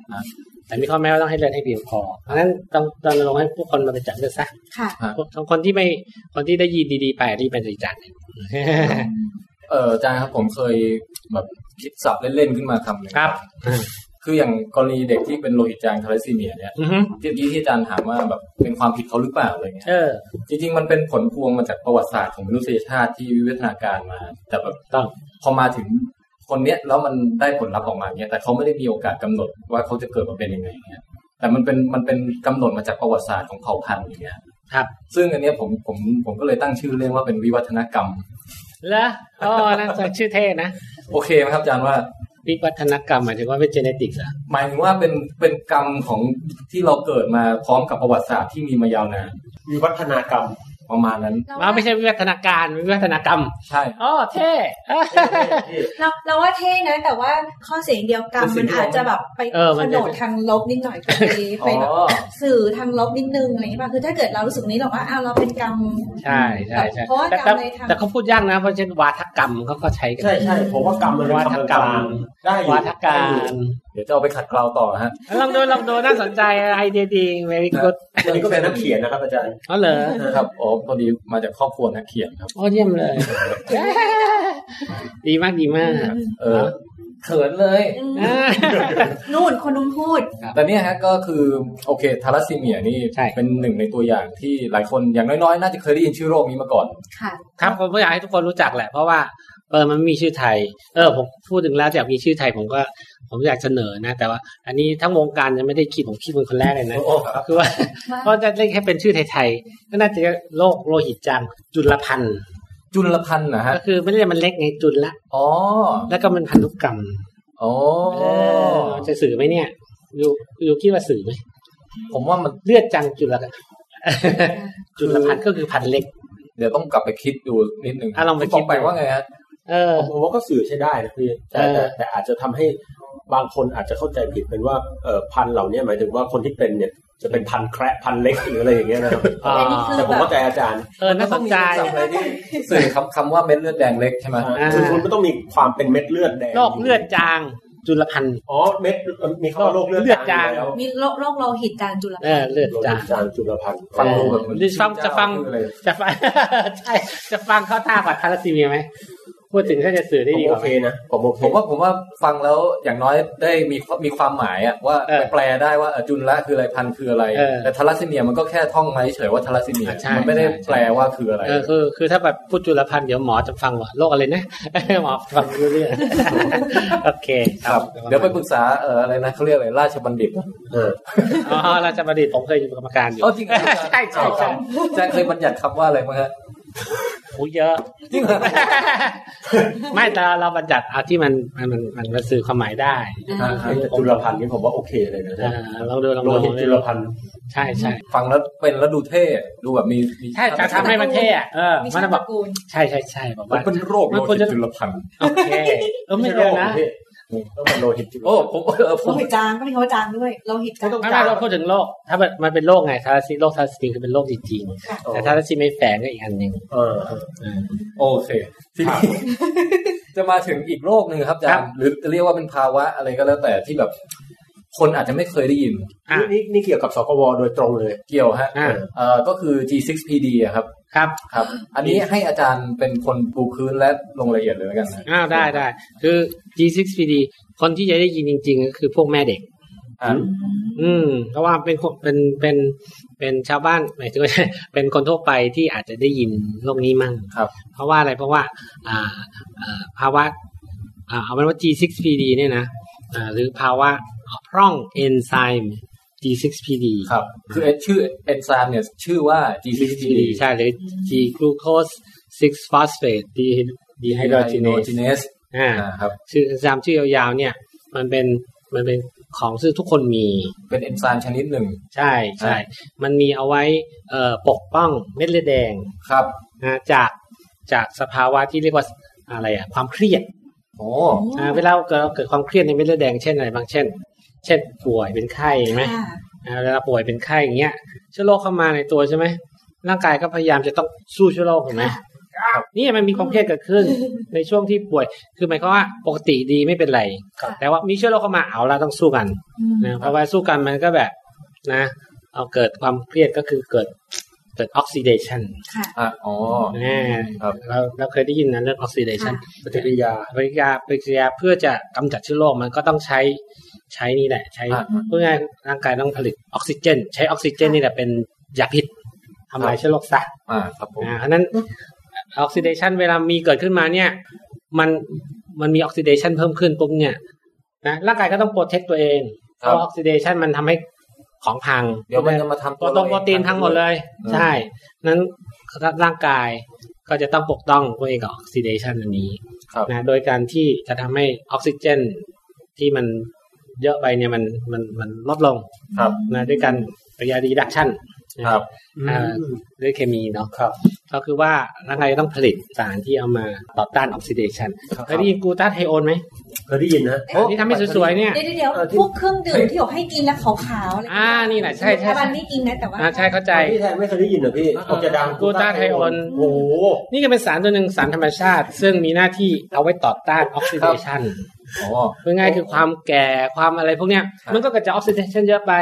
Speaker 3: แต่มีข้อแม้ว่าต้องให้เลือดให้เพียงพอเพราะฉะนั้นต้องต้องลงค์ให้ผู้คนมาไปจัดเลือดซะ
Speaker 4: ค่ะ
Speaker 3: ของคนที่ไม่คนที่ได้ยินดีๆไปรีบไปบริจาค
Speaker 5: เอออาจารย์ครับผมเคยแบบคิดสับเล่นๆขึ้นมาคำหนึ่ง
Speaker 3: ครับ
Speaker 5: คืออย่างกรณีเด็กที่เป็นโลหิตจางทาลัสซีเมียเนี่ย
Speaker 3: อือฮึ
Speaker 5: ที่เมื่อกี้ที่อาจารย์ถามว่าแบบเป็นความผิดเขาหรือเปล่าอะไรเงี้ย
Speaker 3: เออ
Speaker 5: จริงๆมันเป็นผลพวงมาจากประวัติศาสตร์ของมนุษยชาติที่วิวัฒนาการมา แต่แบบ
Speaker 3: ต้อง
Speaker 5: พอมาถึงคนเนี้ยแล้วมันได้ผลลัพธ์ออกมาเนี้ยแต่เขาไม่ได้มีโอกาสกำหนดว่าเขาจะเกิดมาเป็นยังไงเนี้ยแต่มันเป็นมันเป็นกำหนดมาจากประวัติศาสตร์ของเผ่าพันธุ์อย่างเงี้ย
Speaker 3: ครับ
Speaker 5: ซึ่งอันเนี้ยผมผมผมก็เลยตั้งชื่อเรื่องว่าเป็นวิวัฒนกรรม
Speaker 3: แล้วอ๋อนั่นชื่อเท่นะ
Speaker 5: โอเคไหมครับอาจารย์ว่า
Speaker 3: วิวัฒนกรรมหมายถึงว่าเป็นเจเนติกส์อะ
Speaker 5: หมายถึงว่าเป็นเป็นกรรมของที่เราเกิดมาพร้อมกับประวัติศาสตร์ที่มีมายาวนาน
Speaker 6: วิวัฒนากรรม
Speaker 5: ประมาณนั้น
Speaker 4: เรา
Speaker 3: อ๋อ
Speaker 4: ว่า
Speaker 3: ไม่ใช่วิวัฒนาการวิวัฒนากรรม
Speaker 5: ใช่
Speaker 3: อ๋อเท่อ่ะ
Speaker 4: เราเราว่าเท่นะ แต่ว่าข้อเสียอย่างเดียวกรรมมันอาจจะแบบไป
Speaker 3: เออมั
Speaker 4: ก
Speaker 3: น
Speaker 4: ระ
Speaker 3: จะ
Speaker 4: โดดทางลบนิดหน่อยก็ไปไป
Speaker 5: อ๋
Speaker 4: แบบ
Speaker 5: อ
Speaker 4: สื่อทางลบนิดนึงอะไรอย่างเงี้ยป่ะคือถ้าเกิดเรารู้สึกนี้เราว่าอ้าวเราเป็นกรรม
Speaker 3: ใช่ใช่ใช่
Speaker 4: เพราะว่า
Speaker 3: แต่
Speaker 4: กร
Speaker 3: แต่
Speaker 4: รมในทาง
Speaker 3: แต่เขาพูดยากนะเพราะเช่นวาทกรรมเขาก็ใช้กัน
Speaker 6: ใช่ใช่ผมว่ากรรมมันเป็นคำกลางๆได้อยู่
Speaker 3: วาทการ
Speaker 6: ได้อยู่
Speaker 5: เดี๋ยวจะเอาไปขัดเกลาต่อฮะ
Speaker 3: ลองดูลองดูน่าสนใจไอเดียดี very good
Speaker 6: อันนี้ก็เป็นนักเขียนนะครับอาจารย์
Speaker 3: อ๋อเหรอ
Speaker 5: นะครับอ๋อพอดีมาจากครอบครัวนักเขียนครับ
Speaker 3: อ๋อเยี่ยมเลย ดีมากดีมาก
Speaker 5: เออเขินเลย
Speaker 4: อืม
Speaker 3: อ่า
Speaker 4: นู่นคนนู้นพูด
Speaker 5: แต่เนี่ยฮะก็คือโอเคทาลัสซีเมียนี่
Speaker 3: ใช่
Speaker 5: เป็นหนึ่งในตัวอย่างที่หลายคนอย่างน้อยๆ น่าจะเคยได้ยินชื่อโรคนี้มาก่อน
Speaker 4: ค่ะ
Speaker 3: ครับผมก็อยากให้ทุกคนรู้จักแหละ เพราะว่าเออมันไม่มีชื่อไทย เออผมพูดถึงแล้วอยากมีชื่อไทยผมก็ผมอยากเสนอนะ แต่ว่า อันนี้ทั้งวงการยังไม่ได้คิดผมคิดเป็นคนแรกเลยนะ
Speaker 5: โอ้ครับ
Speaker 3: คือว่าก็จะเรียกให้เป็นชื่อไทยๆก็น่าจะโรคโลหิตจางจุลพันธ์
Speaker 5: จุลพันธ์นะฮะ
Speaker 3: ก็คือไม่ได้มันเล็กไงจุลละ
Speaker 5: อ๋อ
Speaker 3: แล้วก็มันพันธุกรรม
Speaker 5: อ๋อ
Speaker 3: เออจะสื่อไหมเนี่ยอยู่อยู่คิดว่าสื่อไหม
Speaker 5: ผมว่ามัน
Speaker 3: เลือดจังจุลจุลพันธ์ก็คือพันธุ์เล็ก
Speaker 5: เดี๋ยวต้องกลับไปคิดดูนิดหนึ่ง
Speaker 3: อ่ะลองไป
Speaker 5: คุณบก
Speaker 3: คิด
Speaker 5: ไปว่าไงฮะ
Speaker 3: เออ
Speaker 6: ผมว่าก็สื่อใช้ได้นะพี่แต่
Speaker 3: เออ
Speaker 6: แต่แต่อาจจะทำให้บางคนอาจจะเข้าใจผิดเป็นว่าเอ่อพันธุ์เหล่าเนี้ยหมายถึงว่าคนที่เป็นเนี่ยจะเป็นพันธุ์แคระพันธุ์เล็กหรืออะไรอย่างเงี้ยนะครับ
Speaker 3: อ่า
Speaker 6: แต่ผมเข้าใจอาจารย์
Speaker 3: เออน่าสนใจ
Speaker 5: มัต้องมีคำศัพท์อะไรที่สื่อคำคำว่าเม็ดเลือดแดงเล็กใช่ไหม
Speaker 6: นะฮะ
Speaker 3: อ่า
Speaker 6: คือคุณก็ต้องมีความเป็นเม็ดเลือดแดง
Speaker 3: โรคเลือดจางจุลพันธ์
Speaker 6: อ๋อเม็ดมีคำว่าโรคเลือด
Speaker 3: เลือดจาง
Speaker 6: อยู่แล้ว
Speaker 4: มีโรคโรคโลหิตจางจุล
Speaker 3: เออเลือด
Speaker 6: โรคเลื
Speaker 3: จา
Speaker 6: อง ดจางจุลพันธ์
Speaker 5: ฟังดูแบบเหมือน
Speaker 3: จะฟังจะฟัง
Speaker 5: ชื่ออะไร
Speaker 3: จะฟัง ใช่จะฟังเข้าท่ากว่าทาราซีเมียไหมพูดถึงถ้าจะสื่อ
Speaker 6: ผ
Speaker 3: ได้
Speaker 6: ม
Speaker 3: ดีก
Speaker 6: โอ
Speaker 3: ว่าไห
Speaker 6: เค
Speaker 3: ม
Speaker 6: นะผมโอเค
Speaker 5: ผมว่าผมว่าฟังแล้วอย่างน้อยได้มีมีความหมายอะว่า
Speaker 3: เออ
Speaker 5: แปลได้ว่าเอ่อจุลละคืออะไรพันธ์คืออะไร
Speaker 3: เออ
Speaker 5: แต่ทาลัสซีเมียมันก็แค่ท่องมาเฉยๆว่าทาลัสซีเมีย
Speaker 3: อ่ะใช่
Speaker 5: มันไม่ได้
Speaker 3: ใช่ใช่
Speaker 5: แปลว่าคืออะไร
Speaker 3: เออคือคือถ้าแบบพูดจุลพันธ์เดี๋ยวหมอจะฟังว่าโรคอะไรนะ หมอฟังไม่รู้เรื่อง โอเค
Speaker 5: ครับเดี๋ยวไปปรึกษาเอ่ออะไรนะเขาเรียกอะไรราชบัณฑิตเหรอ
Speaker 6: เออ
Speaker 3: อ๋อราชบัณฑิตผมเคยอยู่กรรมการอยู่
Speaker 5: อ๋อจริงเหรอ
Speaker 3: ใช่ใช่ใช่
Speaker 5: อาจารย์เคยบัญญัติคำว่าอะไรมั้งฮะ
Speaker 3: โอ้เยอะ
Speaker 5: จริงเหรอ
Speaker 3: ไม่แต่เราบัญญัติเอาที่มันมันมันมันมันสื่อความหมายได้
Speaker 5: อ่า
Speaker 6: ไอ้จุลพันธ์นี่ผมว่าโอเคเลยนะ
Speaker 3: เออลองดูลอง
Speaker 6: โร
Speaker 3: ดู
Speaker 6: คจุลพันธ์
Speaker 3: ใช่ใช่
Speaker 5: ฟังแล้วเป็นแล้วดูเท่ดูแบบมีมี
Speaker 3: ใช่จะทำให้มันเท่อะเออ
Speaker 4: มี
Speaker 3: มัน
Speaker 4: ชา
Speaker 3: จะบ
Speaker 4: ติต
Speaker 3: อก
Speaker 4: ระกูล
Speaker 3: ใช่ใช่ใช่บอก
Speaker 5: มัน
Speaker 3: ว่า
Speaker 5: เป็นโรค
Speaker 3: มัน
Speaker 5: โร
Speaker 3: ควร
Speaker 5: ค
Speaker 3: จะ
Speaker 5: จุลพันธ์
Speaker 3: โอเคเออไม่เร็วนะ
Speaker 6: ต้องเป็นโลหิตจุล
Speaker 5: โอ้ผมเออผ
Speaker 4: โล
Speaker 5: ม
Speaker 4: หิตจางก็เป็นเขาจางด้วยโลหิตจาง
Speaker 3: ไม่ไม่เราพูดถึงโรคถ้ามันมันเป็นโรคไงทาราซีโรคทาราซีคือเป็นโรคจริงๆแต่ทาราซีไม่แฝงก็อีกอันหนึ่ง
Speaker 6: เออ
Speaker 3: เออ
Speaker 5: โอเคทีนี้จะมาถึงอีกโรคหนึ่งครับอาจาร
Speaker 3: ครั
Speaker 5: ย์
Speaker 3: บ
Speaker 5: หรือจะเรียกว่าเป็นภาวะอะไรก็แล้วแต่ที่แบบ คนอาจจะไม่เคยได้ยิน
Speaker 3: อ่ะ
Speaker 6: นี่นี่นี่เกี่ยวกับสกวโดยตรงเลย
Speaker 5: เกี่ยวฮะ
Speaker 3: อ่า
Speaker 5: เอ่อก็คือ G6PD อะครับ
Speaker 3: ครับ
Speaker 5: ครับ อันนี้ให้อาจารย์เป็นคนปูพื้นและลงรายละเอียดเลยแล้วกันนะ
Speaker 3: อ้าวได้ได้คือ G6PD คนที่จะได้ยินจริง ๆ ก็คือพวกแม่เด็ก
Speaker 5: อ่า
Speaker 3: อืมเพราะว่าเป็นคนเป็นเป็นเป็นชาวบ้านหมายถึง ว่า เป็นคนทั่วไปที่อาจจะได้ยินโรคนี้มั่ง
Speaker 5: ครับ
Speaker 3: เพราะว่าอะไรเพราะว่า อ่าอ่าภาวะอ่าเอาเป็นว่า G6PD เนี่ยนะอ่าหรือภาวะพร่องเอนไซม์ G6PD
Speaker 5: ครับ คือชื่อเอนไซม์เนี่ยชื่อว่า G6PD
Speaker 3: ใช่หรือ G glucose 6 phosphate d e h y d r o g e n a s e
Speaker 5: dehydrogenase
Speaker 3: อ่า
Speaker 5: อ่าครับ
Speaker 3: ชื่อเอนไซม์ชื่อยาวๆเนี่ย มันเป็นมันเป็นของซึ่งทุกคนมี
Speaker 5: เป็นเอนไซม์ชนิดหนึ่ง
Speaker 3: ใช่ใช่
Speaker 5: อ่า
Speaker 3: มันมีเอาไว้เอ่อปกป้องเม็ดเลือดแดง
Speaker 5: ครับ
Speaker 3: นะจากจากสภาวะที่เรียกว่าอะไรอะความเครียด
Speaker 5: โอ้
Speaker 3: อ่าเวลาเกิดเกิดความเครียดในเม็ดเลือดแดงเช่นอะไรบางเช่น เช่นป่วยเป็นไข้ใช่ไหม
Speaker 4: ค่ะ
Speaker 3: อ่าเวลาป่วยเป็นไข้อย่างเงี้ยเชื้อโรคเข้ามาในตัวใช่ไหมร่างกายก็พยายามจะต้องสู้เชื้อโรคเห็นไหมนี่มันมีความเครียดเกิด ขึ้น ในช่วงที่ป่วยคือหมายความว่าปกติดีไม่เป็นไร
Speaker 4: ครับ
Speaker 3: แต่ว่ามีเชื้อโรคเข้ามาเอาละต้องสู้กัน
Speaker 4: อืม
Speaker 3: นะเพราะว่าสู้กันมันก็แบบนะ เอาเกิดความเครียดก็คือเกิดเกิดออกซิเดชัน
Speaker 4: ค่ะ
Speaker 5: อ่ะอ๋อ
Speaker 3: นะครับ เราเราเคยได้ยินนะเรื่องออกซิเดชัน
Speaker 4: ค่ะ
Speaker 6: ปฏิกิริยา
Speaker 3: ปฏิกิริยาปฏิกิริยาเพื่อจะกำจัดเชื้อโรคมันก็ต้องใช้ใช้นี่แหละ ใช้
Speaker 5: อ่ะ
Speaker 3: เพื่อให้ร่างกายต้องผลิตออกซิเจน ใช้ออกซิเจนนี่แหละเป็นยาพิษทำลายเชื้อโรคซะ
Speaker 5: อ่าครับผม
Speaker 3: นะเพราะฉะนั้นออกซิเดชันเวลามีเกิดขึ้นมาเนี่ย มันมันมีออกซิเดชันเพิ่มขึ้นปุ๊บเนี่ยนะร่างกายก็ต้องโปรเทคตัวเองเพราะออกซิเดชันมันทำให้ของพัง
Speaker 5: เดี๋ยวมันจะมาทำ
Speaker 3: ตัวตรงโปรตีนทั้งหมดเลย
Speaker 5: อืม
Speaker 3: ใช่ นั้นร่างกายก็จะต้องปกต้องตัวเองกับออกซิเดชันอันนี้
Speaker 5: ครับ
Speaker 3: นะโดยการที่จะทำให้ออกซิเจนที่มันเยอะไปเนี่ยมันมันมันลดลง
Speaker 5: ครับ
Speaker 3: นะด้วยการปฏิกิริยาดีดักชัน
Speaker 5: ครับ
Speaker 3: ด้วยเคมีเนาะครับ ก็คือว่าร่างกายจะต้องผลิตสารที่เอามาต่อต้านออกซิเดชันเคยได้ยินกลูตาไทโอนไหม
Speaker 6: เคยได้ยินนะ
Speaker 3: อันที่ทำให้สวยๆเนี่ย
Speaker 4: เดี๋ยวเดี๋ยว
Speaker 6: เออที่
Speaker 4: พวกเครื่องดื่มที่บอกให้กินแล้วขาวๆอะไร
Speaker 3: อ่านี่แหละใช่ใช่
Speaker 4: รัฐบาลไม่กินนะแต่ว่า
Speaker 3: อ่าใช่เข้าใจ
Speaker 6: พี่แทนไม่เคยได้ยินเหรอพี่เขาจะดัง
Speaker 3: กูต้าไทยออน
Speaker 6: โอ้โห
Speaker 3: นี่ก็เป็นสารตัวหนึ่งสารธรรมชาติ ซึ่งมีหน้าที่เอาไว้ต่อต้านออกซิเดชัน
Speaker 5: อ๋อ
Speaker 3: พูดง่ายๆคือความแก่ความอะไรพวกเนี้ย
Speaker 5: ครับ
Speaker 3: มันก็เกิดจากออกซิเดชันเยอะไป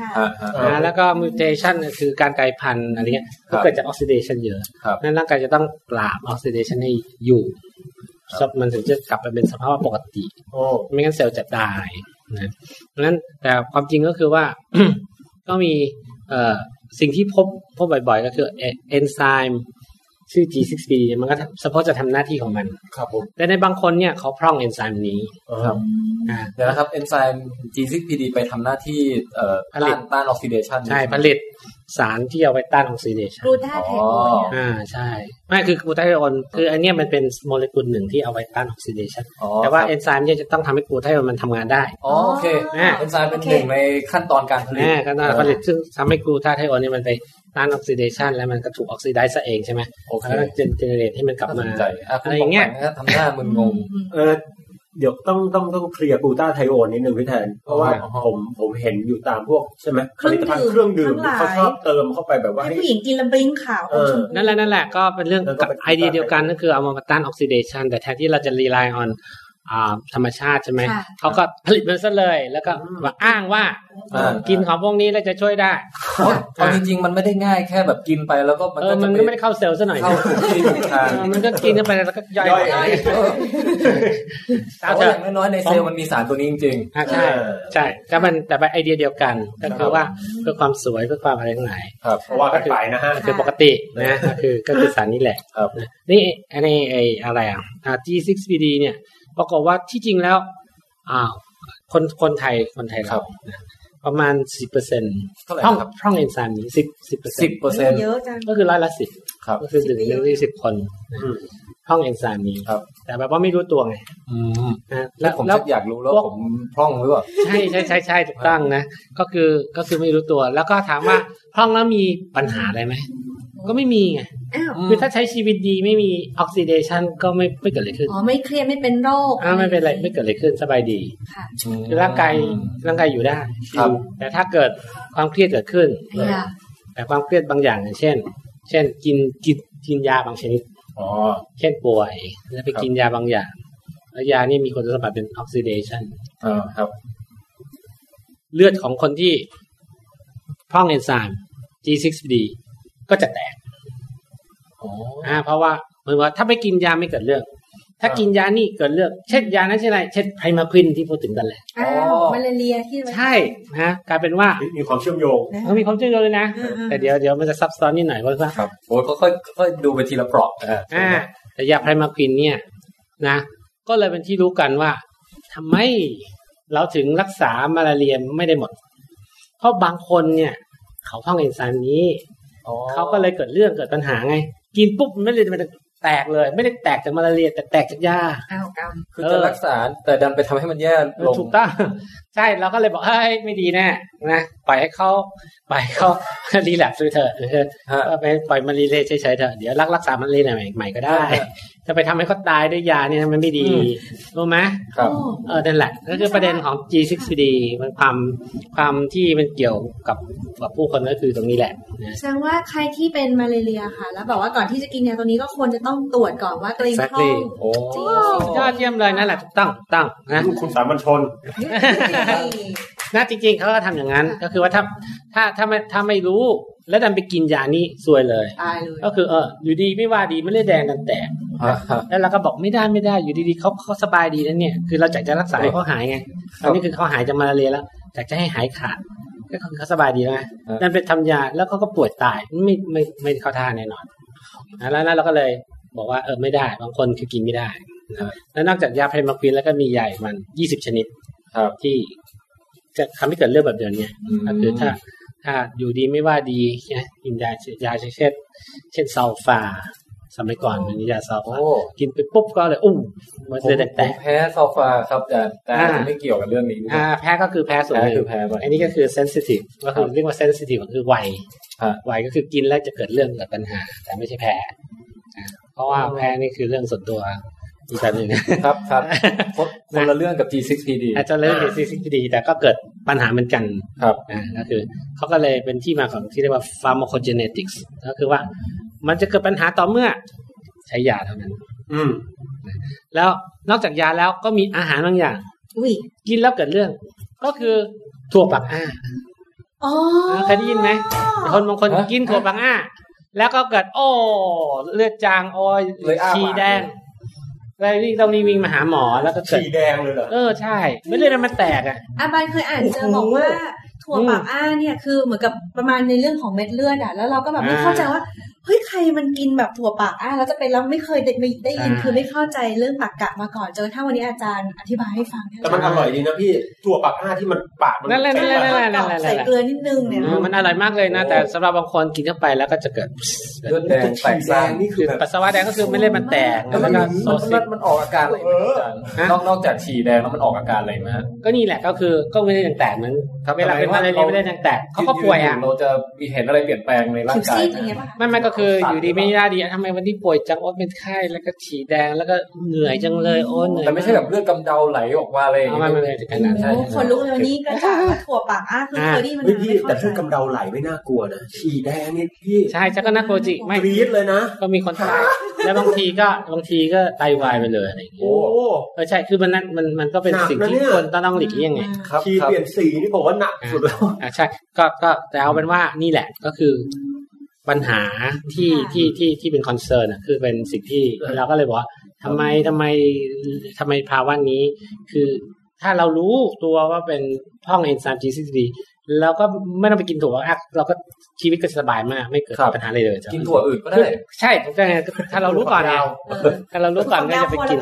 Speaker 4: ค่ะ
Speaker 5: อ่าอ่า
Speaker 3: นะแล้วก็มิวเทชันคือการกลายพันธุ์อะไรเงี้ย
Speaker 5: ครั
Speaker 3: ก็
Speaker 5: บ
Speaker 3: เกิดจากออกซิเดชันเยอะ
Speaker 5: ครับ
Speaker 3: นั้นร่างกายจะต้องปราบออกซิเดชันให้อยู่มันถึงจะกลับไปเป็นสภาพปกติ
Speaker 6: โอ้
Speaker 3: ไม่งั้นเซลล์จะตายนะเพราะฉะนั้นแต่ความจริงก็คือว่า ก็มีเอ่อสิ่งที่พบพบบ่อยๆ ก็คือเอนไซม์ชื่อ G6PD เนี่ยมันก็เฉพาะจะทำหน้าที่ของมัน
Speaker 5: ครับผม
Speaker 3: แต่ในบางคนเนี่ยเขาพร่องเอนไซม์นี้
Speaker 5: ครับ
Speaker 3: อ่า
Speaker 5: เดี๋ยวนะครับเอนไซม์ G6PD ไปทำหน้าที่เอ่อ
Speaker 3: ผลิต
Speaker 5: ต้านต้านออกซิเดชัน
Speaker 3: ใช่ผลิตสารที่เอาไว้ต้านออกซิเดชั
Speaker 4: ก
Speaker 3: น
Speaker 4: ลูต้าไทโอนเนี่ย
Speaker 3: อ่าใช่ไม่คือกลูตาไทโอนคืออันเนี้ยมันเป็นโมเลกุลหนึ่งที่เอาไว้ต้านออกซิเดชัน
Speaker 5: อ๋อ
Speaker 3: แต่
Speaker 5: ค
Speaker 3: ว่า
Speaker 5: รับ
Speaker 3: เอนไซม์เนี่ยจะต้องทำให้กลูตาไทโอนมันทำงานได้
Speaker 5: อ๋อโอเคเอนไซม์เป็นหนึ่งในขั้นตอนการผลิต
Speaker 3: แน่ก็ต้องผลิตซึ่งทำให้กลูตาไทโอนเนี่ยมันไปต้านออกซิเดชันแล้วมันก็ถูกออกซิไดซ์ซะเองใช่ไหม
Speaker 5: โอเค
Speaker 3: แล้วก็เจเนเรตให้มันกลับมา
Speaker 5: น่สนใจอ่ะคุณ
Speaker 3: อะไรอย่างเงี้ย
Speaker 5: ปนะทำหน้ามึนงง
Speaker 6: เออเดี๋ยวต้องต้องต้องเคลียร์กูต้าไทโอนนิดนึงพี่แทน เพราะว่า
Speaker 5: อ๋อ
Speaker 6: ผมผมเห็นอยู่ตามพวกใช่ไหมผลิตภัณฑ์เครื่องดื่มที่เขาชอบเติมเข้าไปแบบว่า
Speaker 4: ให้
Speaker 6: ให้
Speaker 4: ผู้หญิงกินและบลิ้งขาว
Speaker 6: เออ
Speaker 4: ชมพู
Speaker 3: นั่นแหละนั่นแหละก็เป็นเรื่อง
Speaker 6: แล้วก็เป็น
Speaker 3: ไอเดียเดียวกันก็คือเอามาต้านออกซิเดชันแต่แทนที่เราจะรีไลออนธรรมชาติใช่ไหม
Speaker 4: ค่ะ
Speaker 3: เขาก็ผลิตมันซะเลย แล้วก็มาอ้างว่า
Speaker 5: อ่า
Speaker 3: กินของพวกนี้แล้วจะช่วยได้
Speaker 5: เพราะเอาจริงๆ มันไม่ได้ง่ายแค่แบบกินไปแล้วก็มัน
Speaker 3: เอ
Speaker 5: ก็
Speaker 3: อ
Speaker 5: จะ
Speaker 3: มันก็ไม่ได้เข้าเซลล์ซะหน่อย
Speaker 5: เข้า
Speaker 3: นะ
Speaker 5: ถูกที่ถูกทาง
Speaker 3: เออมันก็กินเข้าไปแล้วก็ย่อย
Speaker 6: ย่อย
Speaker 3: ไป
Speaker 5: เออแต่
Speaker 3: เอา
Speaker 5: ว่า
Speaker 3: เถ
Speaker 5: อ
Speaker 3: อะ
Speaker 5: ย่างน้อยๆในเซลล์มันมีสารตัวนี้จริง
Speaker 3: อ่ะใช่
Speaker 6: เออ
Speaker 3: ใช่แต่มันแต่เป็นไอเดียเดียวกัน ก็คือว่าเพื่อความสวยเพื่อความอะไรทั้งหลาย
Speaker 5: ๆ ครับ
Speaker 6: เพราะว่ากันไปนะฮะ
Speaker 3: คือปกตินะก็คือก็คือสารนี้แหละ
Speaker 5: ครับ
Speaker 3: นะนี่อันนี้ไออะไรอ่ะอ่า G6PD เนี่ยปรากฏว่าที่จริงแล้วอ่าคนคนไทยคนไทยเรานะประมาณ 10%
Speaker 5: เท่าไหร่
Speaker 3: พร่อง
Speaker 5: ครับ
Speaker 3: พร่องเอนไซม์นี้10 10%
Speaker 5: สิบเปอร์เซ็นต์
Speaker 4: เยอะจัง
Speaker 3: ก็คือร้อยละสิบ
Speaker 5: ครับ
Speaker 3: ก็คือถึงหนึ่งในสิบคนนะ
Speaker 6: อืม
Speaker 3: พร่องเอนไซม์นี้
Speaker 5: ครับ
Speaker 3: แต่แบบว่าไม่รู้ตัวไง
Speaker 5: อืม
Speaker 3: นะ
Speaker 5: แล้
Speaker 3: แล้ว ว
Speaker 5: ผม
Speaker 3: แล้ว
Speaker 5: ชักอยากรู้แล้ว
Speaker 3: พวก
Speaker 5: ผมพร่องหรือเปล่า
Speaker 3: ใช่ใช่ใช่ใช่ถูกต้องนะ ก็คือก็คือไม่รู้ตัว แล้วก็ถามว่าพร่องแล้วมีปัญหาอะไรไหมก็ไม่มีไง
Speaker 4: อ้าว
Speaker 3: คือถ้าใช้ชีวิตดีไม่มีออกซิเดชันก็ไม่ไม่เกิดอะไรขึ้น
Speaker 4: อ๋อ ไม่เครียดไม่เป็นโรค
Speaker 3: อ่าไม่เป็นไรไม่เกิดอะไรขึ้นสบายดี
Speaker 4: ค่ะ
Speaker 3: คือร่างกายร่างกายอยู่ได้
Speaker 5: ครับ
Speaker 3: แต่ถ้าเกิดความเครียดเกิดขึ้น
Speaker 4: ค่ะ
Speaker 3: แต่ความเครียดบางอย่างอย่างเช่น เช่นกินกินกินยาบางชนิด
Speaker 5: อ๋อ
Speaker 3: เช่นป่วยแล้วไป
Speaker 5: ครับ
Speaker 3: กินยาบางอย่างแล้วยานี่มีคุณสมบัติเป็นออกซิเดชัน
Speaker 5: เออครับ
Speaker 3: เลือดของคนที่พร่องเอนไซม์ G6PD ก็จะแตก
Speaker 5: อ๋อ
Speaker 3: อ่าเพราะว่าเหมือนว่าถ้าไม่กินยาไม่เกิดเรื่อง ถ้า
Speaker 5: อ่ากิ
Speaker 3: กินยานี่เกิดเรื่องเช่นยานั้นเช่นอะไรเช่นไพรมาควินที่พูดถึงกันแหละ
Speaker 4: อ้าวมาลาเรียที่มัน
Speaker 3: ใช่นะกลายเป็นว่า
Speaker 6: มีความเชื่อมโยง
Speaker 3: เขามีความเชื่อมโยงเลยนะ
Speaker 4: อืม
Speaker 3: แต่เดี๋ยวเดี๋ยวมันจะซับซ้อนนิดหน่อยเพราะว่า
Speaker 5: ครับโอ้ยค่อยๆค่อยๆดูไปทีละเปราะอ่า
Speaker 3: อ่าแต่ยาไพรมาควินเนี่ยนะ ก็เลยเป็นที่รู้กันว่าทำไมเราถึงรักษามาลาเรียไม่ได้หมด เพราะบางคนเนี่ย เขาท่องเอนไซม์นี้
Speaker 5: อ๋อ
Speaker 3: เขาก็เลยเกิดเรื่องเกิดปัญหาไง กินปุ๊บมันไม่เลยมัน แตกเลย ไม่ได้แตกจากมาลาเรียแต่แตกจากยา
Speaker 4: อ้าวกรรม
Speaker 5: คือจะรักษาแต่ดันไปทำให้มันแย่ลง
Speaker 3: ถูกต้อง ใช่เราก็เลยบอกเฮ้ยไม่ดีแน่นะปล่อยให้เขาปล่อยให้เขา รีแลปซ์ด้วยเถอะเออ
Speaker 5: ฮะ
Speaker 3: ก็ไปปล่อยมันรีเลย์เฉยๆเถอะเดี๋ยวรักรักษามันรีเลย์ใหม่ๆก็ได้ จะไปทำให้เขาตายด้วยยาเนี่ยมันไม่ดี
Speaker 5: อืม
Speaker 3: รู้ไหม
Speaker 5: ครับ
Speaker 4: โอ้
Speaker 3: เออนั่นแหละก็คือประเด็นของ G6PD มันความความที่มันเกี่ยวกับกับผู้คนก็คือตรงนี้แหละนะ
Speaker 4: แสดงว่าใครที่เป็นมาเลเรียค่ะ แล้วแบบว่าก่อนที่จะกินยาตัวนี้ก็ควรจะต้องตรวจก่อนว่าตัวเองคล่อง
Speaker 5: โอ้
Speaker 4: จริง
Speaker 3: ยอดเยี่ยมเลยนั่นแหละถูกต้องถูกต้องนะ
Speaker 6: ลูกคุณสามัญชน
Speaker 3: นะจริงๆเขาก็ทำอย่างนั้น ก็คือว่าถ้าถ้าถ้าไม่ถ้าไม่รู้ แล้วดันไปกินยานี้ซวยเลย
Speaker 4: ตายเลย
Speaker 3: ก็คือเอออยู่ดีไม่ว่าดีไม่ได้แดงดันแตกแล้วเราก็บอกไม่ได้ไม่ได้อยู่ดีๆเขาเขาสบายดีนะเนี่ยคือเราอยากจะรักษาให้เขาหายไง
Speaker 5: ค
Speaker 3: ต
Speaker 5: รั
Speaker 3: อบ นนี้คือเขาหายจากมาลาเรียแล้วอยากจะให้หายขาดก็คือเขาสบายดีแล้วไง
Speaker 5: ครับ
Speaker 3: นั่นไปทำยาแล้วเขาก็ป่วยตายไม่ไม่ไม่เข้าท่าแน่นอนนะแล้วแล้วเราก็เลยบอกว่าเออไม่ได้ บางคนคือกินไม่ได้นะแล้วนอกจากยาเพนมาควินแล้วก็มียาอีกมันยี่สิบชนิด
Speaker 5: ครับ
Speaker 3: ที่จะทำให้เกิดเรื่องแบบเดียวเนี้
Speaker 5: อืม
Speaker 3: ก็คือถ้าถ้าอยู่ดีไม่ว่าดีนะกินยาเช่นยาเช่นเช่นเช่นซัลฟาสมัยก่อนมันมียาซัลฟา
Speaker 5: โอ้
Speaker 3: กินไปปุ๊บก็เลยอู้มัน
Speaker 5: ผม
Speaker 3: เลยแต
Speaker 5: ผม
Speaker 3: ก
Speaker 5: แพ้ซอฟาครับแต่แต่
Speaker 3: อ่า
Speaker 5: ไม่เกี่ยวกับเรื่องนี้ด้วย
Speaker 3: ๆอ่าแพ้ก็คือแพ้ส่วนห
Speaker 5: แพ้
Speaker 3: นึ่ง
Speaker 5: คือแพ้ไป
Speaker 3: อันนี้ก็คือเซนซิทีฟก็คือเรียกว่าเซนซิทีฟก็คือไว
Speaker 5: ฮะ
Speaker 3: ไวก็คือกินแล้วจะเกิดเรื่องเกิดปัญหา แต่ไม่ใช่แพ้อ่าเพราะว่าแพ้นี่คือเรื่องส่วนตัวอีกแบบหนึ่งนะ
Speaker 5: ครับครับคนคนละเรื่องกับ G6PD
Speaker 3: อาจจะเลิกเอซีซิกดีแต่ก็เกิดปัญหาเหมือนกัน
Speaker 5: ครับ
Speaker 3: อ่าก็คือเขาก็เลยเป็นที่มาของที่เรียกว่า pharmacogenetics ก็คือว่ามันจะเกิดปัญหาต่อเมื่อ ใช้ยาเท่านั้น
Speaker 6: อืม
Speaker 3: แล้วนอกจากยาแล้วก็มีอาหารบางอย่าง
Speaker 4: อุ้ย
Speaker 3: กินแล้วเกิดเรื่อง ก็คือถั่วปักอ้า
Speaker 4: อ๋อ
Speaker 3: อ่าเคยได้ยินไหมคนบางคน
Speaker 5: ฮะ
Speaker 3: กินถั่วปักอ้า แล้วก็เกิด โอ้ เลือดจางโอ้ย
Speaker 5: เลยอ้าปาก
Speaker 3: ฉี่แดงเลยนี่ต้องรีวิ่งมาหาหมอแล้วก็เกิด
Speaker 6: สีแดงเลยเหรอ
Speaker 3: เออใช่ ไม่เลือดมันแตกอ่ะ
Speaker 4: อาบานเคยอ่านเจอบอกว่าถั่วปากอ้าเนี่ยคือเหมือนกับประมาณในเรื่องของเม็ดเลือดอ่ะแล้วเราก็แบบไม่เข้าใจว่าเฮ้ยใครมันกินแบบถั่วปากอ้าแล้วจะเป็นแล้วไม่เคยได้ไม่ได้ยินคือไม่เข้าใจเรื่องปากกะมาก่อนจนถ้าวันนี้อาจารย์อธิบายให้ฟังเนี่ย
Speaker 6: แต่มันอร่อยดีนะพี่ถั่วปักหน้าที่มันปากมั
Speaker 3: นั่นแหละนั่นแหละนั่นแหละ
Speaker 4: ใส่เกลือนิดนึงเนี่ย
Speaker 3: เออมันอร่อยมากเลยนะ แต่สำหรับบางคนกินเข้าไปแล้วก็จะเกิด
Speaker 5: เลือดแดงแตก
Speaker 6: แด
Speaker 5: ซ่าง น
Speaker 6: นี่คื
Speaker 3: คือ อ
Speaker 6: แบบ
Speaker 3: ปัสสาวะแดงก็คือไม่เล่นมันแตก
Speaker 5: แล้ว
Speaker 3: แล้
Speaker 5: มันมั
Speaker 3: วก็
Speaker 5: น
Speaker 3: โซ
Speaker 5: มัน
Speaker 3: ซิส
Speaker 5: มันออกอาการอะไรไหมอาจารย์
Speaker 3: ฮะ
Speaker 5: นอกนอกจากฉี่แดงแล้วมันออกอาการอะไรไหมฮะ
Speaker 3: ก็นี่แหละก็คือก็ไม่ได้ยังแตกเหมือน
Speaker 5: ครับ
Speaker 3: เวลาเป็น
Speaker 5: หมาม
Speaker 3: าย เล
Speaker 5: ถึง
Speaker 3: ย
Speaker 5: ว่า
Speaker 3: ไม่ได้ยังแตกเขาก็ป่วยอ่ะ
Speaker 5: เราจะมีเห็นอะไรเปลี่ยนแปลงในร่างกาย
Speaker 4: คิวซีด
Speaker 5: ไหม
Speaker 4: อย่างเงี้ยป่ะคะ
Speaker 3: ไม่ไม่ก็คืออยู่ดีไม่ได้ดีทำไมวันนี้ป่วยจังโอ๊ตเป็นไข้แล้วก็ฉี่แดงแล้วก็เหนื่อยจังเลยโอ๊ตเหนื่อย
Speaker 5: แต่ไม่ใช่แบบเลือดกำเดาไหลออกมาเลย
Speaker 3: เอาไม่ไม่ไม่ถึงขนาด
Speaker 4: โอ้
Speaker 3: นั้น
Speaker 4: โหคนลุกเลยวันนี้กระจาว่าถั่วปากอ้าคือ
Speaker 3: อ่า
Speaker 4: เคยได้ยินมัน
Speaker 6: เฮ้ยพี่
Speaker 4: ไม่เข้า
Speaker 6: แต่
Speaker 4: ใจ
Speaker 6: พูดกำเดาไหลไม่น่ากลัวนะฉี่แดงนี่พี่
Speaker 3: ใช่ฉันก็น่ากลัวจริงไม่
Speaker 6: กรี๊ดเลยนะ
Speaker 3: ก็มีคนตา ยแล้วบางทีก็บางทีก็ไตวายไปเลยอะไรอย่างเงี้
Speaker 6: โอ้
Speaker 3: ยเออใช่คือมันนั่นมันมันก็เป็น
Speaker 6: หนักนะ
Speaker 3: สิ่งที่
Speaker 6: เนี่ย
Speaker 3: คนต้องหลีกเลี่ยงไง
Speaker 5: ครับ
Speaker 6: ฉี่
Speaker 5: ครับ
Speaker 6: เปลี่ยนสีนี่ผมว่าหนักสุดแล้ว
Speaker 3: อ่าใช่ก็ก็แต่เอาเป็นว่านี่แหละก็คือปัญหาที่ที่ที่ที่เป็นคอนเซิร์นอ่ะคือเป็นสิ่งที่เราก็เลยบอกว่าทำไมทำไมทำไมภาวะนี้ คือถ้าเรารู้ตัวว่าเป็นห้องเอนไซม์จีซีดีเราก็ไม่ต้องไปกินถั่วอักเราก็ชีวิตก็สบายมากไม่เกิด
Speaker 5: ครับ
Speaker 3: ปัญหาอะไรเลยจ้ะ
Speaker 5: กินถั่วอื่นก็ได้
Speaker 3: ใช่ถูกต้องไงก็คือถ้าเรารู้ก่อนไงถ้าเรารู้ก่อนก็จะไปกิน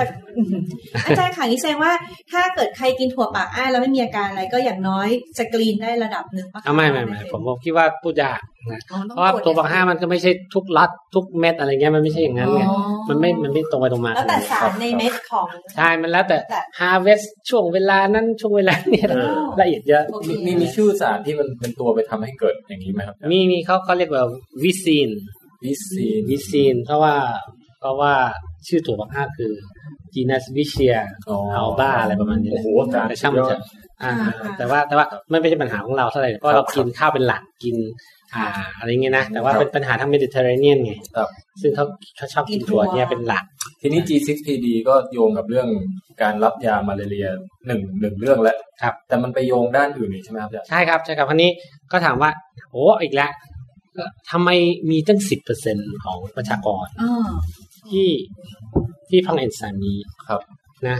Speaker 4: อาจารย์ขังนี่แสดงว่า ถ้าเกิดใครกินถั่วปากอ้าแล้วไม่มีอาการอะไรก็อย่างน้อยสกรีนได้ระดับหนึ่งปะ
Speaker 3: เอาไม่ไม่ไม่ผมผมคิดว่าพูดยากนะ
Speaker 4: อ๋อ
Speaker 3: เพราะว่าตัวบางห้ามันก็ไม่ใช่ทุกรัดทุกเม็ดอะไรเงี้ยมันไม่ใช่อย่างนั้นไง
Speaker 4: อ๋อ
Speaker 3: มันไม่ มันไม่ตรงไปตรงมา
Speaker 4: แล้วแต่สารในเม็ดของ
Speaker 3: ใช่ มันแล้วแต่
Speaker 4: แต่
Speaker 3: harvest ช่วงเวลานั้นช่วงเวลาเนี่ย
Speaker 6: เออ
Speaker 3: ละเอียดเยอะ
Speaker 4: โอเค
Speaker 5: มีมีมีชื่อสารที่มันเป็นตัวไปทำให้เกิดอย่างนี้ไหมครับ
Speaker 3: มีมีเขาเขาเรียกว่าวิซีน
Speaker 5: วิซีน
Speaker 3: วิซีนเพราะว่าเพราะว่าชื่อถั่วบางห้าคือ genus vicia
Speaker 5: อ๋อ
Speaker 3: alba อะไรประมาณนี้
Speaker 5: โอ้
Speaker 3: เลย
Speaker 5: โหอาจารย์
Speaker 3: แต่ช่างมันเถอะอ่าแต่ว่าแต่ว่าไม่ใช่ปัญหาของเราเท่าไหร่เพราะเรากินข้าวเป็นหลักกิน อ่า อะไรเงี้ยนะ แต่ว่าเป็นปัญหาทางเมดิเตอร์เรเนียนไง
Speaker 5: ครับ
Speaker 3: ซึ่งเขาเขาชอบกินถั่วเนี่ยเป็นหลัก
Speaker 5: ทีนี้ G6PD ก็โยงกับเรื่องการรับยามาเลเรียหนึ่งหนึ่งเรื่องแล้ว
Speaker 3: ครับ
Speaker 5: แต่มันไปโยงด้านอื่นอีกใช่ไหมครับอาจารย์
Speaker 3: ใช่ครับใช่ครับคราวนี้ก็ถามว่า โอ้อีกแล้วทำไมมีตั้งสิบเปอร์เซ็นของประชากร
Speaker 4: อ๋อ
Speaker 3: ที่ที่พังเอนไซม์นี้
Speaker 5: ครับ
Speaker 3: นะ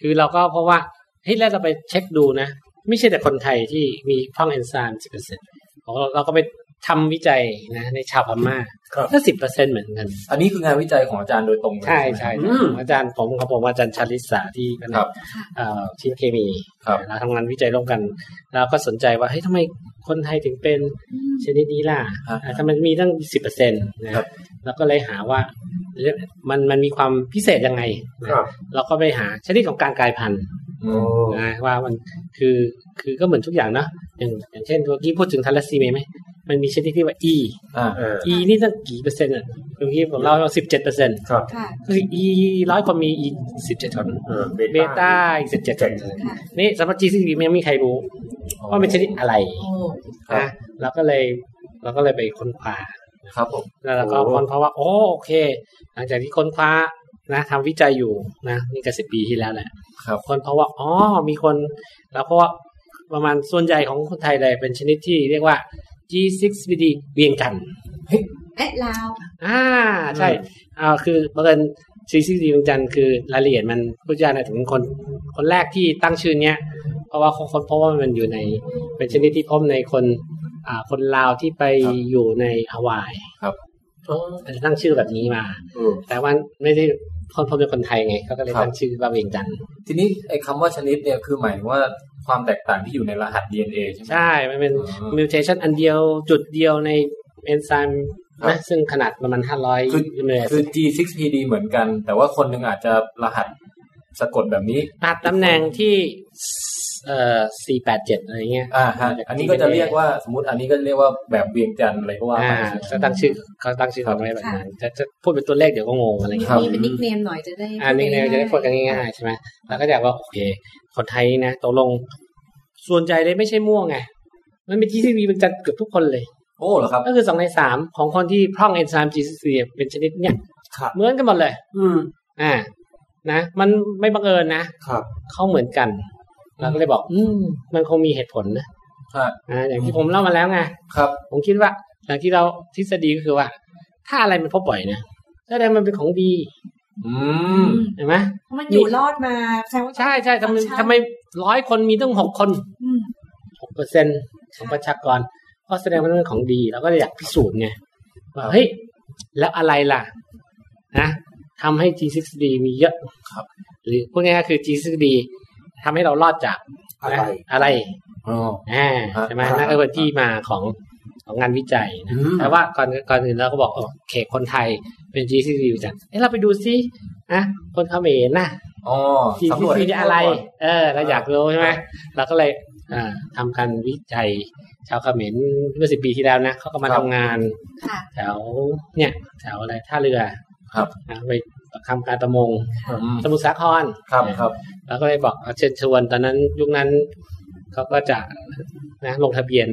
Speaker 3: คือเราก็เพราะว่าเฮ้ยแล้วเราไปเช็คดูนะ ไม่ใช่แต่คนไทยที่มีพังเอนไซม์สิบเปอร์เซ็นต์เราก็ไป ทำวิจัยนะในชาวพม่า
Speaker 6: ครับ
Speaker 3: ก็สิบเปอร์เซ็นเหมือนกัน
Speaker 5: อันนี้คืองานวิจัยของอาจารย์โดยตรงเลย
Speaker 3: ใช่
Speaker 5: ไหม
Speaker 3: ใช่
Speaker 6: อืม
Speaker 3: อาจารย์ผมกับผมอาจารย์ชาลิสาที่คณะ
Speaker 5: ครับ
Speaker 3: เอ่อทีมเคมี
Speaker 5: ครับ
Speaker 3: เราทำงานวิจัยร่วมกันเราก็สนใจว่าเฮ้ยทำไมคนไทยถึงเป็นชนิดนี้ล่ะ
Speaker 5: อ่า
Speaker 3: อ่าทำไมมีตั้งสิบเปอร์เซ็นต์นะครับแล้วก็เลยหาว่ามันมันมีความพิเศษยังไงนะครับ เราก็ไปหาชนิดของการกลายพันธุ์
Speaker 5: อืม
Speaker 3: นะว่ามันคือคือก็เหมือนทุกอย่างเนอะอย่างอย่างเช่นเมื่อกี้พูดถึงทาลัสซีเมียไหมมันมีชนิดที่ว่า E
Speaker 5: อ่า
Speaker 6: เออ
Speaker 3: E นี่ตั้งกี่เปอร์เซ็นต์อ่ะเมื่อกี้ผมเล่าว่าสิบเจ็ดเปอร์เซ็นต์
Speaker 4: ค่ะ
Speaker 3: คืออีร้อยคนมีอีสิบเจ็ดคน
Speaker 6: เออ
Speaker 3: เบต้าอีกสิบเจ็ดคน
Speaker 4: ค่ะ
Speaker 3: นี่สำหรับ GCP ยังไม่มีใครรู้ว่าเป็นชนิดอะไร
Speaker 4: โอ้
Speaker 3: นะเราก็เลยเราก็เลยไปค้นคว้า
Speaker 5: ครับผม
Speaker 3: แล้วเราก็ค้นเพราะว่าโอ้โอเค หลังจากที่ค้นคว้านะทำวิจัยอยู่นะนี่ก็สิบปีที่แล้วแหละ
Speaker 5: ครับ
Speaker 3: คนเพราะว่าอ๋อมีคนเราก็ว่าประมาณส่วนใหญ่ของคนไทยเลยเป็นชนิดที่เรียกว่า G6PD เวียงกันทน์
Speaker 4: เอ๊ะลาว
Speaker 3: อ่าใช่อ่าคือบังเอิญซีซีดีดวงจันทร์คือรายละเอียดมันพุทธญาณถึงคนคนแรกที่ตั้งชื่อเนี้ย เพราะว่าเขาคนเพราะว่ามันอยู่ในเป็นชนิดที่พบในคนอ่าคนลาวที่ไปอยู่ในฮาวายมันตั้งชื่อแบบนี้มา
Speaker 6: เออ
Speaker 3: แต่ว่าไม่ได้คนพบเป็นคนไทยไงเขาก็เลยตั้งชื่อว่าเวียงจันทร์
Speaker 5: ทีนี้ไอ้คำว่าชนิดเนี่ยคือหมายถึงว่าความแตกต่างที่อยู่ในรหัส DNA ใช่ไหม
Speaker 3: ใช่มันเป็น
Speaker 5: อ่า
Speaker 3: มิวเทชันอันเดียวจุดเดียวในเอนไซม์
Speaker 5: ครับ
Speaker 3: นะซึ่งขนาดประมาณห้าร้อย
Speaker 5: คือคือ G6PD เหมือนกัน แต่ว่าคนหนึ่งอาจจะรหัสสะกดแบบนี้
Speaker 3: ตัดตำแหน่งที่เอ่อสี่แปดเจ็ดอะไรเงี้ย
Speaker 5: อ่าฮะอันนี้ก็จะเรียกว่าสมมติอันนี้ก็เรียกว่าแบบเวียงจันทร์อะไรก็ว่า
Speaker 3: อ่า
Speaker 5: ไป
Speaker 3: เขาตั้งชื่อเขาตั้งชื่อของไว้แบบนั้นจะจะพูดเป็นตัวเลขเดี๋ยวก็งงอะไร
Speaker 4: มี
Speaker 3: เงี้ย
Speaker 5: ครับ
Speaker 4: มีเป็นนิกเนมหน่อยจะได้
Speaker 3: อันนี้เนี่ยจะได้พูดกันง่ายๆใช่ไหมแล้วก็อยากว่าโอเค คนไทยนะตกลง ส่วนใจเลยไม่ใช่ม่วงไง มันเป็น GCV เป็นจัดเกือบทุกคนเลย
Speaker 5: โอ้เหรอครับ
Speaker 3: ก็คือสองในสามของคนที่พร่องเอนไซม์ GCV เป็นชนิดเนี่ย
Speaker 6: ครับ
Speaker 3: เหมือนกันหมดเลย
Speaker 6: อืม
Speaker 3: อ่า นะ มันไม่บังเอิญนะครับ เขาเหมือนกันเราก็เลยบอก อืม มันคงมีเหตุผลนะ
Speaker 5: ฮะ
Speaker 3: อ่าอย่างที่ผมเล่ามาแล้วไง
Speaker 5: ครับ
Speaker 3: ผมคิดว่าอย่างที่เราทฤษฎีก็คือว่า ถ้าอะไรมันพบบ่อยนะแสดงมันเป็นของดี
Speaker 5: อื
Speaker 4: อื
Speaker 5: ม
Speaker 4: ม
Speaker 3: เห็นไหม
Speaker 4: เพราะมันอยู่รอดมาแสดงว่า
Speaker 3: ใช่ใช่ทำไมทำไมร้อยคนมีตั้งหกคน
Speaker 4: อืม
Speaker 3: หกเปอร์เซ็นของประชากร ก็แสดงว่ามันเป็นของดีเราก็เลยอยากพิสูจน์ไงว่าเฮ้ยแล้วอะไรล่ะ นะทำให้ G6D มีเยอะครับ หรือพูดง่ายๆคือ G6D ทำให้เรารอดจาก
Speaker 6: อะ
Speaker 3: น
Speaker 6: ไร
Speaker 3: อะไร
Speaker 5: อ๋อ
Speaker 3: อ่าใช่ไหมนั่นก็เป็นที่มาของของงานวิจัยนะ
Speaker 6: อืม
Speaker 3: แต่ว่าก่อนก่อนอื่นเราก็บอกโอเคคนไทยเป็น GCC อยู่จังเอ้เราไปดูซินะคนเขมรนะ
Speaker 5: อ๋อ
Speaker 3: GCC
Speaker 5: สำรวจ
Speaker 3: นี่อะไร เออเราอยากรู้ใช่ไหมเราก็เลยอ่าทำการวิจัย ชาวเขมรเมื่อสิบปีที่แล้วนะเขาก็มาทำงาน
Speaker 4: ค่ะ
Speaker 3: แถวเนี่ยแถวอะไรท่าเรือ
Speaker 5: ครับ
Speaker 3: นะไปทำการประมง
Speaker 5: อืม
Speaker 3: สมุทรสาคร
Speaker 5: ครับครับ
Speaker 3: แล้วก็เลยบอกเอาเชิญชวนตอนนั้นยุคนั้นเขาก็จะนะลงทะเบียน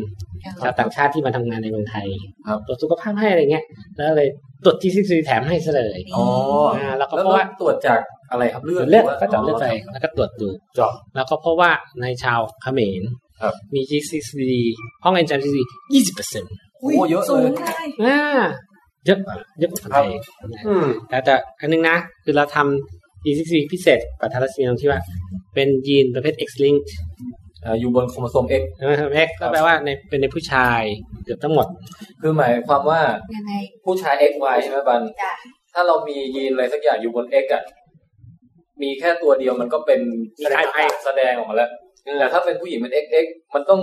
Speaker 4: ครับ
Speaker 3: ชาวต่างชาติที่มาทำงานในเมืองไทย
Speaker 5: ครับ
Speaker 3: ตรวจสุขภาพให้อะไรเงี้ย แล้วเลยตรวจ GCC แถมให้ซะเลย
Speaker 5: อ๋อ
Speaker 3: อ่าแล้วก็
Speaker 5: แล้ว
Speaker 3: เพราะ
Speaker 5: ก็
Speaker 3: ว่า
Speaker 5: ตรวจจากอะไรครับเลือด
Speaker 3: เลือด
Speaker 5: หว่า
Speaker 3: ก็เจับเลือดไปแล้วก็ตรวจดู
Speaker 6: เจาะ
Speaker 3: แล้วก็เพราะว่าในชาวเขมร
Speaker 5: ครับ
Speaker 3: มี GCC ห้องเอนไซม์ GCC ยี่สิบเปอร์เซ็นต์
Speaker 5: โอ้เยอะ
Speaker 4: สู
Speaker 5: เล
Speaker 4: ง
Speaker 5: ย
Speaker 4: เลย
Speaker 3: อ่าเยอะกว่าเยอะกว่าคนไทยนะ
Speaker 6: อืม
Speaker 3: แต่แต่อันนึงนะ คือเราทำ D6C พิเศษกับทาราซีเมียตรงที่ว่า เป็นยีนประเภท X linked
Speaker 5: อ่าอยู่บนโครโมโซม X
Speaker 3: ใช่ไหมครับ X ก็แปลว่าในเป็นในผู้ชายเกือบทั้งหมด
Speaker 5: คือหมายความว่า
Speaker 4: ยังไง
Speaker 5: ผู้ชาย XY ใช่ไหมบัน
Speaker 4: จ้ะ
Speaker 5: ถ้าเรามียีนอะไรสักอย่างอยู่บน X อ่ะ มีแค่ตัวเดียวมันก็เป็น
Speaker 3: มีไทยไทย
Speaker 5: แสดงออกมาแล้ว แต่ถ้าเป็นผู้หญิงเป็น XX มันต้อง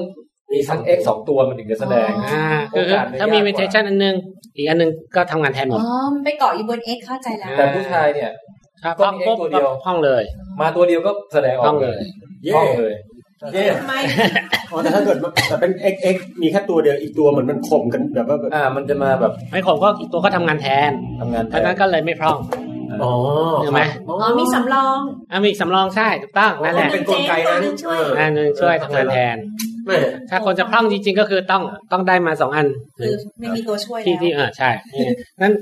Speaker 5: มีทั้ง X สองตัวมันถึงจะแสดง
Speaker 3: อ่าคือ
Speaker 5: โอกาสไม่ยากกว่า
Speaker 3: ถ้ามี mutation อันนึง อีกอันนึงก็ทำงานแทนหม
Speaker 4: อ๋
Speaker 3: ด
Speaker 4: อมันไปเกาะอยู่บนเอ็กเข้าใจแล้ว
Speaker 5: แต่ผู้ชายเนี่ย
Speaker 3: ครับ
Speaker 5: ต้องมี X
Speaker 3: ปุ๊บ
Speaker 5: ตัวเดียว
Speaker 3: ห้องเลย
Speaker 5: มาตัวเดียวก็แสดงอ
Speaker 3: ห้
Speaker 5: อ
Speaker 3: อก งเลย
Speaker 6: เย่
Speaker 5: ห้องเลย
Speaker 6: เย่
Speaker 4: ทำไม
Speaker 6: อ๋อแต่ถ้าเกิดมันแต่เป็น x x มีแค่ตัวเดียวอีกตัวเหมือนมันข่มกันแบบว่าแบบ
Speaker 5: อ่า มันจะมาแบบ
Speaker 3: ไม่ขมก็อีกตัวก็ทำงานแทน
Speaker 5: ทำงาน
Speaker 3: เพราะฉะนั้นก็เลยไม่พร่อง
Speaker 6: อ๋อ
Speaker 3: เห็นไหม
Speaker 6: อ๋อ
Speaker 4: อ๋อมีสำรอง
Speaker 3: อ่ะมีอีกสำรองใช่ถูกต้องนั่นแหละ
Speaker 6: เป็นกลไกนั้น
Speaker 4: เออ
Speaker 3: อันนึงช่วยทำงานแทน
Speaker 6: แม่
Speaker 3: ถ้าคนจะพร่องจริงๆก็คือต้องต้องได้มาสองอัน
Speaker 4: คือไม่มีตัวช่วย
Speaker 3: ที่ที่
Speaker 4: แล้ว
Speaker 3: เออใช่เนี่ยนั่น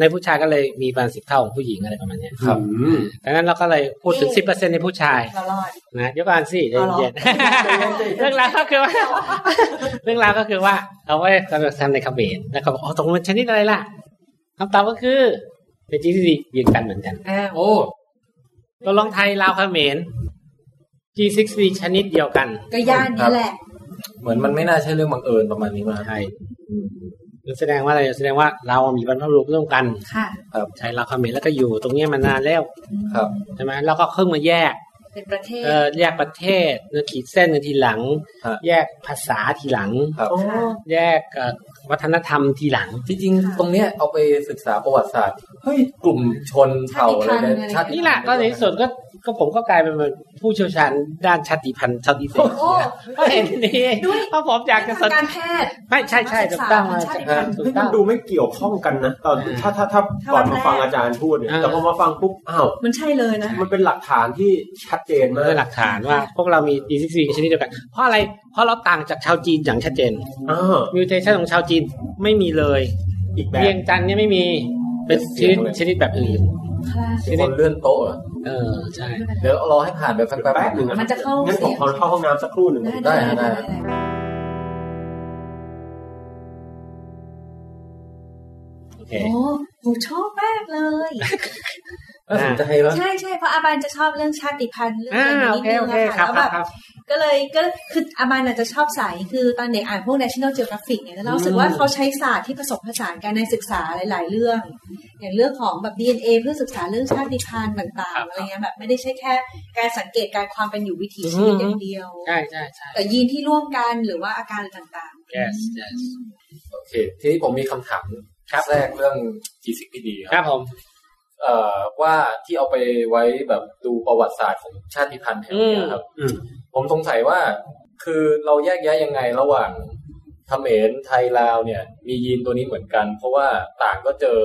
Speaker 3: ในผู้ชายก็เลยมีประมาณสิบเท่าของผู้หญิงอะไรประมาณเนี้ย
Speaker 5: ครับ
Speaker 6: อืม
Speaker 3: ดังนั้นเราก็เลยพูดถึง
Speaker 4: เย้
Speaker 3: สิบเปอร์เซ็นในผู้ชาย
Speaker 4: เรารอด
Speaker 3: นะยกอันสิเย็น
Speaker 4: เอาเหรอ
Speaker 3: เย็น เรื่องราวก็คือว่า เรื่องราวก็คือว่า เอาไว้กำลังทำในเขมรแล้วเขาบอกอ๋อตรงมันชนิดอะไรล่ะคำตอบก็คือเป็นจีซียืนกันเหมือนกัน
Speaker 4: อ้าว
Speaker 5: โอ้
Speaker 3: ตัวลองไทยลาวเขมร G6 ชนิดเดียวกัน
Speaker 4: ก็ย่านนี้แหละ
Speaker 5: เหมือนมันไม่น่าใช่เรื่องบังเอิญประมาณนี้มาก
Speaker 3: ใช่แสดงว่าอะไรแสดงว่าเรามีบรรพบุรุษร่วมกัน
Speaker 4: ค่ะ
Speaker 3: ใช้เราวเขมรแล้วก็อยู่ตรงเนี้ยมานานแล้ว
Speaker 5: ครับ
Speaker 3: ใช่ไหมแล้วก็เพิ่งมาแยก
Speaker 4: เป็นประเทศ
Speaker 3: เอ่อแยกประเทศเนื้อขีดเส้นกันทีหลัง
Speaker 5: ฮะ
Speaker 3: แยกภาษาทีหลัง
Speaker 5: ครับ
Speaker 4: ค่ะ
Speaker 3: แยกเอ่อวัฒนธรรมทีหลัง
Speaker 5: จริงๆตรงเนี้ยเอาไปศึกษาประวัติศาสตร์เฮ้ยกลุ่มชนเผ่าอะไรได้ชาติ
Speaker 3: นี่แหละก็ในที่สุดก็ก็ผมก็กลายเป็นผู้เชี่ยวชาญด้านชาติพันธุ์ชาติเสน
Speaker 4: โอ้
Speaker 3: ก็เห็นดี
Speaker 4: ด้วย
Speaker 3: เพราะผมอยากจะสน
Speaker 4: การแพทย์
Speaker 3: ไม่ใช่ใช่ถูกต้อง
Speaker 4: ศึกษา
Speaker 3: ใช่ถูก
Speaker 6: เฮ้ย
Speaker 3: ต้
Speaker 6: มั
Speaker 3: อน ง
Speaker 6: ดูไม่เกี่ยวข้องกันนะตอน
Speaker 3: อ่า
Speaker 6: ถ้าถ้าถ้า
Speaker 4: ถ้า
Speaker 6: ก่อน
Speaker 4: วันแร
Speaker 6: มาก ฟังอาจารย์พูดเนี่ย
Speaker 3: อ่า
Speaker 6: แต่พอมาฟังปุ๊บอ้าว
Speaker 4: มันใช่เลยนะ
Speaker 6: มันเป็นหลักฐานที่ชัดเจน
Speaker 3: มัน
Speaker 6: มา
Speaker 3: เป็
Speaker 6: ก
Speaker 3: นหลักฐานว่า พวกเรามีดีซิกซีชนิดเดียวกัน เพราะอะไร เพราะเราต่างจากชาวจีนอย่างชัดเจน
Speaker 6: อ่า
Speaker 3: มิวเทชันของชาวจีนไม่มีเลย
Speaker 6: อีกแบ
Speaker 3: เวีย
Speaker 6: บ
Speaker 3: งจันทร์เนี่ยไม่มีเป็นชนิดชนิดแบบอื่น
Speaker 4: ค่ะ
Speaker 5: เป็นคนเลื่อนโต๊ะเหรอ
Speaker 3: เออใช่
Speaker 5: เดี๋ยวรอให้ผ่านไปสักแป๊บ
Speaker 6: แป๊บหนึ่งอ
Speaker 4: มันจะเข้า
Speaker 6: งั้นผมขอ
Speaker 4: เสียง
Speaker 6: เข้าห้องน้ำสักครู่หนึ่ง
Speaker 5: ได้
Speaker 3: โอเค
Speaker 4: โอ้หนูชอบมากเลย
Speaker 5: น่าสนใจแล้ว
Speaker 4: ใช่ใช่เพราะอาบานจะชอบเรื่องชาติพันธุ์เรื่อง
Speaker 3: อ่า
Speaker 4: อะไร
Speaker 3: โอ
Speaker 4: นิด
Speaker 3: เค
Speaker 4: นึ
Speaker 3: โอง เค
Speaker 4: อะ
Speaker 3: ครั
Speaker 4: ค่ะ
Speaker 3: บค
Speaker 4: แล้วแบ
Speaker 3: รับบ ครับ
Speaker 4: ก็เลยก็คืออาบานอาจจะชอบสายคือตอนเด็กอ่านพวก National Geographic เนี่ยแล้วเรารู้สึกว่าเขาใช้ศาสตร์ที่ผสมผสานกันในศึกษาหลาย ๆ เรื่อง อย่างเรื่องของแบบ DNA เพื่อศึกษาเรื่องชาติพันธุ์ต่างๆอะไรเงี้ยแบบไม่ได้ใช่แค่ การสังเกตการความเป็นอยู่วิถีชีวิตอย่างเดียว
Speaker 3: ใช่ใช่ใช่
Speaker 4: แต่ยีนที่ร่วมกันหรือว่าอาการต่าง
Speaker 3: yes yes
Speaker 5: โอเค ทีนี้ผมมีคำถามครับแรกเรื่อง GCPD
Speaker 3: ค
Speaker 5: ค
Speaker 3: รั
Speaker 5: รับบ
Speaker 3: ผม
Speaker 5: เอ่อว่าที่เอาไปไว้แบบดูประวัติศาสตร์ของชาติพันธุ์แถว
Speaker 3: อืม
Speaker 5: เนี้ยครับ
Speaker 3: อืม
Speaker 5: ผมสงสัยว่าคือเราแยกแยะยังไงระหว่างเขมรไทยลาวเนี่ย มียีนตัวนี้เหมือนกัน เพราะว่าต่างก็เจอ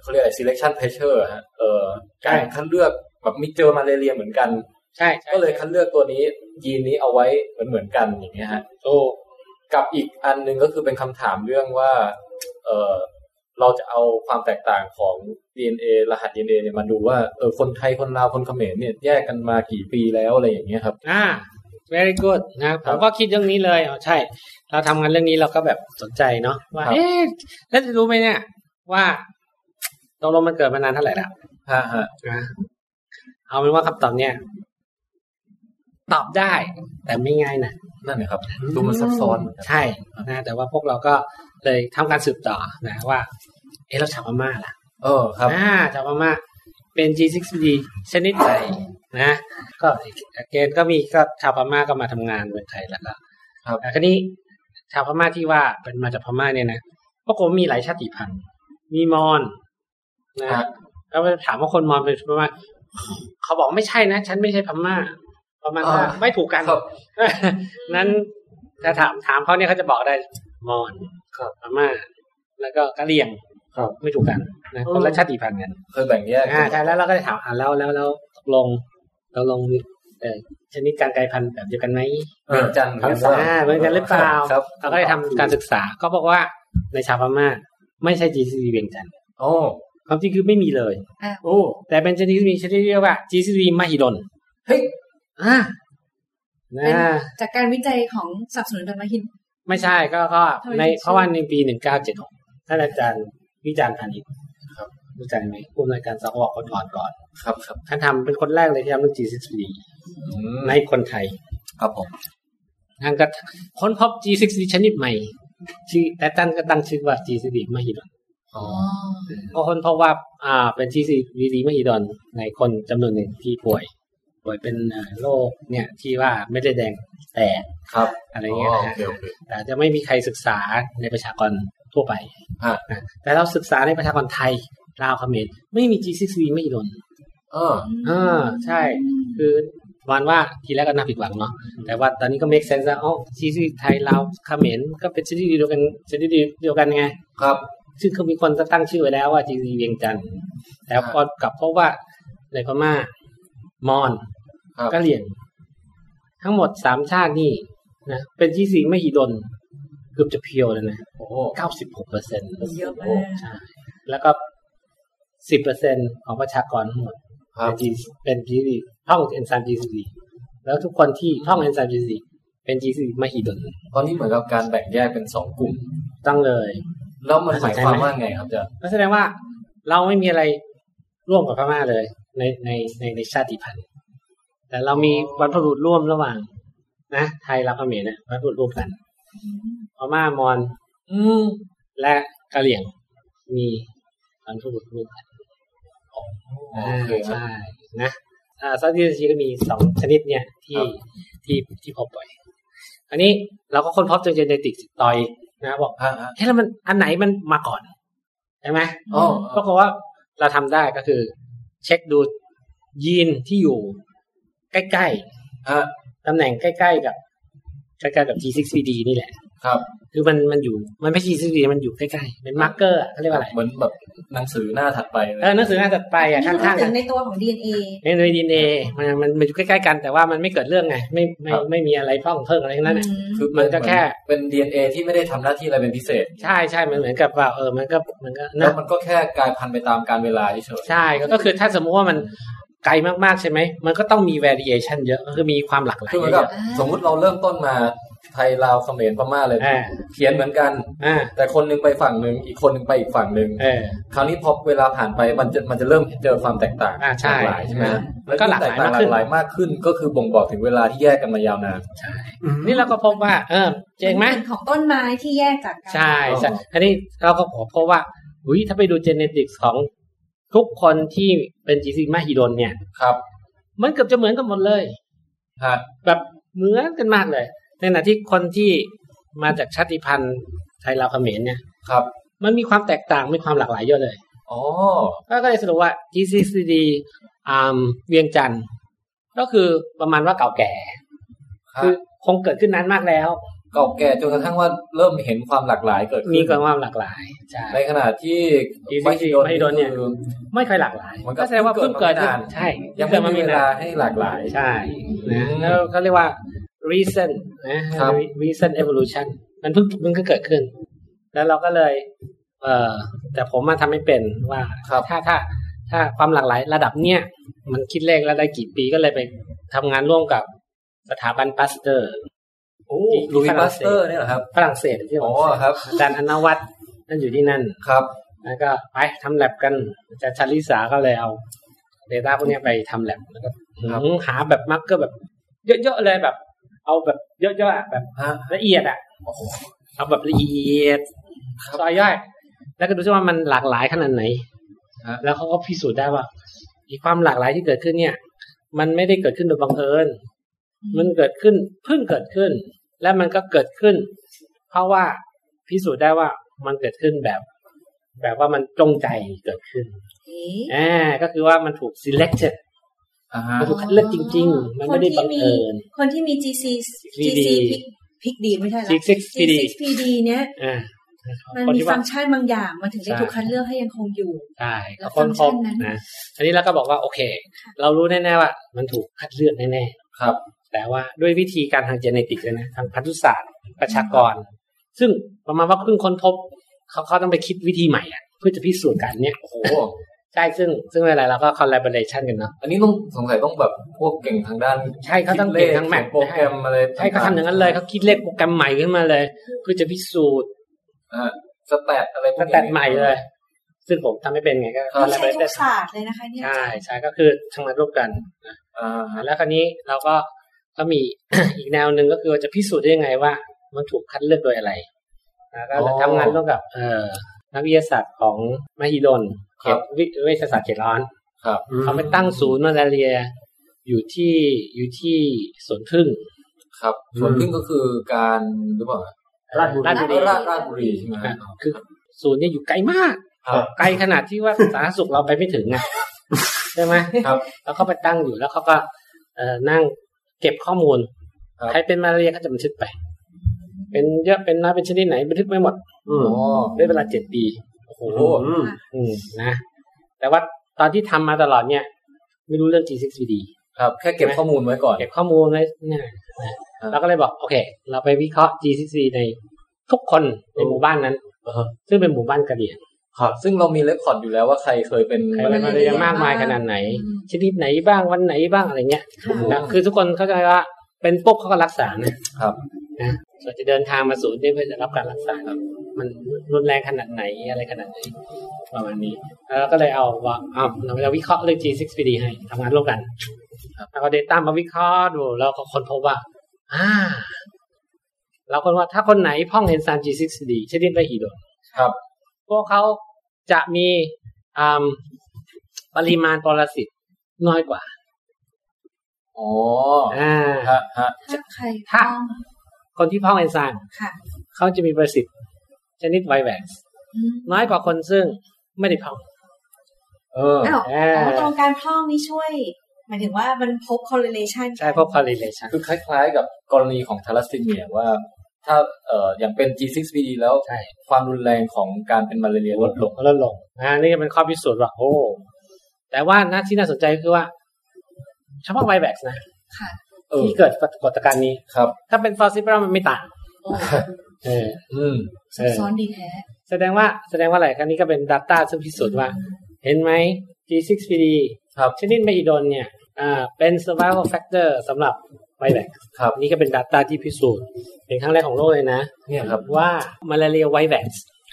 Speaker 5: เขาเรียกอะไร selection pressure ฮะเอ่อการ
Speaker 3: ใช่
Speaker 5: คัดเลือกแบบมีเจอมาเลเรียเหมือนกัน
Speaker 3: ใช่ใช่
Speaker 5: ก็เลยคัดเลือกตัวนี้ ยีนนี้เอาไว้เหมือนเหมือนๆกันอย่างเงี้ยฮะ
Speaker 3: โอ้
Speaker 5: กับอีกอันหนึ่งก็คือเป็นคำถามเรื่องว่า เออเราจะเอาความแตกต่างของ DNA รหัส DNA เนี่ยมาดูว่าเออคนไทยคนลาวคนเขมรเนี่ยแยกกันมากี่ปีแล้วอะไรอย่างเงี้ยครับ
Speaker 3: อ่า very good นะผ
Speaker 5: ครั
Speaker 3: ม
Speaker 5: บ
Speaker 3: ก็คิดเรื่องนี้เลยอ๋อใช่ เราทำงานเรื่องนี้เราก็แบบสนใจเนาะว่า
Speaker 5: ครับ
Speaker 3: เอ๊ะแล้วจะรู้ไหมเนี่ย ว่าตกลงมันเกิดมานานเท่าไหร่แล้ว
Speaker 5: ฮะฮะ
Speaker 3: นะเอาเป็นว่าคำตอบเนี่ย ตอบได้ แต่ไม่ง่ายนะ
Speaker 5: นั่นนะครับ ดูมันซับซ้อนเหมือนกัน
Speaker 3: ใช่นะแต่ว่าพวกเราก็เลยทำการสืบต่อนะว่า เอะเราชาวพม่าล่ะ
Speaker 5: เออครับ
Speaker 3: อ่าชาวพม่าเป็น G6D ชนิดไหนนะก็เกณฑ์ก็มีก็ชาวพม่าก็มาทำงานเมืองไทยแล้วก็
Speaker 5: ครับ
Speaker 3: แต่คราวนี้ชาวพม่าที่ว่าเป็นมาจากพม่าเนี่ยนะปรากฏว่ามีหลายชาติพันธุ์มีมอญนะ
Speaker 5: ฮะ
Speaker 3: แล้วไปถามว่าคนมอญเป็นพม่าเขาบอกไม่ใช่นะ ฉันไม่ใช่พม่าประมาณว่าไม่ถูกกัน
Speaker 5: ครับ
Speaker 3: นั้นถ้าถามถามเขาเนี่ยเขาจะบอกได้มอญ
Speaker 5: ครับ
Speaker 3: พม่า แล้วก็กะเหรี่ยง
Speaker 5: ครับ
Speaker 3: ไม่ถูกกันนะคนละชาติพันธุ์กัน
Speaker 5: เคยแบ่งแยก
Speaker 3: อ่าใช่แล้วเราก็จะถามอ่าแล้วแล้วแล้วตกลงเราลงเอ่อชนิดการกลายพันธุ์แบบเดียวกันไหม
Speaker 5: เวียงจันทร์
Speaker 3: อ่าเวียงจันทร์หรือเปล่า
Speaker 5: ครับ
Speaker 3: เราก็ได้ทำการศึกษาก็บอกว่าในชาวพม่า ไม่ใช่ GCD เวียงจันทร์
Speaker 5: โอ้
Speaker 3: ความจริงคือไม่มีเลย
Speaker 5: โอ้
Speaker 3: แต่เป็นชนิดที่มีชนิดที่เรียกว่า GCD มหิดล
Speaker 5: เฮ้ย
Speaker 3: อ่า
Speaker 4: ๆเป็น
Speaker 3: นะ
Speaker 4: จากการวิจัยของสนับสนุนโดยมหิน
Speaker 3: ไม่ใช่ก็ก็
Speaker 4: ทำไม
Speaker 3: ใน
Speaker 4: ถึงชื่อ
Speaker 3: เพราะว่าในปีหนึ่งเก้าเจ็ดหกท่านอาจารย์วิจารณ์พานิชครับรู้จักไหมผู้อำนวยการสกอคนก่อนก่อน
Speaker 5: ครับครับ
Speaker 3: ท่านทำเป็นคนแรกเลยที่ทำเรื่อง G6D
Speaker 5: อืม
Speaker 3: ในคนไทย
Speaker 5: ครับผม
Speaker 3: ท่านก็ค้นพบ G6D ชนิดใหม่ชื่อแต่ท่านก็ตั้งชื่อว่า G6D มหิดล
Speaker 5: อ๋อ
Speaker 3: ก็ค้นพบว่าอ่าเป็น G6D มหิดลในคนจำนวนหนึ่งที่ป่วย ป่วยเป็นอ่าโรคเนี่ยที่ว่าไม่ได้แดงแตก
Speaker 5: ครับ
Speaker 3: อะไร
Speaker 5: อ๋อ
Speaker 3: เงี้ยนะ
Speaker 5: โอ
Speaker 3: ฮะ
Speaker 5: เคโอเค
Speaker 3: แต่จะไม่มีใครศึกษาในประชากรทั่วไป
Speaker 5: อ่ะ
Speaker 3: นะแต่เราศึกษาในประชากรไทยลาวเขมรไม่มี G6V ไม่โดน
Speaker 5: เออ
Speaker 3: อ่าใช่ คือวันว่าทีแรกก็น่าผิดหวังเนาะ แต่ว่าตอนนี้ก็ make sense แล้วอ๋อ G6V ไทยลาวเขมรก็เป็นชนิดเดียวกันชนิดเดียวกันไง
Speaker 5: ครับ
Speaker 3: ซึ่งเขามีคนตั้งชื่อไว้แล้วว่า G6V เวียงจันทร์แต่พอกลับพบว่าในพม่ามอน
Speaker 5: ครับ
Speaker 3: กะเหรี่ยงทั้งหมดสามชาตินี่นะเป็นที่สีไม่หิดลเกือบจะเพียวเลยนะ
Speaker 5: โอ้
Speaker 3: เก้าสิบหกเปอร์เซ็นต์
Speaker 4: เยอะมาก
Speaker 3: ใช่แล้วก็สิบเปอร์เซ็นของประชากรทั้งหมด
Speaker 5: ครับ
Speaker 3: เป็นจีเป็นจีซีท่องเอนไซม์จีซีแล้วทุกคนที่ท่องเอนไซม์จีซีเป็นจีซีไม่หิดล
Speaker 5: ตอนนี้เหมือนกับการแบ่งแยกเป็นสองกลุ่ม
Speaker 3: ตั้งเลย
Speaker 5: แล้วมันหมายความว่าไงครับอาจารย์
Speaker 3: ก็แสดงว่าเราไม่มีอะไรร่วมกับพม่าเลย ในในในในชาติพันธุ์ แต่เรามีบรรพบุรุษร่วมระหว่าง นะไทยแล้วก็เขมรนะมาพูดร่วมกันพม่ามอน
Speaker 1: อืม
Speaker 3: และกะเหรี่ยง มีบรรพบุรุษร่วมกัน
Speaker 5: อ๋อโอเคครับ
Speaker 3: ใช่นะอ่าซาทีชีก็มีสองชนิดเนี่ยที่
Speaker 5: ครับ
Speaker 3: ที่ที่พบบ่อยอันนี้เราก็ค้นพบจนเจเนติกต่อยนะบอก
Speaker 5: อ่าอ่า
Speaker 3: เฮ้ยแล้วมันอันไหนมันมาก่อนใช่ไหม
Speaker 5: อ๋อ
Speaker 3: ก็คือว่าเราทำได้ก็คือ เช็คดูยีนที่อยู่ ใกล้
Speaker 5: ฮะ
Speaker 3: ๆตำแหน่งใกล้ๆกับใกล้ๆกับ G6PD นี่แหละ
Speaker 5: ครับ
Speaker 3: คือมันมันอยู่มันไม่ใช่ G6PD มันอยู่ใกล้ๆเป็นมาร์กเกอร์เขาเรียกว่าอะไร
Speaker 5: เหมือนแบบหนังสือหน้าถัดไปเล
Speaker 3: เออย หนังสือหน้าตัดไปอ่ะ
Speaker 4: นี่
Speaker 3: ข้างๆ
Speaker 4: คือพูดถึ
Speaker 3: กั
Speaker 4: ง
Speaker 3: น
Speaker 4: ในตัวของ DNA
Speaker 3: เป็นดีเอมันมันมันอยู่ใกล้ๆกันแต่ว่ามันไม่เกิดเรื่องไง ไม่ไม่ไม่มีอะไรพร่องเพิ่มอะไรทั้งนั้นอะ
Speaker 4: อืม
Speaker 5: คือ
Speaker 3: มันก็แค่
Speaker 5: เป็น DNA ที่ไม่ได้ทำหน้าที่อะไรเป็นพิเศษ
Speaker 3: ใช่ใช่มันเหมือนกับว่าเออมันก็มันก็
Speaker 5: แล้
Speaker 3: นะ
Speaker 5: วมันก็แค่กลายพันธุ์ไปตามการเวลาเฉย
Speaker 3: ใช่ก็ก็คือถ้าสมมุติว่ามันไกลมากๆใช่ไหมมันก็ต้องมี variation เยอะก็คือมีความหลากห
Speaker 5: ๆ
Speaker 3: ลาย
Speaker 5: คือเหมือน
Speaker 3: เย
Speaker 5: กับ
Speaker 3: อะ
Speaker 5: สมมุติเราเริ่มต้นมาไทยลาวเขมรพม่าเลย
Speaker 3: อ่า
Speaker 5: เขียนเหมือนกัน
Speaker 3: อ่า
Speaker 5: แต่คนหนึงไปฝั่งหนึ่งอีกคนหนึงไปอีกฝั่งหนึ่ง
Speaker 3: เออ
Speaker 5: คราวนี้พอเวลาผ่านไปมันจะมันจะเริ่มเจอความแตกต่าง
Speaker 3: อ่าใช่
Speaker 5: หลากหลายใช่ไหม
Speaker 3: อ่า
Speaker 5: แล้ว
Speaker 3: ก็หลากหลาย
Speaker 5: แตต่ง
Speaker 3: มากขึ้น
Speaker 5: หลายมากขึ้นก็คือบ่งบอกถึงเวลาที่แยกกันมายาวนาน
Speaker 3: นี่เราก็พบว่า เออ เจ๋งไหม
Speaker 4: นเป็นของต้นไม้ที่แยกจากกั
Speaker 3: ใช่ใช่
Speaker 5: อ๋อ
Speaker 3: อันนี้เราก็ขอพบว่าอุ้ยถ้าไปดูเจเนติกของทุกคนที่เป็นจีซิมาฮิดนเนี่ย
Speaker 5: ครับ
Speaker 3: มันเกือบจะเหมือนกันหมดเลย
Speaker 5: ฮะ
Speaker 3: แบบเหมือนกันมากเลย ในขณะที่คนที่มาจากชาติพันธุ์ไทยลาวเขมรเนี่ย
Speaker 5: ครับ
Speaker 3: มันมีความแตกต่างมีความหลากหลายเยอะเลย
Speaker 5: อ๋อ
Speaker 3: ก็ก็เลยสรุปว่า GCCD อ่าเวียงจันทร์ก็คือประมาณว่าเก่าแก่
Speaker 5: ฮะ
Speaker 3: คือคงเกิดขึ้นนานมากแล้ว
Speaker 5: เก่าแก่จนกระทั่งว่าเริ่มเห็นความหลากหลายเกิดขึ้น
Speaker 3: มีความหลากหลายใช่
Speaker 5: ในขณะที่
Speaker 3: อีซี
Speaker 5: มหิดล
Speaker 3: มหิดลเนี่ย
Speaker 5: คือ
Speaker 3: ไม่ค่อยหลากหลาย
Speaker 5: มันก็
Speaker 3: แสดงว่า
Speaker 5: เพิ่
Speaker 3: เพิ่
Speaker 5: ง
Speaker 3: ง
Speaker 5: เกิ
Speaker 3: เกิ
Speaker 5: ด
Speaker 3: ด
Speaker 5: มาไม่นาน
Speaker 3: ใช่
Speaker 5: ยังไม่มีเวลาให้หลากหลาย
Speaker 3: ใช่นะ
Speaker 5: อืม
Speaker 3: แล้วเขาเรียกว่า recent นะครับ recent evolution มันเพิ่งมันก็เกิดขึ้น แล้วเราก็เลย เออแต่ผมมาทำให้เป็นว่า
Speaker 5: ครับ
Speaker 3: ถ้าถ้าถ้าความหลากหลายระดับเนี้ยมันคิดเลขแล้วได้กี่ปีก็เลยไปทำงานร่วมกับสถาบันปาสเตอร์
Speaker 5: โอ้
Speaker 3: ลูวิ
Speaker 5: วิ
Speaker 3: ส
Speaker 5: บัสเตอร์เนี่ยเหรอครับ
Speaker 3: ฝรั่งเศสที่ผ
Speaker 5: อ๋อ
Speaker 3: มเรียน
Speaker 5: ครับ
Speaker 3: อาจารย์อนวัตรนั่นอยู่ที่นั่น
Speaker 5: ครับ
Speaker 3: แล้วก็ไปทำแลบกันอาจารย์ชาลิสาก็เลยเอา Data พวกเนี้ยไปทำแลบแล้วก็หาแบบมักก็แบบ เยอะๆเลยแบบ เอาแบบเยอะๆอะแบบ
Speaker 5: ฮะ
Speaker 3: ละเอียดอ่ะเอาแบบละเอียด
Speaker 5: ครับ
Speaker 3: ซอยย่อย แล้วก็ดูซิว่ามันหลากหลายขนาดไหน แล้วเขาก็พิสูจน์ได้ว่าไอีความหลากหลายที่เกิดขึ้นเนี่ย มันไม่ได้เกิดขึ้นโดยบังเอิญ มันเกิดขึ้นเพิ่งเกิดขึ้น และมันก็เกิดขึ้น เพราะว่าพิสูจน์ได้ว่ามันเกิดขึ้นแบบ แบบว่ามันจงใจเกิดขึ้น
Speaker 4: เอ๊ะ
Speaker 3: อ่าก็คือว่ามันถูก selected
Speaker 5: อ่าฮะ
Speaker 3: มันถูกคัดเลือกจริง ๆ มันไม่ได้บังเอิญ
Speaker 4: คนที่มี GC
Speaker 3: GD
Speaker 4: GC พิกพิกดีไม่ใช่ละ
Speaker 3: G6PD
Speaker 4: G6PD เนี้ย
Speaker 3: อ่า
Speaker 4: มัน
Speaker 3: คน
Speaker 4: มี
Speaker 3: ที่
Speaker 4: ฟั
Speaker 3: ว่า
Speaker 4: งก์ชันบางอย่างมันถึงได้
Speaker 3: ใช่
Speaker 4: ถูกคัดเลือกให้ยังคงอยู่
Speaker 3: ใช่
Speaker 4: แล้ว
Speaker 3: คนพบ
Speaker 4: ฟังก์ชันนั้น
Speaker 3: นะอันนี้เราก็บอกว่าโอเค เรารู้แน่ๆว่า มันถูกคัดเลือกแน่ๆ
Speaker 5: ครับ
Speaker 3: แต่ว่าด้วยวิธีการทางเจเนติกเลยนะทางพันธุศาสตร์ประชากร ซึ่งประมาณว่าเพิ่งค้นพบเขาเขาต้องไปคิดวิธีใหม่อะเพื่อจะพิสูจน์กันเนี่ย
Speaker 5: โอ้โห
Speaker 3: ใช่ซึ่งซึ่งเวลาเราก็ collaboration กันเนาะ
Speaker 5: อันนี้ต้องสงสัยต้องแบบพวกเก่งทางด้าน
Speaker 3: ใช่เขาต้องเก่งทางแมท
Speaker 5: โปรแกรมอะไร
Speaker 3: ใช่เขาทำอย่างนั้นเลยเขาคิดเลขโปรแกรมใหม่ขึ้นมาเลย เพื่อจะพิสูจน์
Speaker 5: อ่าสแตทอะไรพวก
Speaker 3: ส
Speaker 5: นี้
Speaker 3: แตทใหม่เลย ซึ่งผมทำไม่เป็นไงก็
Speaker 5: ครับ
Speaker 4: ต้องใช้ทุก
Speaker 3: collaboration
Speaker 4: ศาสตร์เลยนะคะเนี่ย
Speaker 3: ใช่ใช่ก็คือทำงานร่วมกัน
Speaker 5: อ่าฮะ
Speaker 3: แล้วคราวนี้เราก็ก็มี อีกแนวหนึ่งก็คือว่าจะพิสูจน์ได้ยังไงว่า มันถูกคัดเลือกโดยอะไรนะก็ทำงานร่วมกับเอ่อนักวิทยาศาสตร์ของมหิดลเขตวิเวชศาสตร์เขตร้อน
Speaker 5: ครับ
Speaker 3: เขาไปตั้งศูนย์มาลาเรียอยู่ที่อยู่ที่สวนพึ่ง
Speaker 5: ครับส่วนพึ่งก็คือการหรือเปล่า
Speaker 3: ราชบุรี
Speaker 5: ราชราชบุรีใช่ไหมฮะ
Speaker 3: คือศูนย์เนี่ยอยู่ไกลมาก
Speaker 5: ครับ
Speaker 3: ไกลขนาดที่ว่า สาธารณสุขเราไปไม่ถึงอะใช่ไหม
Speaker 5: ครับ
Speaker 3: แล้วเขาไปตั้งอยู่แล้วเขาก็เอ่อนั่งเก็บข้อมูล
Speaker 5: ครับ
Speaker 3: ใครเป็นมาลาเรียเขาจะบันทึกไป เป็นเยอะเป็นน้อยเป็นชนิดไหนบันทึกไม่หมด
Speaker 6: อืม
Speaker 5: อ๋อ
Speaker 3: ด้วยเวลาเจ็ดปี
Speaker 5: โอ้โห
Speaker 6: อืม
Speaker 3: อืมนะ แต่ว่าตอนที่ทำมาตลอดเนี่ย ไม่รู้เรื่อง G6PD
Speaker 5: ครับ แค่เก็บข้อมูลไว้ก่อน
Speaker 3: เก็บข้อมูลไว้เนี่ยนะ
Speaker 5: อ่า
Speaker 3: เราก็เลยบอก โอเค เราไปวิเคราะห์ G6PD ในทุกคนในหมู่บ้านนั้น
Speaker 5: เออ
Speaker 3: ซึ่งเป็นหมู่บ้านกะเหรี่ยง
Speaker 5: ซึ่งเรามีเรคคอร์ดอยู่แล้วว่าใครเคยเป็น
Speaker 3: ใครเป็นมาลาเรียมากมายขนาดไหน ชนิดไหนบ้างวันไหนบ้างอะไรเงี้ยนะคือทุกคนเข้าใจว่าเป็นปุ๊บเขาก็รักษานะ
Speaker 5: ครับ
Speaker 3: นะส่วนจะเดินทางมาศูนย์เนี่ยเพื่อจะรับการรักษาครับมันรุนแรงขนาดไหนอะไรขนาดไหนประมาณนี้ แล้วก็เลยเอาว่าเอาเราจะวิเคราะห์เรื่อง G6PD ให้ทำงานร่วมกันแล้วก็เดต้ามาวิเคราะห์ดูแล้วก็ค้นพบว่า อ่าเราก็ว่าถ้าคนไหนพ่องเอนไซม์ G6PD ชนิดไวฮีโดน
Speaker 5: ครับ
Speaker 3: พวกเขาจะมีอ่าปริมาณปรสิตน้อยกว่า
Speaker 5: อ๋อ
Speaker 3: อ่า
Speaker 5: ฮะฮะ
Speaker 4: ถ้าใคร
Speaker 3: ถ้า คนที่พ่องเอนไซม์
Speaker 4: ค่ะ
Speaker 3: เขาจะมีประสิทธิ์ชนิดไวแว็กซ์
Speaker 4: อืม
Speaker 3: น้อยกว่าคนซึ่งไม่ได้พ่อง
Speaker 5: เออ
Speaker 4: อ้าว
Speaker 3: เออ
Speaker 4: อ๋อตรงการพร่องนี่ช่วย หมายถึงว่ามันพบ correlation
Speaker 3: ใช่เพราะ correlation
Speaker 5: คือคล้ายๆ กับกรณีของทาลัสซีเมียว่า ถ้าเอ่ออย่างเป็น G6PD แล้ว
Speaker 3: ใช่
Speaker 5: ความรุนแรงของการเป็นมาลาเรียลดลง
Speaker 3: ลดลงอ่านี่ก็เป็นข้อพิสูจน์ว่าโอ้แต่ว่านะที่น่าสนใจก็คือว่าเฉพาะไวแว็กซ์นะ
Speaker 4: ค่ะ
Speaker 5: เออ
Speaker 3: ที่เกิดปรากฏการณ์นี้
Speaker 5: ครับ
Speaker 3: ถ้าเป็นฟอสซิเปอร์มันไม่ต่าง
Speaker 4: โอ้
Speaker 3: เออ
Speaker 5: อืม
Speaker 4: ซับซ้อนดีแท้
Speaker 3: แสดงว่าแสดงว่าอะไรครับนี่ก็เป็น Data ซึ่งพิสูจน์ว่า เห็นไหม G6PD
Speaker 5: ครับ
Speaker 3: ชนิดไมอิดนเนี่ยอ่าเป็น survival factor สำหรับไวแบก
Speaker 5: ครับ
Speaker 3: นี่ก็เป็น Data ที่พิสูจน์ เป็นครั้งแรกของโลกเลยนะ
Speaker 5: เนี่ยครับ
Speaker 3: ว่ามาลาเรียไวแบก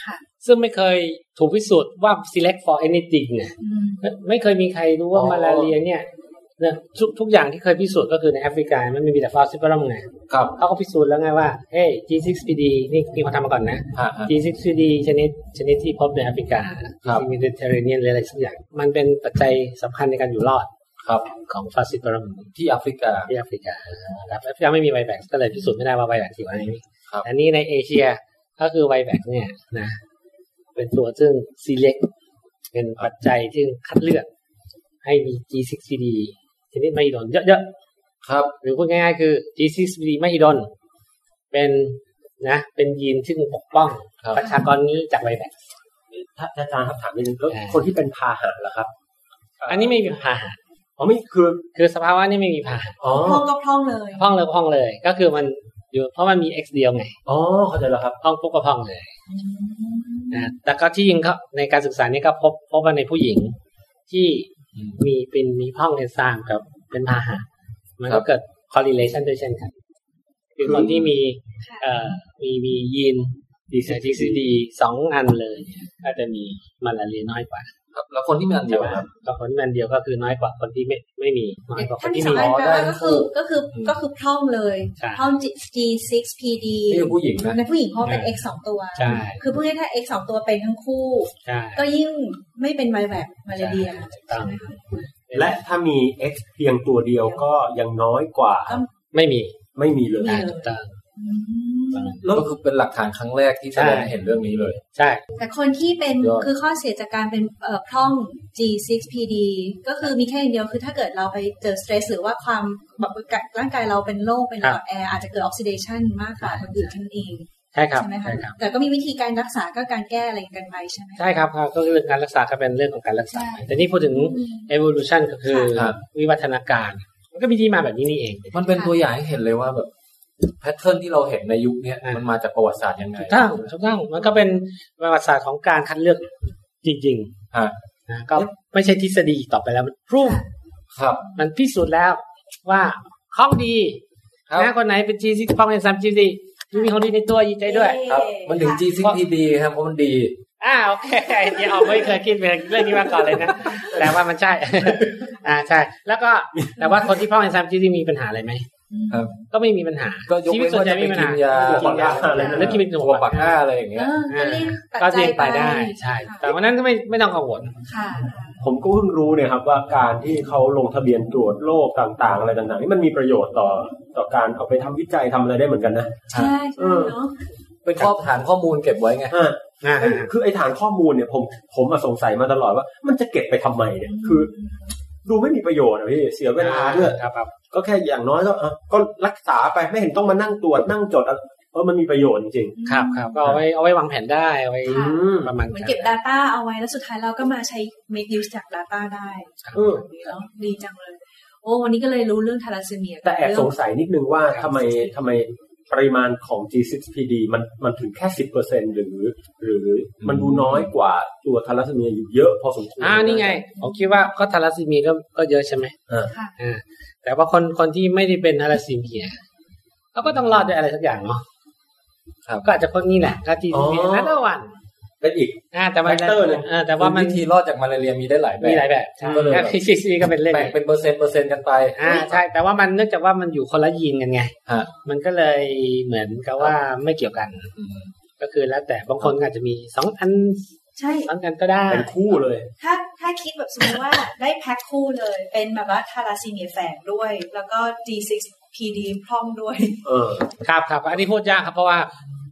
Speaker 4: ค่ะ
Speaker 3: ซึ่งไม่เคยถูกพิสูจน์ว่า select for anything เนี่ย
Speaker 4: อืม
Speaker 3: ไม่ไม่เคยมีใครรู้ว่า
Speaker 5: อ๋อ
Speaker 3: มาลาเรียเนี่ยเนี่ยทุกทุกอย่างที่เคยพิสูจน์ก็คือในแอฟริกา มันมีแต่ฟอสซิเบอร์ไง
Speaker 5: ครับ
Speaker 3: เขาก็พิสูจน์แล้วไงว่าเฮ้ย G6PD นี่นี่เขาทำมาก่อนนะ
Speaker 5: ฮะฮะ
Speaker 3: G6CD ชนิดชนิดที่พบในแอฟริกา
Speaker 5: ครับ
Speaker 3: ที่มีเดเทเรเนียนอะไรสักอย่าง มันเป็นปัจจัยสำคัญในการอยู่รอด
Speaker 5: ครับ
Speaker 3: ของฟาซิปรัม
Speaker 5: ที่แอฟริกา
Speaker 3: ที่แอฟริกาครับแอฟริกาไม่มีไวแบกก็เลยพิสูจน์ไม่ได้ว่าไวแบกอยู่ไหน
Speaker 5: ครับ
Speaker 3: อันนี้ในเอเชียก็คือไวแบกเนี่ยนะ เป็นตัวซึ่ง select เป็นปัจจัยที่คัดเลือก ให้มี G6CD ชนิดไม่โดนเยอะๆ
Speaker 5: ครับ
Speaker 3: หรือพูดง่ายๆคือ G6PD ไม่ฮิดอนเป็นนะ เป็นยีนซึ่งปกป้อง
Speaker 5: ครับ
Speaker 3: ประชากรนี้จากไวแบค
Speaker 6: ถ้าถ้าอาจารย์ครับถามนิดนึงแล้ว
Speaker 3: อ่า
Speaker 6: คนที่เป็นพาหะล่ะครับ
Speaker 3: อันนี้ไม่มีพาหะ
Speaker 6: อ๋อไม่คือ
Speaker 3: คือสภาวะนี้ไม่มีพาหะ
Speaker 6: อ๋อ
Speaker 4: พร่องก็พร่องเลย
Speaker 3: พ้องเลยพ้องเลย ก็คือมันอยู่เพราะมันมี x เดียวไง
Speaker 6: อ๋อเข้าใจแล้วครับ
Speaker 3: พ้องปุ๊บก็พ้องเลยนะแต่ก็ที่ยิงเขาในการศึกษานี้ก็พบพบว่าในผู้หญิงที่มีเป็นมีพ้องในสร้างกับเป็นพาหะมัน
Speaker 5: ครั
Speaker 3: ก็
Speaker 5: บ
Speaker 3: เกิด correlation ด้วยเช่นกันคือคนที่มี
Speaker 4: ค่ะ
Speaker 3: เอ่อมีมียีน ดีเซจีซีดีสองอันเลยเนี่ยก็จะมีมาลาเรียน้อยกว่า
Speaker 5: ครับ แล้วคนที่มีอันเดียวครับ
Speaker 3: ก็ผลมันเดียวก็คือน้อยกว่าคนที่ไม่ไม่มีน้อยกว่าค
Speaker 4: ท่าน น
Speaker 3: ที่
Speaker 4: สอ
Speaker 3: มี
Speaker 4: งอันแปลว่าก็คือก็คือ
Speaker 5: อืม
Speaker 4: ก็คือพร่องเลย
Speaker 3: ใช่
Speaker 4: พร่อง G6PD
Speaker 5: ที่เป็นผู้หญิงนะ
Speaker 4: ในผู้หญิงเพราะเป็น X สองตัว
Speaker 3: ใช่
Speaker 4: คือพูดง่ายๆถ้า X สองตัวเป็นทั้งคู่
Speaker 3: ใช่
Speaker 4: ก็ยิ่งไม่เป็นไวแวบมาเลาเรีย
Speaker 3: ถูกต้อง
Speaker 6: และถ้ามี X เพียงตัวเดียวก็ยังน้อยกว่า
Speaker 4: ครับ
Speaker 3: ไม่มี
Speaker 6: ไม่มีเลย
Speaker 4: มี
Speaker 3: อ่าถูกต้อง
Speaker 4: อืม
Speaker 6: แล้ว
Speaker 5: ก็คือเป็นหลักฐานครั้งแรกที่แสดงให้เห็นเรื่องนี้เลย
Speaker 3: ใช่
Speaker 4: แต่คนที่เป็น
Speaker 5: ยอด
Speaker 4: คือข้อเสียจากการเป็นเอ่อพร่อง G6PD ก็คือมีแค่อย่างเดียวคือถ้าเกิดเราไปเจอสเตรสหรือว่าความแบบร่างกายเราเป็นโรคเป็นหลอดแอร์อาจจะเกิดออกซิเดชันมากกว่าคนอื่นแค่นั้นเอง
Speaker 3: ใช่ครับ
Speaker 4: ใช่ไหมคะ
Speaker 3: ใช่ครับ
Speaker 4: แต่ก็มีวิธีการรักษาก็การแก้อะไรกันไปใช่ไหม
Speaker 3: ใช่ครับครับก็เรื่องการรักษาก็เป็นเรื่องของการรักษา
Speaker 4: ใช่
Speaker 3: แต่นี่พูดถึง evolution ก็คือ
Speaker 5: ครับ
Speaker 3: วิวัฒนาการ มันก็มีที่มาแบบนี้นี่เอง
Speaker 5: มันเป็นตัวอย่างให้เห็นเลยว่าแบบแพทเทิร์นที่เราเห็นในยุคเนี้ย
Speaker 3: อ่ะ
Speaker 5: มันมาจากประวัติศาสตร์ยังไง
Speaker 3: ถูกต้องถูกต้องมันก็เป็นประวัติศาสตร์ของการคัดเลือกจริง
Speaker 5: ฮะ
Speaker 3: ๆนะก็ไม่ใช่ทฤษฎีอีกต่อไปแล้วมันพรุ่ง
Speaker 5: ครับ
Speaker 3: มันพิสูจน์แล้วว่าข้องดี
Speaker 5: ครับ
Speaker 3: นะคนไหนเป็น G ซิกองเป็นสาม G ซีมีของดีในตัวยินใจด้วย
Speaker 5: ครับ มันถึง G6PD ครับเพราะมันดี
Speaker 3: อ่าโอเคเดี๋ยวออกไม่เคยคิดเป็นเรื่องนี้มาก่อนเลย นะ แต่ว่ามันใช่ อ่าใช่ แล้วก็แต่ว่าคนที่พ่อเป็นสาม G ซีมีปัญหาอะไรไหม
Speaker 5: ครับ
Speaker 3: ก็ไม่มีปัญหา
Speaker 5: ก็ยกเว้นว่าจะไปกินยา
Speaker 6: ชีวิตส่วนใหญ่ไม่มีปัญหา
Speaker 3: แล้วกินเป็น
Speaker 5: หัวปักหน้าอะไรอย่าง
Speaker 4: เอ
Speaker 5: เงี้ย
Speaker 4: อก็เลี่ยงปัจ
Speaker 3: ก็เลี่ยงไป
Speaker 4: จัย
Speaker 3: ได้ใช่ แต่วันนั้นก็ไม่ไม่ต้องกังวล
Speaker 4: ค่ะ
Speaker 6: ผมก็เพิ่งรู้เนี่ยครับว่าการที่เขาลงทะเบียนตรวจโรคต่างๆ อะไรต่างๆนี่มันมีประโยชน์ต่อต่อการเอาไปทำวิจัยทำอะไรได้เหมือนกันนะ
Speaker 4: ใช่ใช่เนาะ
Speaker 5: เป็นข้อฐานข้อมูลเก็บไว้ไง
Speaker 6: อ่า
Speaker 3: อ่า
Speaker 6: เอ้ยคือไอ้ฐานข้อมูลเนี่ยผมผมอะสงสัยมาตลอดว่า มันจะเก็บไปทำไมเนี่ยคือ ดูไม่มีประโยชน์อะพี่เสียเวลาด้วย
Speaker 3: ครับครับ
Speaker 6: ก็แค่อย่างน้อยก็อ่ะก็รักษาไปไม่เห็นต้องมานั่งตรวจนั่งจดอะเพราะมันมีประโยชน์จริง
Speaker 3: ครับครับก็เอาไว้เอาไว้วางแผนได้เอาไว้
Speaker 6: ๆอืม
Speaker 3: ประมาณ
Speaker 4: เหมือนเก็บ Data เอาไว้แล้วสุดท้ายเราก็มาใช้ make use จาก Data ได้
Speaker 6: เออ
Speaker 4: เนาะดีจังเลย โอ้วันนี้ก็เลยรู้เรื่องทาราซีเมีย
Speaker 6: แต่แอบสง
Speaker 4: เรื่
Speaker 6: สัยนิดนึงว่าทำไมทำไมปริมาณของ G6PD มันมันถึงแค่สิบเปอร์เซ็นหรือ หรือมันดูน้อยกว่าตัวทารัสเมียอยู่เยอะพอสมควร
Speaker 3: อ่านี่ไงผมคิดว่าก็ทาลัสซีเมียก็ก็เยอะใช่ไหม
Speaker 4: งค่ะ
Speaker 3: อ่าแต่ว่าคนคนที่ไม่ได้เป็นทาราซีเมียเขาก็ต้องรอดด้วยอะไรสักอย่างเนาะ
Speaker 5: ครับ
Speaker 3: ก็อาจจะพวกนี้แหละก็ทีซีเมียนัทวัน
Speaker 6: เป็นอีก
Speaker 3: อ่าแต่มัน
Speaker 6: แฟกเตอร์หนึ่ง
Speaker 3: เออแต่ว่ามัน
Speaker 5: วิธีรอดจากมาลาเรียมีได้หลายแบบ
Speaker 3: มีหลายแบบใช่
Speaker 5: ก็เลยแบบ
Speaker 3: คือซีซีก็เป็นเลข
Speaker 5: แบ่งเป็นเปอร์เซ็นต์เปอร์เซ็นต์กันไป
Speaker 3: อ่าใช่แต่ว่ามันเนื่องจากว่ามันอยู่คนละยีนกันไง
Speaker 5: ฮะ
Speaker 3: มันก็เลยเหมือนกับว่าไม่เกี่ยวกัน
Speaker 5: อืม
Speaker 3: ก็คือแล้วแต่บางคนก็อาจจะมีสองอัน
Speaker 4: ใช่
Speaker 3: สามอันก็ได้
Speaker 6: เป็นคู่เลย
Speaker 4: ถ้าถ้าคิดแบบสมมติว่าได้แพ็คคู่เลย เป็นแบบว่าทาราซีเมียแฝงด้วย แล้วก็ D6PD พร่อมด้วย
Speaker 6: เออ
Speaker 3: ครับครับอันนี้พูดยากครับเพราะว่า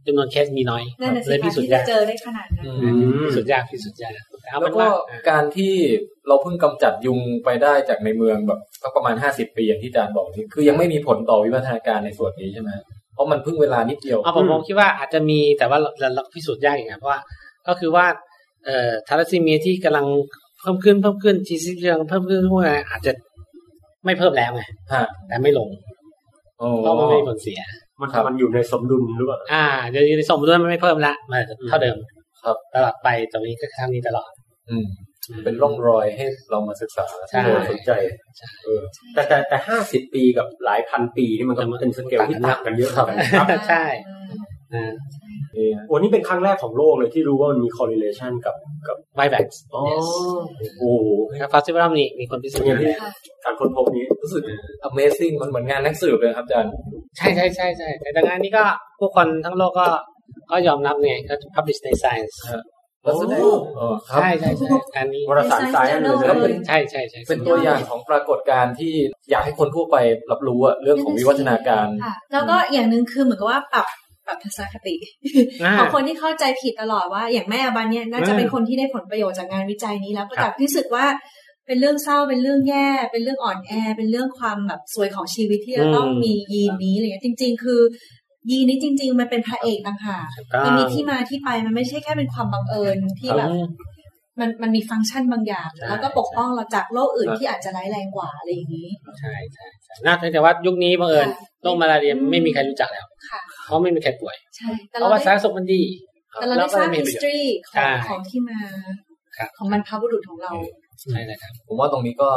Speaker 3: จำนวนเคสมีน้อย
Speaker 4: นั่นน่ะ
Speaker 3: เล
Speaker 4: สิ
Speaker 3: ย
Speaker 4: คะ
Speaker 3: พิสูจ
Speaker 4: ที่
Speaker 3: น์
Speaker 4: จะ
Speaker 3: ยาก
Speaker 4: เจอได้ขนาดนั้น
Speaker 5: อื
Speaker 6: ม
Speaker 3: พิสูจน์ยากพิสูจน์ยากเอา
Speaker 5: แล้ว
Speaker 3: เป็
Speaker 5: น ก็
Speaker 3: ว่า
Speaker 5: การที่เราเพิ่งกำจัดยุงไปได้จากในเมืองแบบสักประมาณห้าสิบปีอย่างที่อาจารย์บอกนี่คือยังไม่มีผลต่อวิวัฒนาการในส่วนนี้ใช่ไหมเพราะมันเพิ่งเวลานิดเดียว
Speaker 3: เอาผมผมคิดว่าอาจจะมีแต่ว่าเราเราพิสูจน์ยากอย่างเงี้ยเพราะว่าก็คือว่าเอ่อทาราซีเมียที่กำลังเพิ่มขึ้นเพิ่มขึ้นจีซีกำลังเพิ่มขึ้นพวกนั้นอาจจะไม่เพิ่มแล้วไง
Speaker 5: ฮะ
Speaker 3: แต่ไม่ลง
Speaker 5: โอ้
Speaker 3: เพราะมันไม่มีผลเสีย
Speaker 6: มันมันอยู่ในสมดุลหรือเปล่า
Speaker 3: อ่าเดี๋ยวในสมด้วยมันไม่เพิ่มละมันอาจจะเท่าเดิม
Speaker 5: ครับ
Speaker 3: ตลอดไปตรงนี้ก็เท่านี้ตลอด
Speaker 5: อืมเป็นร่องรอยให้เรามาศึกษา
Speaker 3: ใช่
Speaker 6: เออสนใจเออแต่แต่แต่ห้าสิบปีกับหลายพันปีนี่มันก็เป็นสเกลที่ต่างกันเยอะครับ
Speaker 3: ครับใช่อ่า
Speaker 6: โอ้นี่เป็นครั้งแรกของโลกเลยที่รู้ว่ามันมี correlation กับกับ
Speaker 3: ไวแบ็ก
Speaker 6: อ๋อโอ้โห
Speaker 3: ฟาสติวัลนี่มีคนพิสูจน์
Speaker 6: เนี่ย
Speaker 3: อยู่
Speaker 6: ที่
Speaker 3: แล้ว
Speaker 6: การค้นพบนี้
Speaker 5: รู้สึก Amazing มันเหมือนงานนักสืบเลยครับอาจารย์
Speaker 3: ใช่ใช่ใช่ใช่แต่ดังนั้นนี่ก็ผู้คนทั้งโลกก็ก็ยอมรับไงก็ publish ใน science
Speaker 5: ครับ แล้วแสดงเออครับ
Speaker 3: ใช่ใช่ใช่อันนี้
Speaker 6: วารสารสายอันหนึ่งเลยนะ
Speaker 3: ใช่ใช่ใช่
Speaker 5: เป็นตัวอย่างของปรากฏการณ์ที่อยากให้คนทั่วไปรับรู้อะเรื่องของวิวัฒนาการ
Speaker 4: ค่ะแล้วก็อย่างหนึ่งคือเหมือนกับว่าปรับปรับทัศนคติ
Speaker 3: อ่า
Speaker 4: ของคนที่เข้าใจผิดตลอดว่าอย่างแม่อบันเนี่ยน่าจะเป็นคนที่ได้ผลประโยชน์จากงานวิจัยนี้แล้วประกลับรู้สึกว่าเป็นเรื่องเศร้าเป็นเรื่องแย่ เป็นเรื่องอ่อนแอ เป็นเรื่องความแบบสวยของชีวิตที่จะต้อง
Speaker 3: อืม
Speaker 4: มียีนนี้อะไรเงี้ยจริง ๆ คือ ยีนนี้จริง ๆ มันเป็นพระเอกต่างหากมันมีที่มาที่ไปมันไม่ใช่แค่เป็นความบังเอิญที่แบบมันมันมีฟังก์ชันบางอย่าง แล้วก็ปกป้องเราจากโรคอื่นที่อาจจะร้ายแรงกว่าอะไรอย่างนี้
Speaker 3: ใช่ใช่ใช่น่าแต่ว่ายุคนี้บังเอิญ
Speaker 4: ค่ะ
Speaker 3: โรคมาลาเรียไม่มีใครรู้จักแล้ว
Speaker 4: ค่ะ
Speaker 3: เพราะไม่มีใครป่วย
Speaker 4: ใช่แต่
Speaker 3: เพ
Speaker 4: เรา
Speaker 3: ราะว่าสา
Speaker 4: ได้
Speaker 3: รสุขมันดี
Speaker 4: แต่เราได้ทราบ
Speaker 3: ไม่มีประโยชน์
Speaker 4: history ข
Speaker 3: ใช่
Speaker 4: องของที่มา
Speaker 3: ครับ
Speaker 4: ของบรรพบุรุษของเรา
Speaker 3: ใช่เลยครับ
Speaker 5: ผมว่าตรงนี้ก็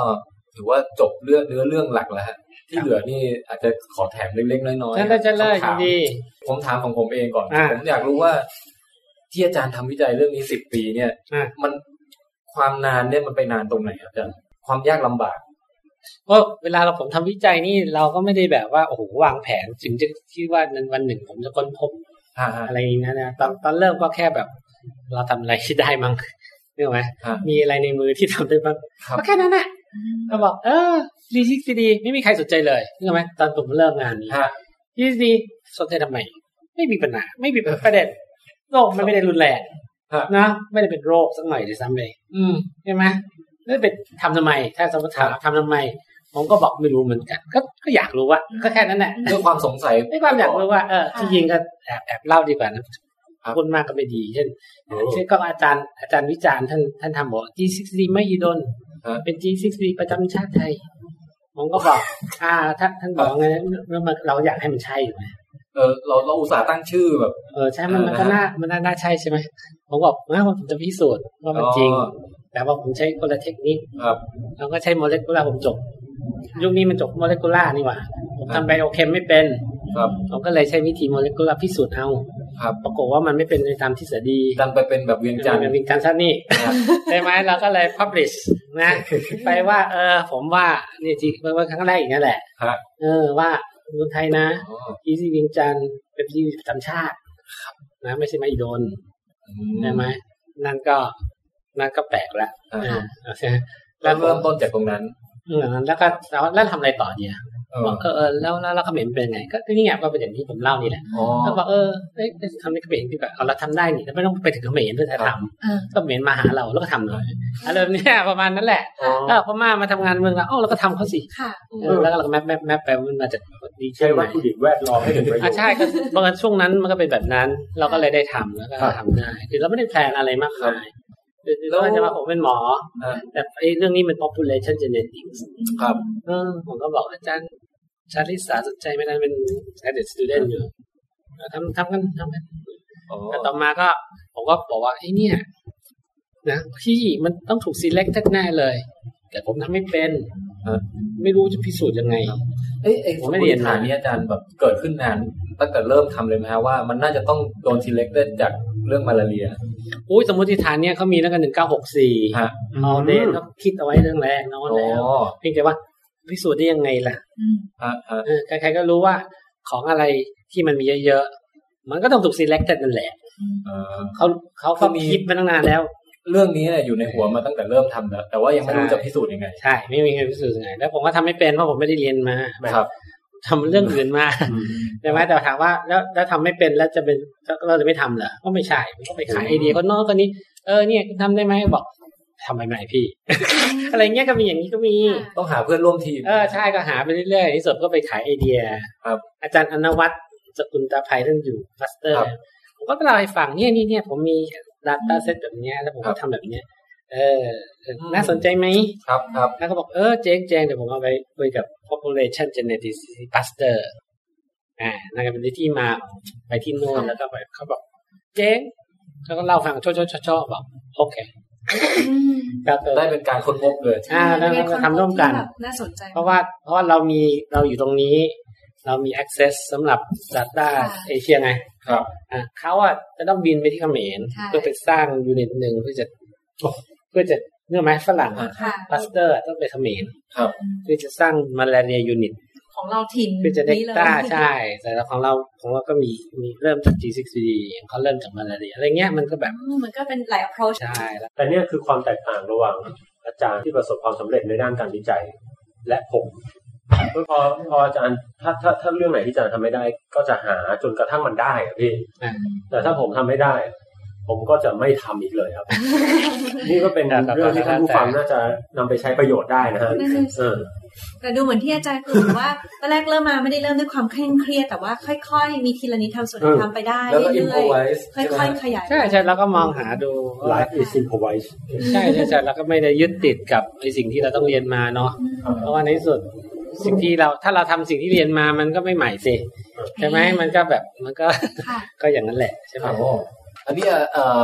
Speaker 5: ถือว่าจบเรื่องเนื้อเรื่องหลักแล้วฮะที่เหลือนี่อาจจะขอแถมเล็กๆน้อยๆ
Speaker 3: ใช่เลยใช่เลย
Speaker 5: คำถาม
Speaker 3: ดี
Speaker 5: ผมถามของผมเองก่อน
Speaker 3: อ่า
Speaker 5: ผมอยากรู้ว่า ที่อาจารย์ทำวิจัยเรื่องนี้สิบปีเนี่ย
Speaker 3: อ่า
Speaker 5: มันความนานเนี่ยมันไปนานตรงไหนครับอาจารย์ความยากลำบาก
Speaker 3: เพราะเวลาเราผมทำวิจัยนี่เราก็ไม่ได้แบบว่าโอ้โหวางแผนถึงจะคิดว่าวันวันหนึ่งผมจะค้นพบ
Speaker 5: อ่า
Speaker 3: อะไรอย่างนี้นะตอนตอนเริ่มก็แค่แบบ เราทำอะไรที่ได้มั้งนึกออกไหม
Speaker 5: ครับ
Speaker 3: มีอะไรในมือที่ทำได้บ้าง
Speaker 5: ๆครับ
Speaker 3: ก็แค่นั้นแหละเราบอกเออดีซิกดีไม่มีใครสนใจเลยนึกออกไหมตอนผมเริ่มงานนี้
Speaker 5: ฮะ
Speaker 3: ดีดีสนใจทำไมไม่มีปัญหาไม่มีประเด็นโรคมันไม่ได้รุนแรง
Speaker 5: ฮะ
Speaker 3: นะไม่ได้เป็นโรคสักหน่อยเลยซ้ำเลย
Speaker 5: อืม
Speaker 3: ใช่ไหมแล้วไปทำทำไม ถ้าสมมติถามทำทำไม ผมก็บอกไม่รู้เหมือนกัน ก็ก็อยากรู้ว่า ก็แค่นั้นแหละ
Speaker 5: เรื่องความสงสัย
Speaker 3: ไม่ความอยากรู้ว่าเออที่ยิงก็แอบแอบเล่าดีกว่านะครับ พูดมากก็ไม่ดี เช่นเช่นก็อาจารย์อาจารย์วิจารณ์ท่านท่านทำบอก G60 ไม่ฮีดนเป็น G60 ประจำชาติไทย ผมก็บอก อ่าท่านท่านบอกว่าไงแล้วมันเราอยากให้มันใช่ไหม
Speaker 5: เออเราเราอุตส่าห์ตั้งชื่อแบบ
Speaker 3: เออใช่มันมันก็
Speaker 5: อ่าฮะ
Speaker 3: น่ามันน่าน่าใช่ใช่ไหมผมบอกว่าผมจะพิสูจน์ว่ามันจริง
Speaker 5: อ๋อ
Speaker 3: แต่ว่าผมใช้คนละเทคนิค
Speaker 5: ครับ
Speaker 3: เราก็ใช้โมเลกุลาร์ผมจบ ยุคนี้มันจบโมเลกุลาร์นี่หว่า ผมทำไบโอเคมไม่เป็น
Speaker 5: ครับ
Speaker 3: ผมก็เลยใช้วิธีโมเลกุลาร์พิสูจน์เอา
Speaker 5: ครับ
Speaker 3: ปรากฏว่ามันไม่เป็นในตามทฤษฎี
Speaker 5: ดันไปเป็นแบบเวียงจันทร์
Speaker 3: เป็นวิงการซะนี่
Speaker 5: ครับ
Speaker 3: ใช่ไหมเราก็เลยพับลิชนะ ไปว่า เออ ผมว่านี่จริงเมื่อครั้งแรกอย่างนั้นแหละ
Speaker 5: ฮะ
Speaker 3: เออว่าเมืองไทยนะ
Speaker 5: อ๋อ
Speaker 3: อีซีวิงจันทร์เป็นที่ประจำชาตินะ ไม่ใช่มาอิโดน
Speaker 5: อื
Speaker 3: ใช่ไหมนั่นก็นั่นก็แปลกละ
Speaker 5: อ่า
Speaker 3: เออเอาใช่ไหม
Speaker 5: แล้
Speaker 3: แล้ว ว
Speaker 5: เริ่มต้นจากตรงนั้น
Speaker 3: อืมแล้วก็แล้วแล้วทำอะไรต่อเนี่ย
Speaker 5: เอ
Speaker 3: บอก
Speaker 5: อ
Speaker 3: เออเออแล้วแล้วแล้วเขมรเป็นไงก็ก็นี่ไงว่าเป็นอย่างที่ผมเล่านี่แหละ
Speaker 5: อ๋อ
Speaker 3: ก็บอกเออเอ้ยทำในเขมรดีกว่าเอาเราทำได้นี่แล้วไม่ต้องไปถึงเขมรเพื่อจะท
Speaker 4: อ่า
Speaker 3: ำก็เขมรมาหาเราแล้วก็ทำเลยอะไรแบบเนี้ยประมาณนั้นแหละเออพม่ามาทำงานเมืองเราเอ้าเราก็ทำเขาสิ
Speaker 4: ค่ะ
Speaker 3: เออแล้วก็เราก็แมปแมปแมปไปว่ามันมาจากดี
Speaker 6: ใช้
Speaker 3: ใช่ไหม
Speaker 6: วัตถุดิบแวดล้อมให้เป็นประโย
Speaker 3: อ่ะ
Speaker 6: ชน์
Speaker 3: ใช่ก็บางช่วงนั้นมันก็เป็นแบบนั้น เราก็เลยได้ทำแล้วก็ทำได้คือเราไม่ได้แพลนอะไรมากมายคือคือว่าจะว่าผมเป็นหมอ
Speaker 5: อ่า
Speaker 3: แต่ไอ้เรื่องนี้มัน population genetics
Speaker 5: ครับ
Speaker 3: เออผมก็บอกอาจารย์ชาลิสาสนใจไหมนะเป็น graduate student อยู่เออทำทำกันทำกัน
Speaker 5: อ๋อ
Speaker 3: แต่ต่อมาก็ผมก็บอกว่าไอ้เนี่ย นะพี่มันต้องถูก select แน่ๆเลย แต่ผมทำไม่เป็น
Speaker 5: เออ
Speaker 3: ไม่รู้จะพิสูจน์ยังไง
Speaker 5: เอ้ยไอ้
Speaker 3: ผ
Speaker 5: ผม ม
Speaker 3: ไม่
Speaker 5: ไม่
Speaker 3: เรี
Speaker 5: เรี
Speaker 3: ย
Speaker 5: ย
Speaker 3: น
Speaker 5: น
Speaker 3: มา
Speaker 5: ฐานนี้อาจารย์แบบเกิดขึ้นนานตั้งแต่เริ่มทำเลยไหมฮะว่ามันน่าจะต้องโดน select ได้จาก เรื่องมาลาเรีย
Speaker 3: อุ้ยสมมติฐานเนี้ยเขามีแล้วกันหนึ่งเก้าหกสี่
Speaker 5: ฮะ
Speaker 3: ออเดนเขาคิดเอาไว้เรื่องแรกนะว่า
Speaker 5: อ๋อ
Speaker 3: แล้วเพียงแต่ว่าพิสูจน์ได้ยังไงล่ะ
Speaker 4: อืม
Speaker 5: ฮะฮะ
Speaker 3: เออใครๆก็รู้ว่าของอะไรที่มันมีเยอะๆมันก็ต้องถูก selected นั่นแหละ
Speaker 5: เอ่อ
Speaker 3: เขาเขา
Speaker 5: ก็
Speaker 3: เขา
Speaker 5: มี
Speaker 3: คิดมาตั้งนานแล้ว
Speaker 5: เรื่องนี้เนี่ยอยู่ในหัวมาตั้งแต่เริ่มทำแล้วแต่ว่ายังไม่รู้จะพิสูจน์ยังไง
Speaker 3: ใช่ ไม่มีใครพิสูจน์ยังไงแล้วผมก็ทำไม่เป็นเพราะผมไม่ได้เรียนมา
Speaker 5: ครับ
Speaker 3: ทำเรื่องอื่นมาใช่ไหมแต่ถามว่าแล้วแล้วทำไม่เป็นแล้วจะเป็นเราจะไม่ทำเหรอก็ไม่ใช่มันก็ไปขายไอเดียคนนอกคนนี้ เออเนี่ยทำได้ไหมบอกทำไปไหนพี่ อะไรเงี้ยก็มีอย่างนี้ก็มี
Speaker 5: ต้องหาเพื่อนร่วมทีม
Speaker 3: เออใช่ก็หาไปเรื่อยๆที่สุดก็ไปขายไอเดีย
Speaker 5: ครับ
Speaker 3: อาจารย์อนวัตรสกุลตาภัยท่านอยู่ฟัสเตอร์ ผมก็เล่าให้ฟังเนี่ยนี่เนี่ยผมมี Data Set แบบเนี้ยแล้วผมก็ทำแบบเนี้ยเออเออน่าสนใจไหม
Speaker 5: ครับครับ
Speaker 3: แล้วก็บอกเออเจ๊งเจ๊งเดี๋ยวผมเอาไปคุยกับ population genetics cluster อ่านั่นก็เป็นที่มาของไปที่โน่นแล้วก็ไปเขาบอกเจ๊งแล้วก็เล่าฟังช่อช่อช่อช่อบอก โอเค
Speaker 4: อืม
Speaker 3: ครับเออ
Speaker 5: ได้เป็นการค้นพบเลย
Speaker 3: อ่าแล้วแล้วก็ทำร่วมกัน
Speaker 4: เป็คที่แบบน่าสนใจ
Speaker 3: เพราะว่าเพราะว่าเรามีเราอยู่ตรงนี้ เรามี access สำหรับ data
Speaker 4: ค่ะ
Speaker 3: เอเชียไง
Speaker 5: ครับ
Speaker 3: อ่ะเขาอ่ะจะต้องบินไปที่เขมร
Speaker 4: ใช่
Speaker 3: เพื่อไปสร้างยูนิตหนึ่งเพื่อจะเพื่อจะเนื่อไหมฝรั่ง
Speaker 4: ค่ะ
Speaker 3: คลัสเตอร์ต้องไปเขมร
Speaker 5: ครับ
Speaker 3: เพื่อจะสร้างมาลาเรียยูนิต
Speaker 4: ของเราถิ่น
Speaker 3: คือจะได้
Speaker 4: นี้เลย
Speaker 3: ต้าใช่ แต่ละของเราของเราก็มีมีเริ่มจาก G6PD อย่างเขาเริ่มจากมาลาเรียอะไรเงี้ยมันก็แบบ
Speaker 4: อืมมันก็เป็นหลาย approach
Speaker 3: ใช่แล้ว
Speaker 6: แต่เนี่ยคือความแตกต่างระหว่างอาจารย์ที่ประสบความสำเร็จในด้านการวิจัย และผมเพราะพอพออาจารย์ถ้าถ้าถ้าเรื่องไหนที่อาจารย์ทำไม่ได้ ก็จะหาจนกระทั่งมันได้อะพี่
Speaker 3: อ่ะ
Speaker 6: แต่ถ้าผมทำไม่ได้ ผมก็จะไม่ทำอีกเลยครับ นี่ก็เป็น
Speaker 3: ครับ
Speaker 6: เรื่องที่ท่านผู้ฟังน่าจะนำไปใช้ประโยชน์ได้นะฮะ
Speaker 4: นั่นน่ะสิ
Speaker 6: เออ
Speaker 4: แต่ดูเหมือนที่อาจารย์คือบอกว่า ตอนแรกเริ่มมาไม่ได้เริ่มด้วยความเคร่งเครียด แต่ว่าค่อยๆ มีทีละนิดทำส่วน
Speaker 6: เออ
Speaker 4: ทำไปได้
Speaker 5: แล้วก็
Speaker 4: เรื่อย
Speaker 5: improvise
Speaker 4: ๆ
Speaker 5: ใช่ไหม
Speaker 4: ค่อยๆ ขยาย
Speaker 3: ใช่ใช่แล้วก็มองหาดู
Speaker 6: life is improvised
Speaker 3: ใช่ใช่ใช่แล้วก็ไม่ได้ยึดติดกับไอสิ่งที่เราต้องเรียนมาเนาะเพราะว่าในที่สุดสิ่งที่เราถ้าเราทำสิ่งที่เรียนมามันก็ไม่ใหม่สิใช่ไหมมันก็แบบมันก็
Speaker 4: ค่ะ
Speaker 3: ก็อย่างนั้นแหละใช่ไหม
Speaker 5: ครับอันนี้เอ่อเอ่อ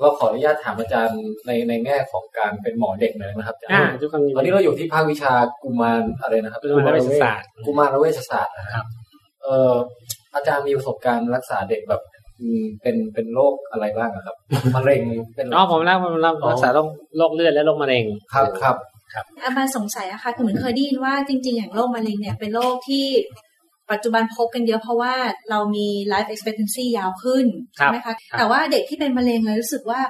Speaker 5: เราขออนุญาตถามอาจารย์ในในแง่ของการเป็นหมอเด็กหน่อยนะครับอาจาร
Speaker 3: อ่า
Speaker 5: ย์
Speaker 3: ทุกคนมี
Speaker 5: ตอนนี้เราอยู่ที่ภาควิชากุมารอะไรนะครับ
Speaker 3: เป็นนักวิทยาศาสตร์
Speaker 5: กุมารเวชศาสตร์นะครับ เอ่ออาจารย์มีประสบการณ์รักษาเด็กแบบอืมเป็นเป็นโรคอะไรบ้างอะครับมะเร็งเป็น
Speaker 3: อ๋อผมรักผมรักรักษาโรคโรคเลือดและโรคมะเร็ง
Speaker 5: ครับครับ
Speaker 4: อามาสงสัยอะค่ะคือเหมือนเคยได้ยินว่าจริง ๆ อย่างโรคมะเร็งเนี่ยเป็นโรคที่ปัจจุบันพบกันเยอะเพราะว่าเรามี life expectancy ยาวขึ้น
Speaker 3: ครั
Speaker 4: ใช่
Speaker 3: บ
Speaker 4: ไหมคะ
Speaker 3: ครับ
Speaker 4: แต่ว่าเด็กที่เป็นมะเร็งเลยรู้สึกว่า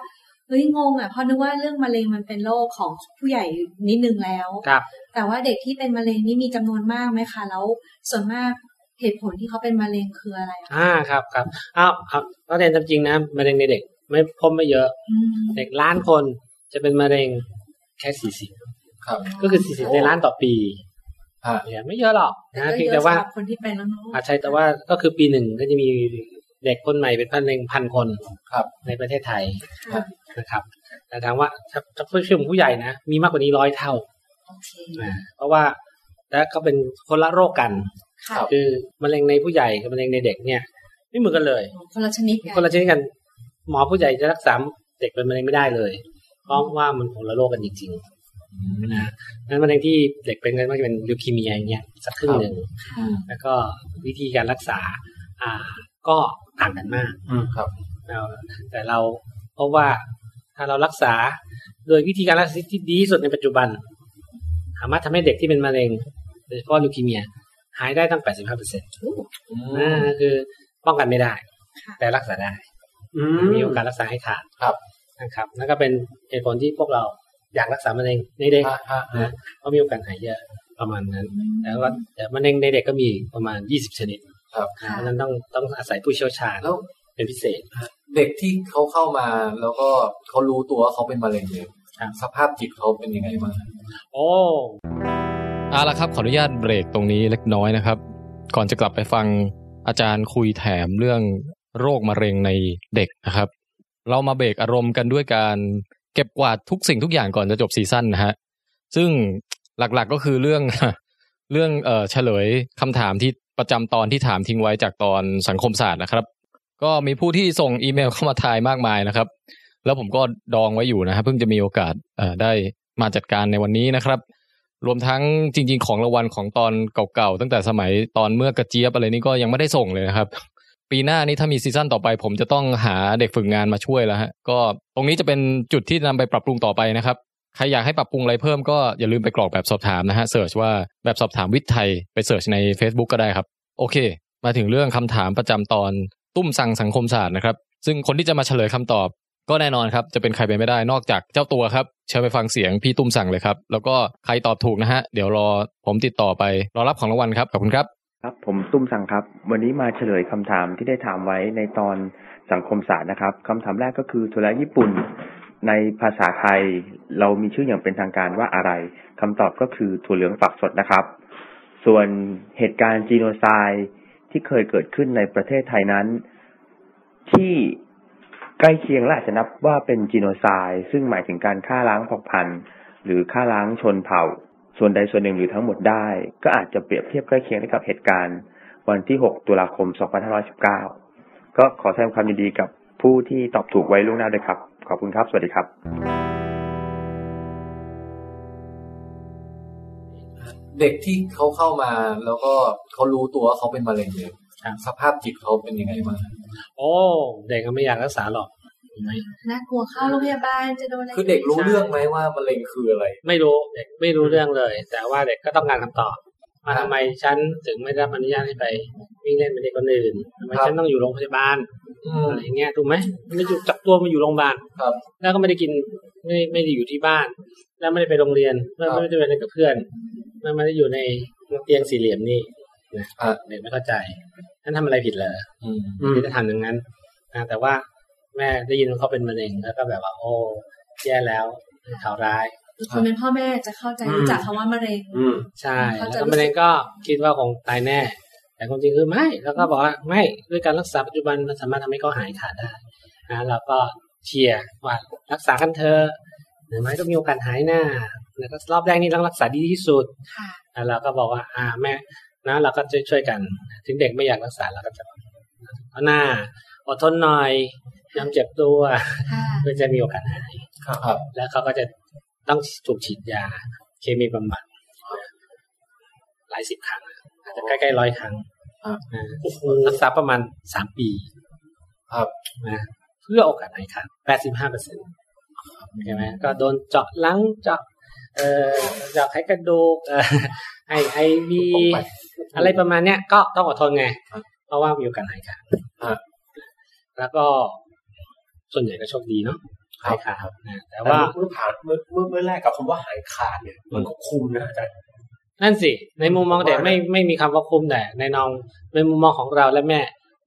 Speaker 4: เฮ้ยงงอะเพราะนึกว่าเรื่องมะเร็งมันเป็นโรคของผู้ใหญ่นิดนึงแล้ว
Speaker 3: ครับ
Speaker 4: แต่ว่าเด็กที่เป็นมะเร็งนี่มีจำนวนมากไหมคะแล้วส่วนมากเหตุผลที่เขาเป็นมะเร็งคืออะไรอะ
Speaker 3: อ่าครับครับอ้าวครับก็เรียนตามจริงนะมะเร็งในเด็กไม่พบไม่เยอะ
Speaker 4: อืม
Speaker 3: เด็กล้านคนจะเป็นมะเร็งแค่สี่สิบ
Speaker 5: ครับ
Speaker 3: ก็คือสี่สิบในล้านต่อปี
Speaker 5: ฮะ
Speaker 3: เนี่ยไม่เยอะหรอกนะ
Speaker 4: ก็
Speaker 3: เพียง
Speaker 4: เย
Speaker 3: แต่
Speaker 4: อะ
Speaker 3: ว่า
Speaker 4: สำหรับคนที่เป็นแล้วเน
Speaker 3: อา
Speaker 4: อะ
Speaker 3: ใช่แต่ว่าก็คือปีหนึ่งก็จะมีเด็กคนใหม่เป็นพันเร็งพันคน
Speaker 5: ครับ
Speaker 3: ในประเทศไทย
Speaker 4: ค่ะ
Speaker 3: นะครับแต่ถามว่าถ้าถ้าพูดชื่อของผู้ใหญ่นะ มีมากกว่านี้ร้อยเท่า
Speaker 4: โอเค
Speaker 3: นะเพราะว่าและก็เป็นคนละโรคกัน
Speaker 4: ค่ะ
Speaker 3: คือมะเร็งในผู้ใหญ่กับมะเร็งในเด็กเนี่ยไม่เหมือนกันเลย
Speaker 4: คนละชนิดกัน
Speaker 3: คนละชนิดกันหมอผู้ใหญ่จะรักษาเด็กเป็นมะเร็งไม่ได้เลยเพราะว่ามันคนละโรคกันจริงๆนะนั้นมะเร็งที่เด็กเป็นกันมักจะเป็นลูคีเมียอย่างเงี้ยสักครึ่งหนึ่ง
Speaker 4: ค่ะ
Speaker 3: แล้วก็วิธีการรักษา อ่า ก็ต่างกันมาก
Speaker 5: อืมครับ
Speaker 3: แล้วแต่เราเพราะว่าถ้าเรารักษาโดยวิธีการรักษาที่ดีที่สุดในปัจจุบัน สามารถทำให้เด็กที่เป็นมะเร็งโดยเฉพาะลูคีเมีย หายได้ตั้ง 85เปอร์เซ็นต์นะคือป้องกันไม่ได้ แต่รักษาได้
Speaker 6: อื
Speaker 3: มีโอกาสรักษาให้ขาด
Speaker 5: ครับ
Speaker 3: นะครับนั่นก็เป็นเหตุผลที่พวกเราอยากรักษามะเร็งในเด็ก
Speaker 5: ฮะฮะฮะ
Speaker 3: เพราะมีโอกาสหายเยอะประมาณนั้น
Speaker 4: อืม
Speaker 3: แต่ว่าแต่มะเร็งในเด็กก็มีประมาณ 20 ชนิด
Speaker 5: ครับ
Speaker 3: เพราะฉะนั้นต้องต้องอาศัยผู้เชี่ยวชาญ
Speaker 5: แล้ว
Speaker 3: เป็นพิเศษ
Speaker 5: เด็กที่เขาเข้ามาแล้วก็เขารู้ตัวว่าเขาเป็นมะเร็งเนี่ย
Speaker 3: ครับ
Speaker 5: สภาพจิตเขาเป็นยังไงบ้าง
Speaker 3: โอ้
Speaker 1: เอาละครับขออนุญาตเบรกตรงนี้เล็กน้อยนะครับ ก่อนจะกลับไปฟังอาจารย์คุยแถมเรื่องโรคมะเร็งในเด็กนะครับ เรามาเบรกอารมณ์กันด้วยการเก็บกวาดทุกสิ่งทุกอย่างก่อนจะจบซีซั่นนะฮะซึ่งหลักๆก็คือเรื่อง เรื่องเอ่อเฉลยคำถามที่ประจำตอนที่ถามทิ้งไว้จากตอนสังคมศาสตร์นะครับ ก็มีผู้ที่ส่งอีเมลเข้ามาทายมากมายนะครับ แล้วผมก็ดองไว้อยู่นะฮะเพิ่งจะมีโอกาสเอ่อได้มาจัดการในวันนี้นะครับ รวมทั้งจริง ๆ ของรางวัลของตอนเก่าๆตั้งแต่สมัยตอนเมื่อกระเจี๊ยบอะไรนี่ก็ยังไม่ได้ส่งเลยนะครับ ปีหน้านี้ถ้ามีซีซั่นต่อไป ผมจะต้องหาเด็กฝึกงานมาช่วยแล้วฮะ ก็ตรงนี้จะเป็นจุดที่นำไปปรับปรุงต่อไปนะครับ ใครอยากให้ปรับปรุงอะไรเพิ่มก็อย่าลืมไปกรอกแบบสอบถามนะฮะเสิร์ชว่าแบบสอบถามวิทย์ไทยไปเสิร์ชใน Facebook ก็ได้ครับ โอเค มาถึงเรื่องคำถามประจำตอนตุ้มสั่งสังคมศาสตร์นะครับ ซึ่งคนที่จะมาเฉลยคำตอบ ก็แน่นอนครับ จะเป็นใครไปไม่ได้นอกจากเจ้าตัวครับ เชิญไปฟังเสียงพี่ตุ้มสั่งเลยครับ แล้วก็ใครตอบถูกนะฮะ เดี๋ยวรอผมติดต่อไป รอรับของรางวัลครับ ขอบคุณครับ
Speaker 7: ครับผมตุ้มสั่งครับ วันนี้มาเฉลยคำถามที่ได้ถามไว้ในตอนสังคมศาสตร์นะครับคำถามแรกก็คือโทรญี่ปุ่น ในภาษาไทย เรามีชื่ออย่างเป็นทางการว่าอะไรคำตอบก็คือถั่วเหลืองฝักสดนะครับ ส่วนเหตุการณ์จีโนไซด์ที่เคยเกิดขึ้นในประเทศไทยนั้น ที่ใกล้เคียงและอาจจะนับว่าเป็นจีโนไซด์ซึ่งหมายถึงการฆ่าล้างเผ่าพันธุ์ หรือฆ่าล้างชนเผ่า ส่วนใดส่วนหนึ่งหรือทั้งหมดได้ ก็อาจจะเปรียบเทียบใกล้เคียงได้กับเหตุการณ์ วันที่ 6 ตุลาคม 2519 ก็ขอแสดงความยินดีกับผู้ที่ตอบถูกไว้ล่วงหน้าด้วยครับ ขอบคุณครับ สวัสดีครับ
Speaker 5: เด็กที่เขาเข้ามาแล้วก็เขารู้ตัวว่าเขาเป็นมะเร็งเนี่ย
Speaker 3: ครับ
Speaker 5: สภาพจิตเขาเป็นยังไงบ้าง
Speaker 3: โอ้เด็กก็ไม่อยากรักษาหรอก ไม่
Speaker 4: น่ากลัวเข้าโรงพยาบาลจะโดนอะไร
Speaker 5: คือเด็กรู้เรื่องไหมว่ามะเร็งคืออะไร
Speaker 3: ไม่รู้เด็กไม่รู้เรื่องเลย แต่ว่าเด็กก็ต้องการคำตอบว่าทำไมฉันถึงไม่ได้รับอนุญาตให้ไปวิ่งเล่นเป็นเด็กคนอื่นทำไม
Speaker 5: ครับ
Speaker 3: ฉันต้องอยู่โรงพยาบาล
Speaker 5: อืม
Speaker 3: อะไรอย่างเงี้ยถูกไหมไม่อยู่จับตัวมาอยู่โรงพยาบาล
Speaker 5: ครับ
Speaker 3: แล้วก็ไม่ได้กินไม่ไม่ได้อยู่ที่บ้าน แล้วไม่ได้ไปโรงเรียนแล้วก็ไม่ได้ไปเล่นกับเพื่อนแล้วไม่ได้อยู่ในเตียงสี่เหลี่ยมนี่นะเด็กไม่เข้าใจฉันทำอะไรผิดเหรอ
Speaker 5: อืม
Speaker 3: ที่จะทำอย่างนั้นนะแต่ว่าแม่ได้ยินว่าเขาเป็นมะเร็งแล้วก็แบบว่า โอ้แย่แล้วข่าวร้าย
Speaker 4: คนเป็นพ่อแม่จะเข้าใจรู้จักคำว่ามะเร็ง
Speaker 6: อืม
Speaker 3: ใช่
Speaker 4: เขา
Speaker 3: แล้
Speaker 4: จะ
Speaker 3: ว
Speaker 4: รู้สึก
Speaker 3: ก็มะเร็งก็คิดว่าคงตายแน่ แต่ความจริงคือไม่ แล้วก็บอกว่าไม่ด้วยการรักษาปัจจุบันมันสามารถทำให้เขาหายขาดได้นะเราก็เชียร์ว่ารักษากันเถอะหรือไม่ก็มีโอกาสหายหน้าแล้วก็รอบแรกนี่ต้องรักษาดีที่สุด
Speaker 4: ค่ะ
Speaker 3: แล้วเราก็บอกว่า อ่าแม่นะเราก็จะช่วยกัน ถึงเด็กไม่อยากรักษาเราก็จะบอกเอาหน้าอดทนหน่อยยอมเจ็บตัว
Speaker 4: ค่ะ
Speaker 3: เพื่อจะมีโอกาสหาย
Speaker 5: ครับ
Speaker 3: แล้วเขาก็จะต้องถูกฉีดยา เคมีบำบัดหลายสิบครั้งอาจจะใกล้ๆร้อยครั้ง
Speaker 5: ครับ
Speaker 3: นะรักษาประมาณสามปี
Speaker 5: ครับ
Speaker 3: นะเพื่อโอกาสหายขาดแปดสิบห้าเปอร์เซ็นต์ใช่ไหมก็โดนเจาะล้างเจาะเอ่อเจาะไขกระดูกเอ่อไอไอวี
Speaker 5: ออกไป
Speaker 3: อะไรประมาณเนี้ยก็ต้องอดทนไง เพราะว่ามีโอกาสหายขาด
Speaker 5: ครับ
Speaker 3: แล้วก็ส่วนใหญ่ก็โชคดีเนาะ
Speaker 5: ครับ
Speaker 3: หายขาดนะแต่
Speaker 6: แต่
Speaker 3: ว่า
Speaker 6: เมื่อผ่านเมื่อเมื่อเมื่อแรกกับคำว่าหายขาดเนี่ยมันก็คุมนะอาจารย์
Speaker 3: นั่นสิ ในมุมมองเด็กไม่ไม่มีคำว่าคุ้มแต่ในนองในมุมมองของเราและแม่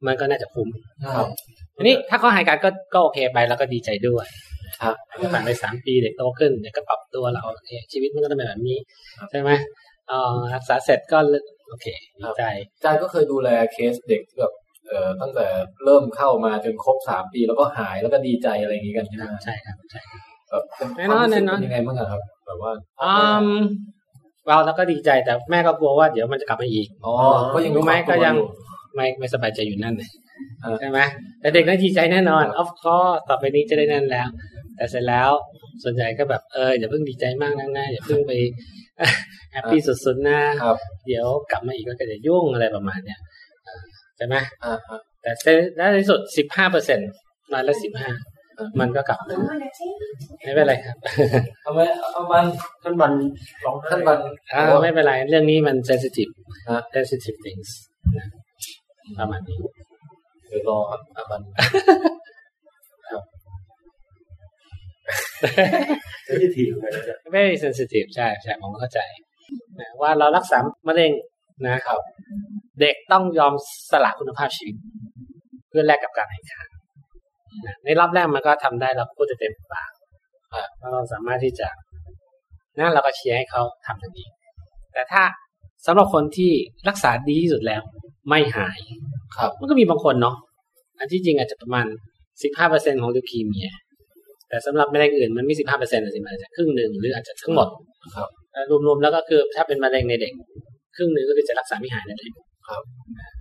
Speaker 3: มันก็น่าจะคุ้ม
Speaker 5: ครับ
Speaker 3: ทีนี้ถ้าเขาหายการก็ก็โอเคไปแล้วก็ดีใจด้วย
Speaker 5: ครับ
Speaker 3: ผ่านไปสามปีเด็กโตขึ้นเด็กก็ปรับตัวเราโอเคชีวิตมันก็ต้องเป็นแบบนี้ ใช่ไหมเอ่อรักษาเสร็จก็โอเคดีใจ
Speaker 5: อาจารย์ก็เคยดูแลเคสเด็กที่แบบเอ่อตั้งแต่เริ่มเข้ามาจนครบสามปีแล้วก็หายแล้วก็ดีใจอะไรอย่างนี้กันใช่ไหม
Speaker 3: ใช่ครับใช่
Speaker 5: แบบ
Speaker 3: แน่นอนแน่นอน
Speaker 5: เป็ยังไงบ้างอะครับ แบบว่า
Speaker 3: อืมเราแล้วก็ดีใจแต่แม่ก็กลัวว่าเดี๋ยวมันจะกลับมาอีก
Speaker 5: อ๋อก็ยัง
Speaker 3: รู้ไหม
Speaker 5: ป
Speaker 3: ก็
Speaker 5: รับตัว
Speaker 3: ยัง
Speaker 5: อ
Speaker 3: ไม่ไม่สบายใจอยู่นั่นเลย
Speaker 5: เออ
Speaker 3: ใช่ไหมแต่เด็กน่าดีใจแน่นอน of course ต่อไปนี้จะได้นั่นแล้ว แต่เสร็จแล้วส่วนใหญ่ก็แบบเอออย่าเพิ่งดีใจมากนักนะอย่าเพิ่งไป แฮปปี้สุดๆนะครับ เดี๋ยวกลับมาอีกก็จะยุ่งอะไรประมาณเนี้ยเออใช่ไหม
Speaker 5: อ่าอ่า
Speaker 3: แต่เสร็จแล้วในที่สุดสิบห้าเปอร์เซ็นต์ร้อยละสิบห้า
Speaker 5: เออ
Speaker 3: มันก็กลับมาไม่เป็นไรครับ
Speaker 5: เอาไหมเอามัน
Speaker 6: ท่านบันร้องไห้
Speaker 5: ท่านบัน
Speaker 3: อ่าไม่เป็นไรเรื่องนี้มัน sensitive
Speaker 5: ฮะ
Speaker 3: sensitive things นะประมาณนี้
Speaker 5: เดี๋ยวรอครับอาบัน
Speaker 6: เซนซิทีฟเหมือนกันนะ
Speaker 3: very sensitive ใช่ใช่ผมเข้าใจนะว่าเรารักษามะเร็งนะครับ เด็กต้องยอมสละคุณภาพชีวิต เพื่อแลกกับการแข่งขันนะในรอบแรกมันก็ทำได้เราก็พูดได้เต็มปากอ่ะว่าเราสามารถที่จะนั่นเราก็เชียร์ให้เขาทำทันทีแต่ถ้าสำหรับคนที่รักษาดีที่สุดแล้ว ไม่หาย
Speaker 5: ครับ
Speaker 3: มันก็มีบางคนเนาะอันที่จริงอาจจะประมาณสิบห้าเปอร์เซ็นของลิวคีเมีย แต่สำหรับมะเร็งอื่นมันไม่สิบห้าเปอร์เซ็นต์หรือสิอาจจะครึ่งหนึ่งหรืออาจจะทั้งหมด
Speaker 5: ครับ
Speaker 3: เอ่อรวมๆแล้วก็คือถ้าเป็นมะเร็งในเด็ก ครึ่งหนึ่งก็คือจะรักษาไม่หายนั่นเอง
Speaker 5: ครับ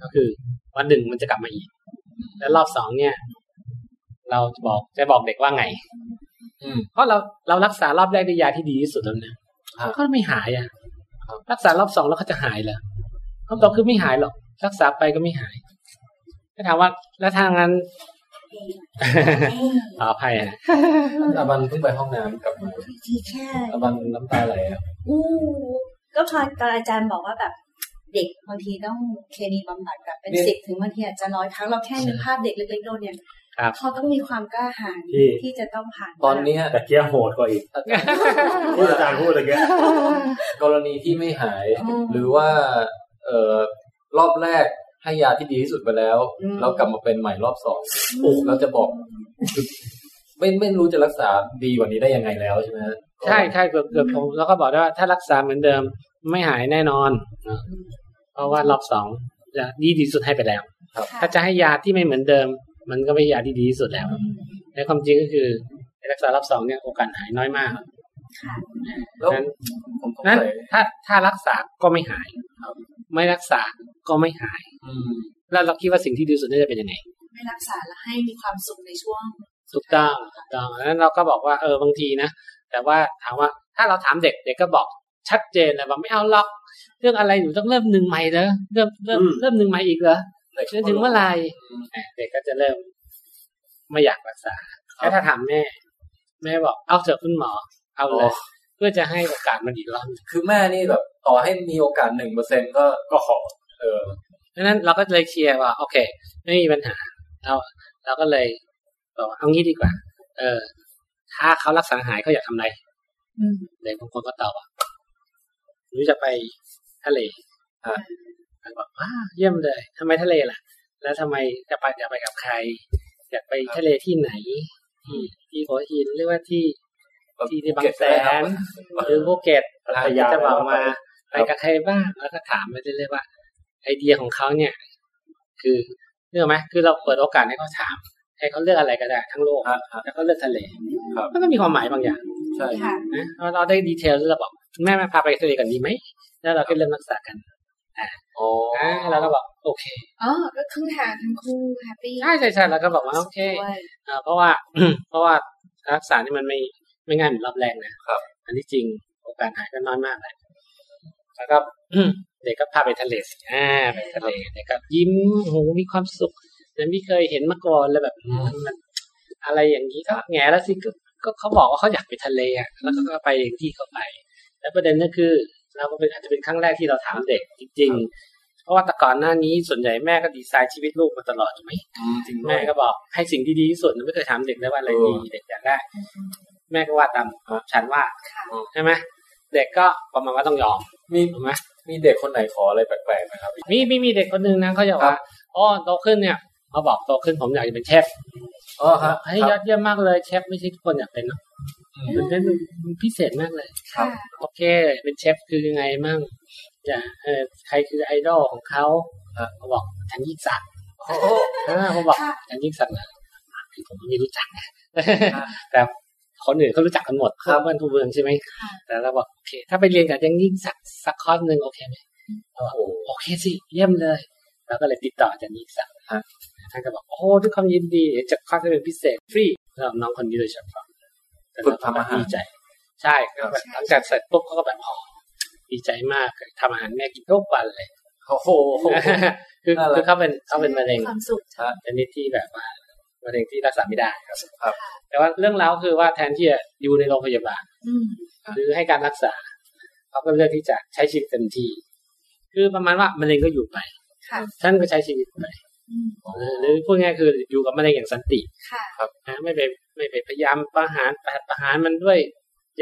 Speaker 3: ก็คือวันหนึ่งมันจะกลับมาอีก และรอบสองเนี่ย เราจะบอกจะบอกเด็กว่าไง
Speaker 5: อืม
Speaker 3: เพราะเราเรารักษารอบแรกด้วยยาที่ดีที่สุดแล้วนะครับ ก็ไม่หายอ่ะรักษารอบสองแล้วเขาจะหายเหรอคำตอบคือไม่หายหรอก รักษาไปก็ไม่หาย ก็ถามว่าแล้วทาง นั้น ขออภัยนะ
Speaker 5: อาบันเพิ่งไปห้องน้ำกลับมา
Speaker 4: ที่แค่
Speaker 5: อาบันน้ำตาไหลอะ
Speaker 4: อู้ก็พอตอนอาจารย์บอกว่าแบบเด็กบางทีต้องเคมีบำบัดแบบเป็น
Speaker 3: เนี่ย
Speaker 4: สิบถึงบางทีอาจจะร้อยครั้งเราแค่นึกภาพเด็กเล็กๆโดนเนี่ย
Speaker 3: ครับ
Speaker 4: เขาต้องมีความกล้าหาญ
Speaker 6: ที่
Speaker 4: ที่จะต้องผ่าน
Speaker 5: ตอนเนี้ย
Speaker 6: แต่เกียร์โหดกว่าอีก
Speaker 5: อาการ
Speaker 6: ที่อาจารย์พูดตะเกียร์
Speaker 5: กรณีที่ไม่หาย
Speaker 4: อืม
Speaker 5: หรือว่าเอ่อรอบแรกให้ยาที่ดีที่สุดไปแล้ว
Speaker 4: อืม
Speaker 5: แล้วกลับมาเป็นใหม่รอบสองโอ้เราจะบอก ไม่ไม่รู้จะรักษาดีกว่านี้ได้ยังไงแล้วใช่ไหมฮะ
Speaker 3: ใช่ใช่เกือบเกือบผมแล้วก็บอกได้ว่าถ้ารักษาเหมือนเดิมไม่หายแน่นอนอ่ะเพราะว่ารอบสองจะดีที่สุดให้ไปแล้ว
Speaker 4: ค่ะ
Speaker 3: ถ้าจะให้ยาที่ไม่เหมือนเดิม มันก็ไม่ใช่ยาที่ดีที่สุดแล้วในความจริงก็คือรักษารอบสองเนี่ยโอกาสหายน้อยมาก
Speaker 5: แล้ว
Speaker 3: นั้น
Speaker 5: ผมสง
Speaker 3: นั้น
Speaker 5: สัย
Speaker 3: ถ้าถ้ารักษาก็ไม่หายไม่รักษาก็ไม่หาย
Speaker 5: อืม
Speaker 3: แล้วเราคิดว่าสิ่งที่ดีที่สุดน่าจะเป็นยังไง
Speaker 4: ไม่รักษาแล้วให้มีความสุขในช่วง
Speaker 3: ถูกต้องถูกต้องนั้นเราก็บอกว่าเออบางทีนะ แต่ว่าถามว่าถ้าเราถามเด็กเด็กก็บอกชัดเจนเลยว่าไม่เอาหรอก เรื่องอะไรหนูต้องเริ่มหนึ่งใหม่เหรอเริ่มเริ่มเริ่มหนึ่งใหม่อีกเหรอจนถึงเมื่อไหร่อ่ะเด็กก็จะเริ่มไม่อยากรักษาแล้วถ้าถามแม่ แม่บอกเอาเถอะคุณหมอ เอาเล
Speaker 5: อ๋อ
Speaker 3: ย เพื่อจะให้โอกาสมันอีกรอบหนึ่ง
Speaker 5: คือแม่นี่แบบ ต่อให้มีโอกาสหนึ่งเปอร์เซ็นก็
Speaker 6: ก็ขอ
Speaker 5: เออ
Speaker 3: เพราะฉะนั้นเราก็เลยเคลียร์ว่า โอเค ไม่มีปัญหาเราเราก็เลยบอกว่าเอางี้ดีกว่า เออ ถ้าเขารักษาหายเขาอยากทำอะไร
Speaker 4: อืม
Speaker 3: เด็กบางคนก็ตอบว่าหนูจะไปทะเล
Speaker 5: อ่า
Speaker 3: อันบอกว่าเยี่ยมเลยทำไมทะเลล่ะ แล้วทำไมจะไปอยากไปกับใคร อยากไปทะเลที่ไหน ที่ที่หัวหินหรือว่าที่ที่ที่บางแสนหรือภูเก็ต
Speaker 6: พัท
Speaker 3: อ่ะ
Speaker 6: ยา
Speaker 3: จะบอกมา
Speaker 6: ค
Speaker 3: ไป
Speaker 6: รับ
Speaker 3: กับใครบ้างแล้วก็ถามไปเรื่อยๆว่า ไอเดียของเขาเนี่ย คือเรื่องไหมคือเราเปิดโอกาสให้เขาถาม ให้เขาเลือกอะไรก็ได้ทั้งโลก
Speaker 5: อ่ะอ่ะ
Speaker 3: แล้วก็เลือกทะเล
Speaker 5: ครับ
Speaker 3: มันก็มีความหมายบางอย่าง
Speaker 5: ใช่
Speaker 4: ค่ะ
Speaker 3: นะเราเราได้ดีเทลแล้วเราบอกคุณแม่มาพาไปทะเลกันดีไหมแล้วเราก็เริ่มรักษากัน
Speaker 5: อ๋อ
Speaker 3: อ่าแล้วเราก็บอกโอเค
Speaker 4: อ๋อก็ครึ่งทางทั้งคู่แฮปปี้
Speaker 3: ใช่ใช่ใช่เราก็บอกว่าโอเค
Speaker 4: ด้วย
Speaker 3: อ่าเพราะ ว่า เพราะว่ารักษานี่มันไม่ไม่ง่ายเหมือนรอบแรกนะครับ อันที่จริงโอกาสหายก็น้อยมากเลยแล้วก็ เด็กก็พาไปทะเลสิอ่าไปทะเลเด็กก็ยิ้มโอ้โหมีความสุขแต่ไม่เคยเห็นมาก่อนเลยแบบอืมมันอะไรอย่างนี้ก็แง่แล้วสิก็ก็เขาบอกว่าเขาอยากไปทะเลอ่ะแล้วก็ไปอย่างที่เขาไป แล้วประเด็นก็คือ เราก็เป็นอาจจะเป็นครั้งแรกที่เราถามเด็กจริง ๆ เพราะว่าแต่ก่อนหน้านี้ส่วนใหญ่แม่ก็ดีไซน์ชีวิตลูกมาตลอดใช่ไหม
Speaker 5: อืจริงด้ว
Speaker 3: แม่
Speaker 5: ย
Speaker 3: ก็บอกให้สิ่งที่ดีที่สุดไม่เคยถามเด็กเลยว่าอะไรดี
Speaker 5: เออ
Speaker 3: เด็กอยากได้ แม่ก็ว่าดตามฉันว่าใช่ไหมเด็กก็ประมาณว่าต้องยอม
Speaker 5: มี
Speaker 3: ถูกไหม
Speaker 5: มีเด็กคนไหนขออะไรแปลกๆไหมครับ
Speaker 3: มีมีมีเด็กคนหนึ่งนะเขาอยากว่าอ๋อโตขึ้นเนี่ยเขาบอกโตขึ้นผมอยากจะเป็นเชฟ
Speaker 5: อ๋อฮะ
Speaker 3: เฮ้ยยอดเยี่ยมมากเลยเชฟไม่ใช่ทุกคนอยากเป็นเนาะมันเป็นพิเศษมากเลย
Speaker 4: ค่ะ
Speaker 3: โอเค เป็นเชฟคือยังไงมั่งจะเออใครคือไอดอลของเขาเขาบอกฉันยิ่งศักดิ์
Speaker 5: โอ้โห
Speaker 3: อ่าเขาบอก
Speaker 4: ค่ะ
Speaker 3: ฉันยิ่งศักดิ์นะคือผมไม่รู้จัก นะแต่คนอื่นเขารู้จักกันหมด
Speaker 5: ครับ
Speaker 3: ทั่วบ้านทั่วเมืองใช่ไหมแต่เราบอกโอเค ถ้าไปเรียนกับยังยิ่งศักดิ์สักคอร์สหนึ่งโอเคไหม
Speaker 5: โอ้โห
Speaker 3: โอเคสิ เยี่ยมเลยเราก็เลยติดต่ออาจารย์นิสสัง
Speaker 5: ครับ
Speaker 3: ท่านก็บอกโอ้โหด้วยความยินดีเดี๋ยวจะคลาสให้เป็นพิเศษฟรีสำหรับน้องคนนี้โดยเฉพาะ
Speaker 5: ฝึกทำอาหาร
Speaker 3: ดีใจ ใช่ครับแบบหลังจากเสร็จปุ๊บเขาก็แบบอ๋อดีใจมากทำอาหารแม่กินทุกวันเลย
Speaker 5: โอ้โห
Speaker 3: คือ
Speaker 5: น่ารัก
Speaker 3: คือเขาเป็นเขาเป็นมะเร็ง
Speaker 4: ความสุข
Speaker 3: ชนิดที่แบบว่ามะเร็งที่รักษาไม่ได้ครับ
Speaker 5: ครับ
Speaker 3: แต่ว่าเรื่องราวคือว่าแทนที่จะอยู่ในโรงพยาบาล
Speaker 4: อืม
Speaker 3: หรือให้การรักษาเขาก็เลือกที่จะใช้ชีวิตเต็มที่ คือประมาณว่ามะเร็งก็อยู่ไป
Speaker 4: ค่ะ
Speaker 3: ท่านก็ใช้ชีวิตไป
Speaker 4: อืม
Speaker 3: เออหรือพูดง่ายๆคืออยู่กับมันได้อย่างสันติ
Speaker 4: ค่ะ
Speaker 3: นะไม่ไปไม่ไปพยายามประหารประหัตประหารมันด้วย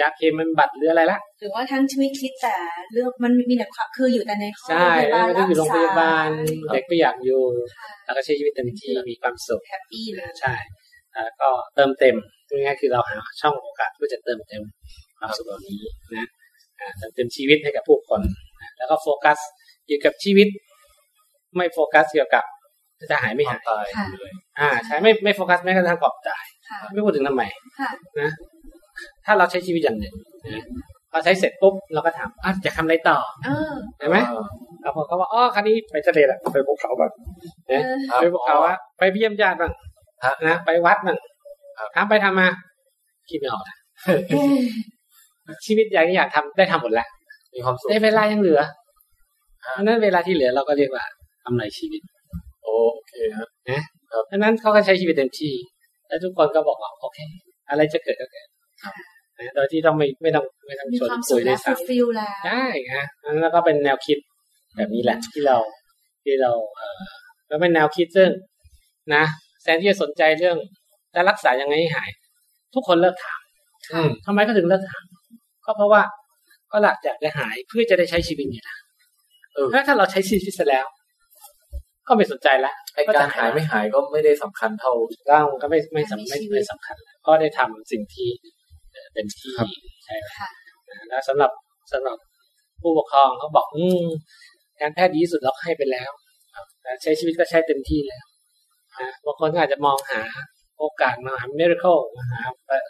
Speaker 3: ยาเคมันบัดหรืออะไรละ
Speaker 4: หรือว่าทั้งชีวิตคิดแต่เรื่องมันมีแต่ความคืออยู่แต่ในห้อง
Speaker 3: ใช่
Speaker 4: พยา
Speaker 3: แล้
Speaker 4: บาว ล
Speaker 3: ไม่ต้องอยู่โรงพยาบาล
Speaker 4: รักษ
Speaker 3: เด็กก็อยากอยู่แล้วก็ใช้ชีวิตเต็มที่มีความสุข
Speaker 4: าแฮปปี้เลย
Speaker 3: ใช่แล้วก็เติมเต็มพูดง่ายๆคือเราหาช่องโอกาสเพื่อจะเติมเต็มความสุขเหล่านี้นะอ่าเติมเต็มชีวิตให้กับผู้คนนะแล้วก็โฟกัสอยู่กับชีวิต ไม่โฟกัสเกี่ยวกับจะหายไม่
Speaker 5: ควา
Speaker 3: หาม ย
Speaker 5: ตายเลย
Speaker 3: อ่าใช่ไม่ไม่โฟกัสแม้กระทั่งกรอบจ่าย
Speaker 4: ค่ะ
Speaker 3: ไม่พูดถึงทำไม
Speaker 4: ค่ะ
Speaker 3: นะ ถ้าเราใช้ชีวิตอย่างหนึ่งนะพอใช้เสร็จปุ๊บเราก็ถามอ่ะจะทำอะไรต่อ
Speaker 4: เออ
Speaker 3: ใช่ไหมแล้วพอเขาว่าอ๋อคันนี้ไปทะเลละไปภูเขาบ้าง
Speaker 4: เออ
Speaker 5: ครับ
Speaker 3: ไปภูเขาอะไปเยี่ยมญาติบ้าง
Speaker 5: ฮะ
Speaker 3: นะไปวัดบ้าง
Speaker 5: ครับ
Speaker 3: ทำไปทำมาคิดไม่ออกละชีวิตอย่างที่อยากทำได้ทำหมดแล้ว
Speaker 5: มีความสุข
Speaker 3: ในเวลายังเหลือ
Speaker 5: ฮะ
Speaker 3: เพราะฉะนั้นเวลาที่เหลือเราก็เรียกว่ากำไรชีวิต
Speaker 5: โอเคฮะ
Speaker 3: ดังนั้นเขาก็ใช้ชีวิตเต็มที่ แล้วทุกคนก็บอกว่าโอเค อะไรจะเกิดก็เกิดนะโดยที่ต้องไม่ไม่ต้องไม่ต้อง
Speaker 4: มี
Speaker 3: ชวน
Speaker 4: ความสุ
Speaker 3: คุ
Speaker 4: ข
Speaker 3: ยด้
Speaker 4: และ
Speaker 3: วย
Speaker 4: ฟู
Speaker 3: ซ้ำ
Speaker 4: ลฟิลแล้ว
Speaker 3: ได้ฮะแล้วก็เป็นแนวคิดแบบนี้แหละที่เราที่เราเออแล้วเป็นแนวคิดซึ่งนะแทนที่จะสนใจเรื่องจะรักษายังไงให้หาย ทุกคนเลิกถาม
Speaker 5: อืม
Speaker 3: ทำไมก็ถึงเลิกถามก็เพราะว่าก็หลักอยากจะหายเพื่อจะได้ใช้ชีวิตนี่นะ
Speaker 5: เออ
Speaker 3: ถ้าถ้าเราใช้ชีวิตซะแล้ว ก็ไม่สนใจละ
Speaker 5: ไอการหายไม่หายก็ไม่ได้สำคัญเท่า
Speaker 3: ร่างก็ไม่ไม่สำ
Speaker 4: ไม่
Speaker 3: ไม่
Speaker 4: ชีวิต
Speaker 3: ไม่สำคัญแล้วก็ได้ทำสิ่งที่เอ่อเต็มที่
Speaker 5: ครับ
Speaker 3: ใช่
Speaker 4: ค่ะ
Speaker 3: แล้วสำหรับสำหรับผู้ปกครองเขาบอก อืมการแพทย์ดีที่สุดเราให้ไปแล้วนะใช้ชีวิตก็ใช้เต็มที่แล้วนะบางคนก็อาจจะมองหาโอกาสมองหาเมริเคิลหาเอ่อ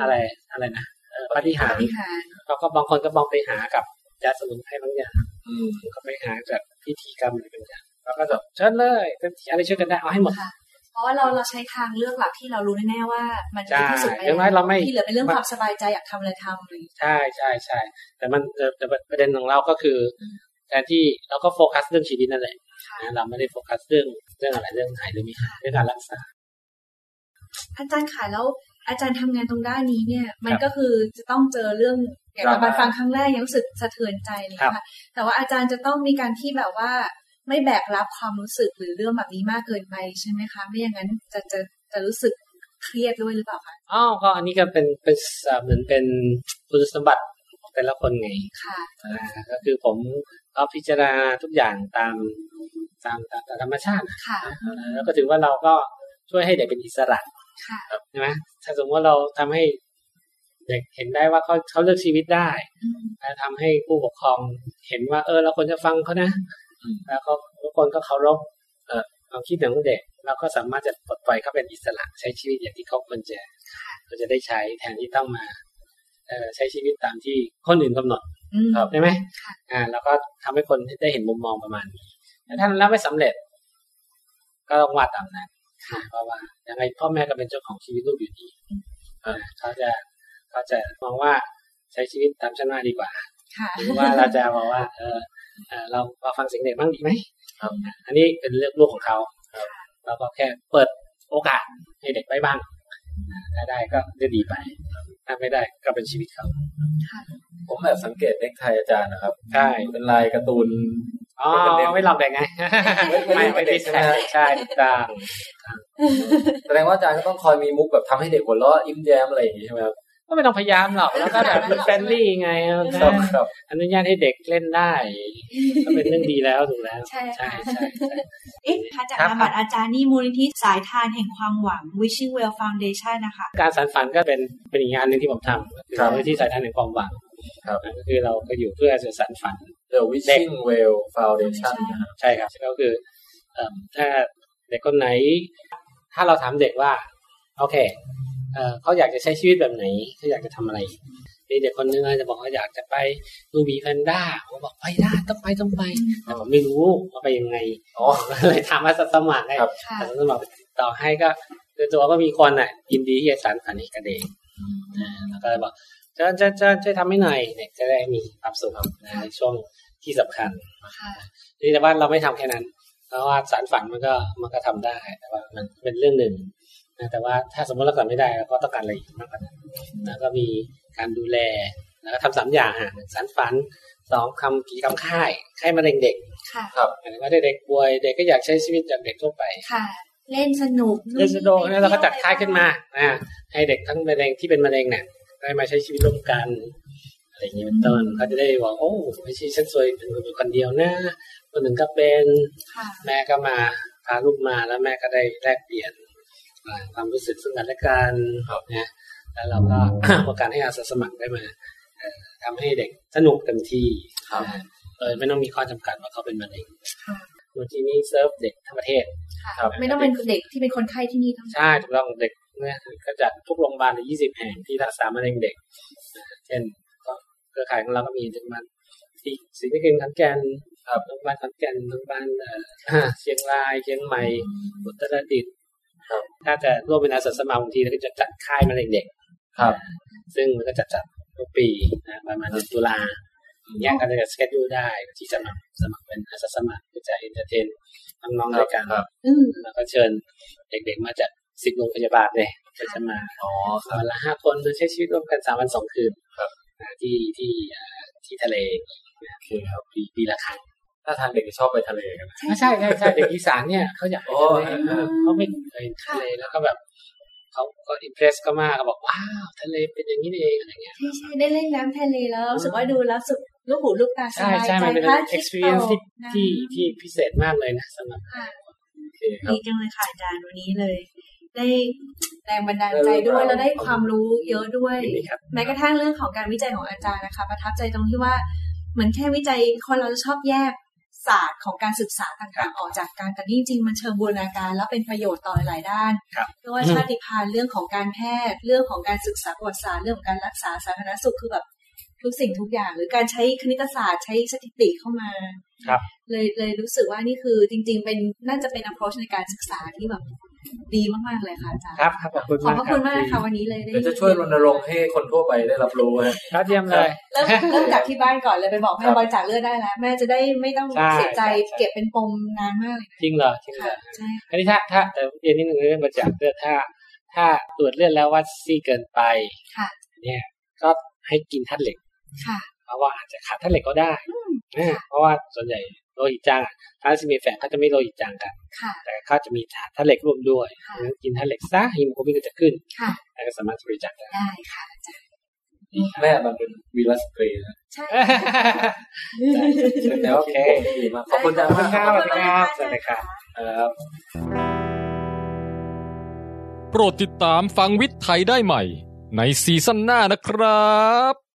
Speaker 3: อะไรอะไรนะเอ่อปาฏิหารย์
Speaker 4: นี่ค่ะ
Speaker 3: เขาก็บางคนก็มองไปหากับยาสมุนไพรบางอย่าง
Speaker 5: อืม
Speaker 3: ก็ไปหาจากพิธีกรรมอะไรบางอย่างแล้วก็แบบเชิญเลยเต็มที่อะไรช่วยกันได้เอาให้หมด
Speaker 4: ค่ะ เพราะว่าเราเราใช้ทางเลือกหลักที่เรารู้แน่ๆว่า มัน
Speaker 3: ใช่
Speaker 4: ดีที่สุดไป
Speaker 3: อย่างน้อยเราไม่
Speaker 4: ที่เหลือเป็นเรื่องความสบายใจอยากทำอะไรทำเลย
Speaker 3: ใช่ใช่ใช่แต่มันแต่แต่ประเด็นของเราก็คือแทนที่เราก็โฟกัสเรื่องชีวิตนั่นแหละ
Speaker 4: ค่ะ
Speaker 3: นะเราไม่ได้โฟกัสเรื่องเรื่องอะไรเรื่องหายหรือไม่หายเรื่องการรักษา
Speaker 4: อาจารย์ค่ะแล้วอาจารย์ทำงานตรงด้านนี้เนี่ย มัน
Speaker 3: ครับ
Speaker 4: ก็คือจะต้องเจอเรื่องอย่าง
Speaker 5: ดราม่า
Speaker 4: บันฟังครั้งแรกยังรู้สึกสะเทือนใจเลย
Speaker 3: ครับ
Speaker 4: ค่ะแต่ว่าอาจารย์จะต้องมีการที่แบบว่า ไม่แบกรับความรู้สึกหรือเรื่องแบบนี้มากเกินไปใช่ไหมคะ ไม่อย่างนั้นจะจะจะรู้สึกเครียดด้วยหรือเปล่าคะ
Speaker 3: อ้าวก็อันนี้ก็เป็นเป็นเอ่อเหมือนเป็นคุณสมบัติของแต่ละคนไง
Speaker 4: ค่ะ
Speaker 3: อ่าก็คือผมก็พิจารณาทุกอย่างตามตามตามตามธรรมชาตินะ
Speaker 4: ค่ะ
Speaker 3: แล้วก็ถือว่าเราก็ช่วยให้เด็กเป็นอิสระ
Speaker 4: ค่ะ
Speaker 3: ใช่ไหมถ้าสมมติว่าเราทำให้เด็กเห็นได้ว่าเขาเขาเลือกชีวิตได้
Speaker 4: อืม
Speaker 3: แล้วทำให้ผู้ปกครองเห็นว่า เออเราควรจะฟังเขานะ แล้วก็ทุกคนก็เคารพเอ่อความคิดเห็นของเด็กเราก็สามารถจะปลดปล่อยเขาเป็นอิสระใช้ชีวิตอย่างที่เขาควรจะควรจะได้ใช้แทนที่ต้องมาเอ่อใช้ชีวิตตามที่คนอื่นกำหนด
Speaker 4: อืม
Speaker 3: ใช่ไหม
Speaker 4: ค่ะ
Speaker 3: อ่าแล้วก็ทำให้คนได้เห็นมุมมองประมาณนี้แต่ถ้าแล้วไม่สำเร็จ ก็ต้องว่าตามนั้นเพราะว่ายังไงพ่อแม่ก็เป็นเจ้าของชีวิตลูกอยู่ดีอ่าเขาจะเขาจะมองว่าใช้ชีวิตตามฉันมาดีกว่า
Speaker 4: ค่ะ
Speaker 3: หรือว่าเราจะบอกว่า เออเอ่อเราเราฟังเสียงเด็กบ้างดีไหม
Speaker 5: ครับ
Speaker 3: อันนี้เป็นเรื่องลูกของเขาเราก็แค่เปิดโอกาสให้เด็กไปบ้างถ้าได้ก็จะดีไปถ้าไม่ได้ก็เป็นชีวิตเขา
Speaker 5: ผมแอบสังเกตเน็กไทอาจารย์นะครับ
Speaker 3: ใช่
Speaker 5: เป็นลายการ์ตูน
Speaker 3: อ๋อไม่หลอกเด็กไง
Speaker 5: ไม่ไม่ไม่
Speaker 3: ไม่ไม่
Speaker 5: ได้
Speaker 3: ได้
Speaker 5: ใช่
Speaker 3: ใช่
Speaker 5: ไหม
Speaker 3: ใช่ถูกต่าง
Speaker 5: แสดงว่าอาจารย์ก็ต้องคอยมีมุกแบบทำให้เด็กหัวเราะยิ้มแย้มอะไรอย่างนี้ใช่ไหมครับ
Speaker 3: ก็ไม่ต้องพยายามหรอกแล้วก็แบบ
Speaker 4: ไม่ต้องขนาดนั้นหรอก
Speaker 3: เฟรนลี่ ไงเออ
Speaker 5: ครับ
Speaker 3: นะครับ อนุญาตให้เด็กเล่นได้ก็เป็นเรื่องดีแล้วถูกแล้ว
Speaker 4: ใช่
Speaker 3: ใช่
Speaker 4: ค่ะ
Speaker 3: ใช่ใช่
Speaker 4: เอ๊ะพระอาจาร
Speaker 3: ครั
Speaker 4: ย์
Speaker 3: บ
Speaker 4: อาบัติอาจารย์นี่มูลนิธิสายทานแห่งความหวัง Wishing Well Foundation นะคะ
Speaker 3: การสารฝันก็เป็นเป็นอีกงานหนึ่งที่ผมทำก็คือ
Speaker 5: ครับ
Speaker 3: มูลนิธิสายทานแห่งความหวัง
Speaker 5: ครับ
Speaker 3: ก็คือเราก็อยู่เพื่อจะสานฝัน
Speaker 5: The Wishing Well Foundation
Speaker 4: ใช่
Speaker 5: นะครับ
Speaker 3: ใช่ครับก็คือเอิ่มถ้าเด็กคนไหน ถ้าเราถามเด็กว่า โอเคเอ่อเขาอยากจะใช้ชีวิตแบบไหนเขาอยากจะทำอะไรมีเด็กคนนึงอาจจะบอกว่าอยากจะไปดูบีแพนด้าผมบอกไปได้ต้องไปต้องไปแต่ผมไม่รู้ว่าไปยังไง
Speaker 5: อ๋อ
Speaker 3: เลยถามอาสาสมัครให้
Speaker 5: ครับ
Speaker 4: ค่ะ
Speaker 3: อาสาสมัครติดต่อให้ก็คือตัวก็มีคนอ่ะยินดีที่จะสานฝันให้กับเด็ก แล้วก็เลยบอกเจะจะจะช่วยทำให้หน่อยเนี่ยจะได้มีความสุขนะในช่วงที่สำคัญ
Speaker 4: ค่ะ
Speaker 3: นี่แต่ว่าเราไม่ทำแค่นั้น เพราะว่าสารฝันมันก็มันก็ทำได้แต่ว่ามันเป็นเรื่องหนึ่งนะแต่ว่าถ้าสมมติเราทำไม่ได้เราก็ต้องการอะไรอีกมากกว่านั้นแล้วก็มีการดูแลแล้วก็ทำสามอย่างฮะหนึ่งสารฝันสองคำผีคำค่ายค่ายมะเร็งเด็ก
Speaker 4: ค่ะ
Speaker 3: หมายถึงว่าเด็กป่วยเด็กก็อยากใช้ชีวิตแบบเด็กทั่วไป
Speaker 4: ค่ะ เล่นสนุก
Speaker 3: เรื่องสโดเนี่ยเราก็จัดค่ายขึ้นมาอ่าให้เด็กทั้งมะเร็งที่เป็นมะเร็งเนี่ยได้มาใช้ชีวิตร่วมกัน อะไรอย่างนี้เป็นต้นเขาจะได้บอกโอ้ไม่ใช่ฉันสวยเป็นคนอยู่คนเดียวนะคนหนึ่งก็เป็น
Speaker 4: ค่ะ
Speaker 3: แม่ก็มาพาลูกมาแล้วแม่ก็ได้แลกเปลี่ยนอ่าความรู้สึกซึ่งกันและกันนะแล้วเราก็ ประการให้อาสาสมัครได้มาเอ่อทำให้เด็กสนุกเต็มที่
Speaker 5: ครับ
Speaker 3: อ่าโดยไม่ต้องมีข้อจำกัดว่าเขาเป็นมะเร็ง
Speaker 4: ค่ะ
Speaker 3: โดยที่นี้เซิร์ฟเด็กทั้งประเทศ
Speaker 4: ค่ะ
Speaker 5: ครับ
Speaker 4: ไม่ต้องเป็นเด็กที่เป็นคนไข้ที่นี่เท่านั้น
Speaker 3: ใช่ถูกต้องเด็กเนี่ยก็จัดทุกโรงพยาบาลใน 20 แห่งที่รักษามะเร็งเด็กนะเช่นก็เครือข่ายของเราก็มีถึงมันที่ศรีนครินทร์ขอนแก่นครับโรงพยาบาลขอนแก่นโรงพยาบาลเอ่อ เชียงรายเชียงใหม่อุตรดิตถ์ถ้าจะร่วมเป็นอาสาสมัครบางทีเราก็จะจัดค่ายมะเร็งเด็ก
Speaker 5: ครับ
Speaker 3: ซึ่งมันก็จะจัดทุกปีนะประมาณเดือนตุลา อย่างเงี้ยก็จะสเก็ตดูได้ที่สมัครสมัครเป็นอาสาสมัครเพื่อจะเอนเตอร์เทนน้องๆด้วยกัน
Speaker 5: ครับ
Speaker 4: อืม
Speaker 3: แล้วก็เชิญเด็กๆมาจากสิบโรงพยาบาลเลยก็จะมา
Speaker 5: อ๋อครับ
Speaker 3: วันละห้าคนมาใช้ชีวิตร่วมกันสามวันสองคืน
Speaker 5: ครับ
Speaker 3: นะที่ที่เอ่อที่ทะเลนะคือปีปีละครั้ง
Speaker 5: ถ้าทางเด็กจะชอบไปทะเลกัน
Speaker 3: ไม่ใช่ใช่ใช่เด็กอีสานเนี่ยเขาอยากไปทะ
Speaker 5: อ๋อ
Speaker 3: เลเออเขาไม่เคยทะเลแล้วก็แบบเขาก็อิมเพรสก็มากก็บอกว้าวทะเลเป็นอย่างนี้นี่เองอะไรเงี้ย
Speaker 4: ใช่ใช่ได้เล่นน้ำทะเลแล้วรู้สึกว่าดูแล้วสุดลูกหูลูกตาส
Speaker 3: ใช่
Speaker 4: บาย
Speaker 3: ใช่
Speaker 4: ใจ
Speaker 3: มันเป็น
Speaker 4: พระอาทิตย์ต
Speaker 3: experience
Speaker 4: ก
Speaker 3: ที่
Speaker 4: นะ
Speaker 3: ที่ที่พิเศษมากเลยนะสำหรับ
Speaker 4: ค่ะ
Speaker 5: โอเคครับ
Speaker 4: ดีจังเลยค่ะอาจารย์วันนี้เลย ได้แรงบันดาลใจด้วยแล้วได้ความรู้เยอะด้วย
Speaker 3: ปีนี้ครับ
Speaker 4: แม้กระทั่งเรื่องของการวิจัยของอาจารย์นะคะ ประทับใจตรงที่ว่าเหมือนแค่วิจัยคนเราจะชอบแยกศาสตร์ของการศึกษาต่างๆ ออกจากกันแต่นี่จริงๆมันเชิงบูรณาการ แล้วเป็นประโยชน์ต่อหลายๆด้าน
Speaker 3: ครับ
Speaker 4: ไม่ว่าชาติพันธุ์เรื่องของการแพทย์ เรื่องของการศึกษาประวัติศาสตร์เรื่องของการรักษาสาธารณสุขคือแบบทุกสิ่งทุกอย่าง หรือการใช้คณิตศาสตร์ใช้สถิติเข้ามา เลยเลยรู้สึกว่านี่คือจริง ๆ เป็นน่าจะเป็น approach ในการศึกษาที่แบบดีมากๆเลยค่ะอาจารย์
Speaker 3: ครับครับขอบคุณ
Speaker 4: ขอบ
Speaker 3: มาก
Speaker 4: พระ
Speaker 3: ครับ
Speaker 4: คุณมากค่ะวันนี้เลยได้
Speaker 5: เดี๋ยวจะช่วยรณรงค์ให้คนทั่วไปได้รับรู้ฮะ
Speaker 3: ยอดเยี่ยมเลย
Speaker 4: เริ่มเริ่มจากที่บ้านก่อนเลยไปบอกแม่
Speaker 5: ครับ
Speaker 4: บริจาคเลือดได้แล้ว แม่จะได้ไม่ต้อง
Speaker 3: ใช่
Speaker 4: เสียใจ
Speaker 3: ใช่ใช่
Speaker 4: เก็บเป็นปมนานมากเลย
Speaker 3: จริงเหรอจริงเหร
Speaker 4: ค่ะ
Speaker 3: อ
Speaker 4: ใช่
Speaker 3: อันนี้ถ้าถ้าแต่เรียนนิดนึงเรื่องประจากเลือดถ้า ถ้าตรวจเลือดแล้วว่าซีเกินไป
Speaker 4: ค่ะ
Speaker 3: เนี่ยก็ให้กินธาตุเหล็ก
Speaker 4: ค่ะ
Speaker 3: เพราะว่าอาจจะขาดธาตุเหล็กก็ได้
Speaker 4: อืม
Speaker 3: อ่าเพราะว่าส่วนใหญ่โลหิตจางอะทาร์ซิมีแฝงเขาจะไม่โลหิตจางกัน
Speaker 4: ค่ะ
Speaker 3: แต่เขาจะมีธาตุเหล็กร่วมด้วย
Speaker 4: ค่ะ
Speaker 3: งั้นกินธาตุเหล็กซะฮิโมโกลบินก็จะขึ้น
Speaker 4: ค่ะ
Speaker 3: แล้วก็สามารถบริจาคได้
Speaker 4: ได้ค่ะอาจารย์
Speaker 5: แม่มันเป็นวีรัสตรีนะ
Speaker 4: ใช่
Speaker 5: เป็นแนวคิดผมที่ดีมากขอบคุณ
Speaker 4: ได้
Speaker 5: มากค
Speaker 4: ข
Speaker 5: รั
Speaker 4: อบ บคุณมาก
Speaker 3: สวัสดีครับ
Speaker 5: ครับ
Speaker 1: โปรดติดตามฟังวิทย์ไทยได้ใหม่ ในซีซั่นหน้านะครับ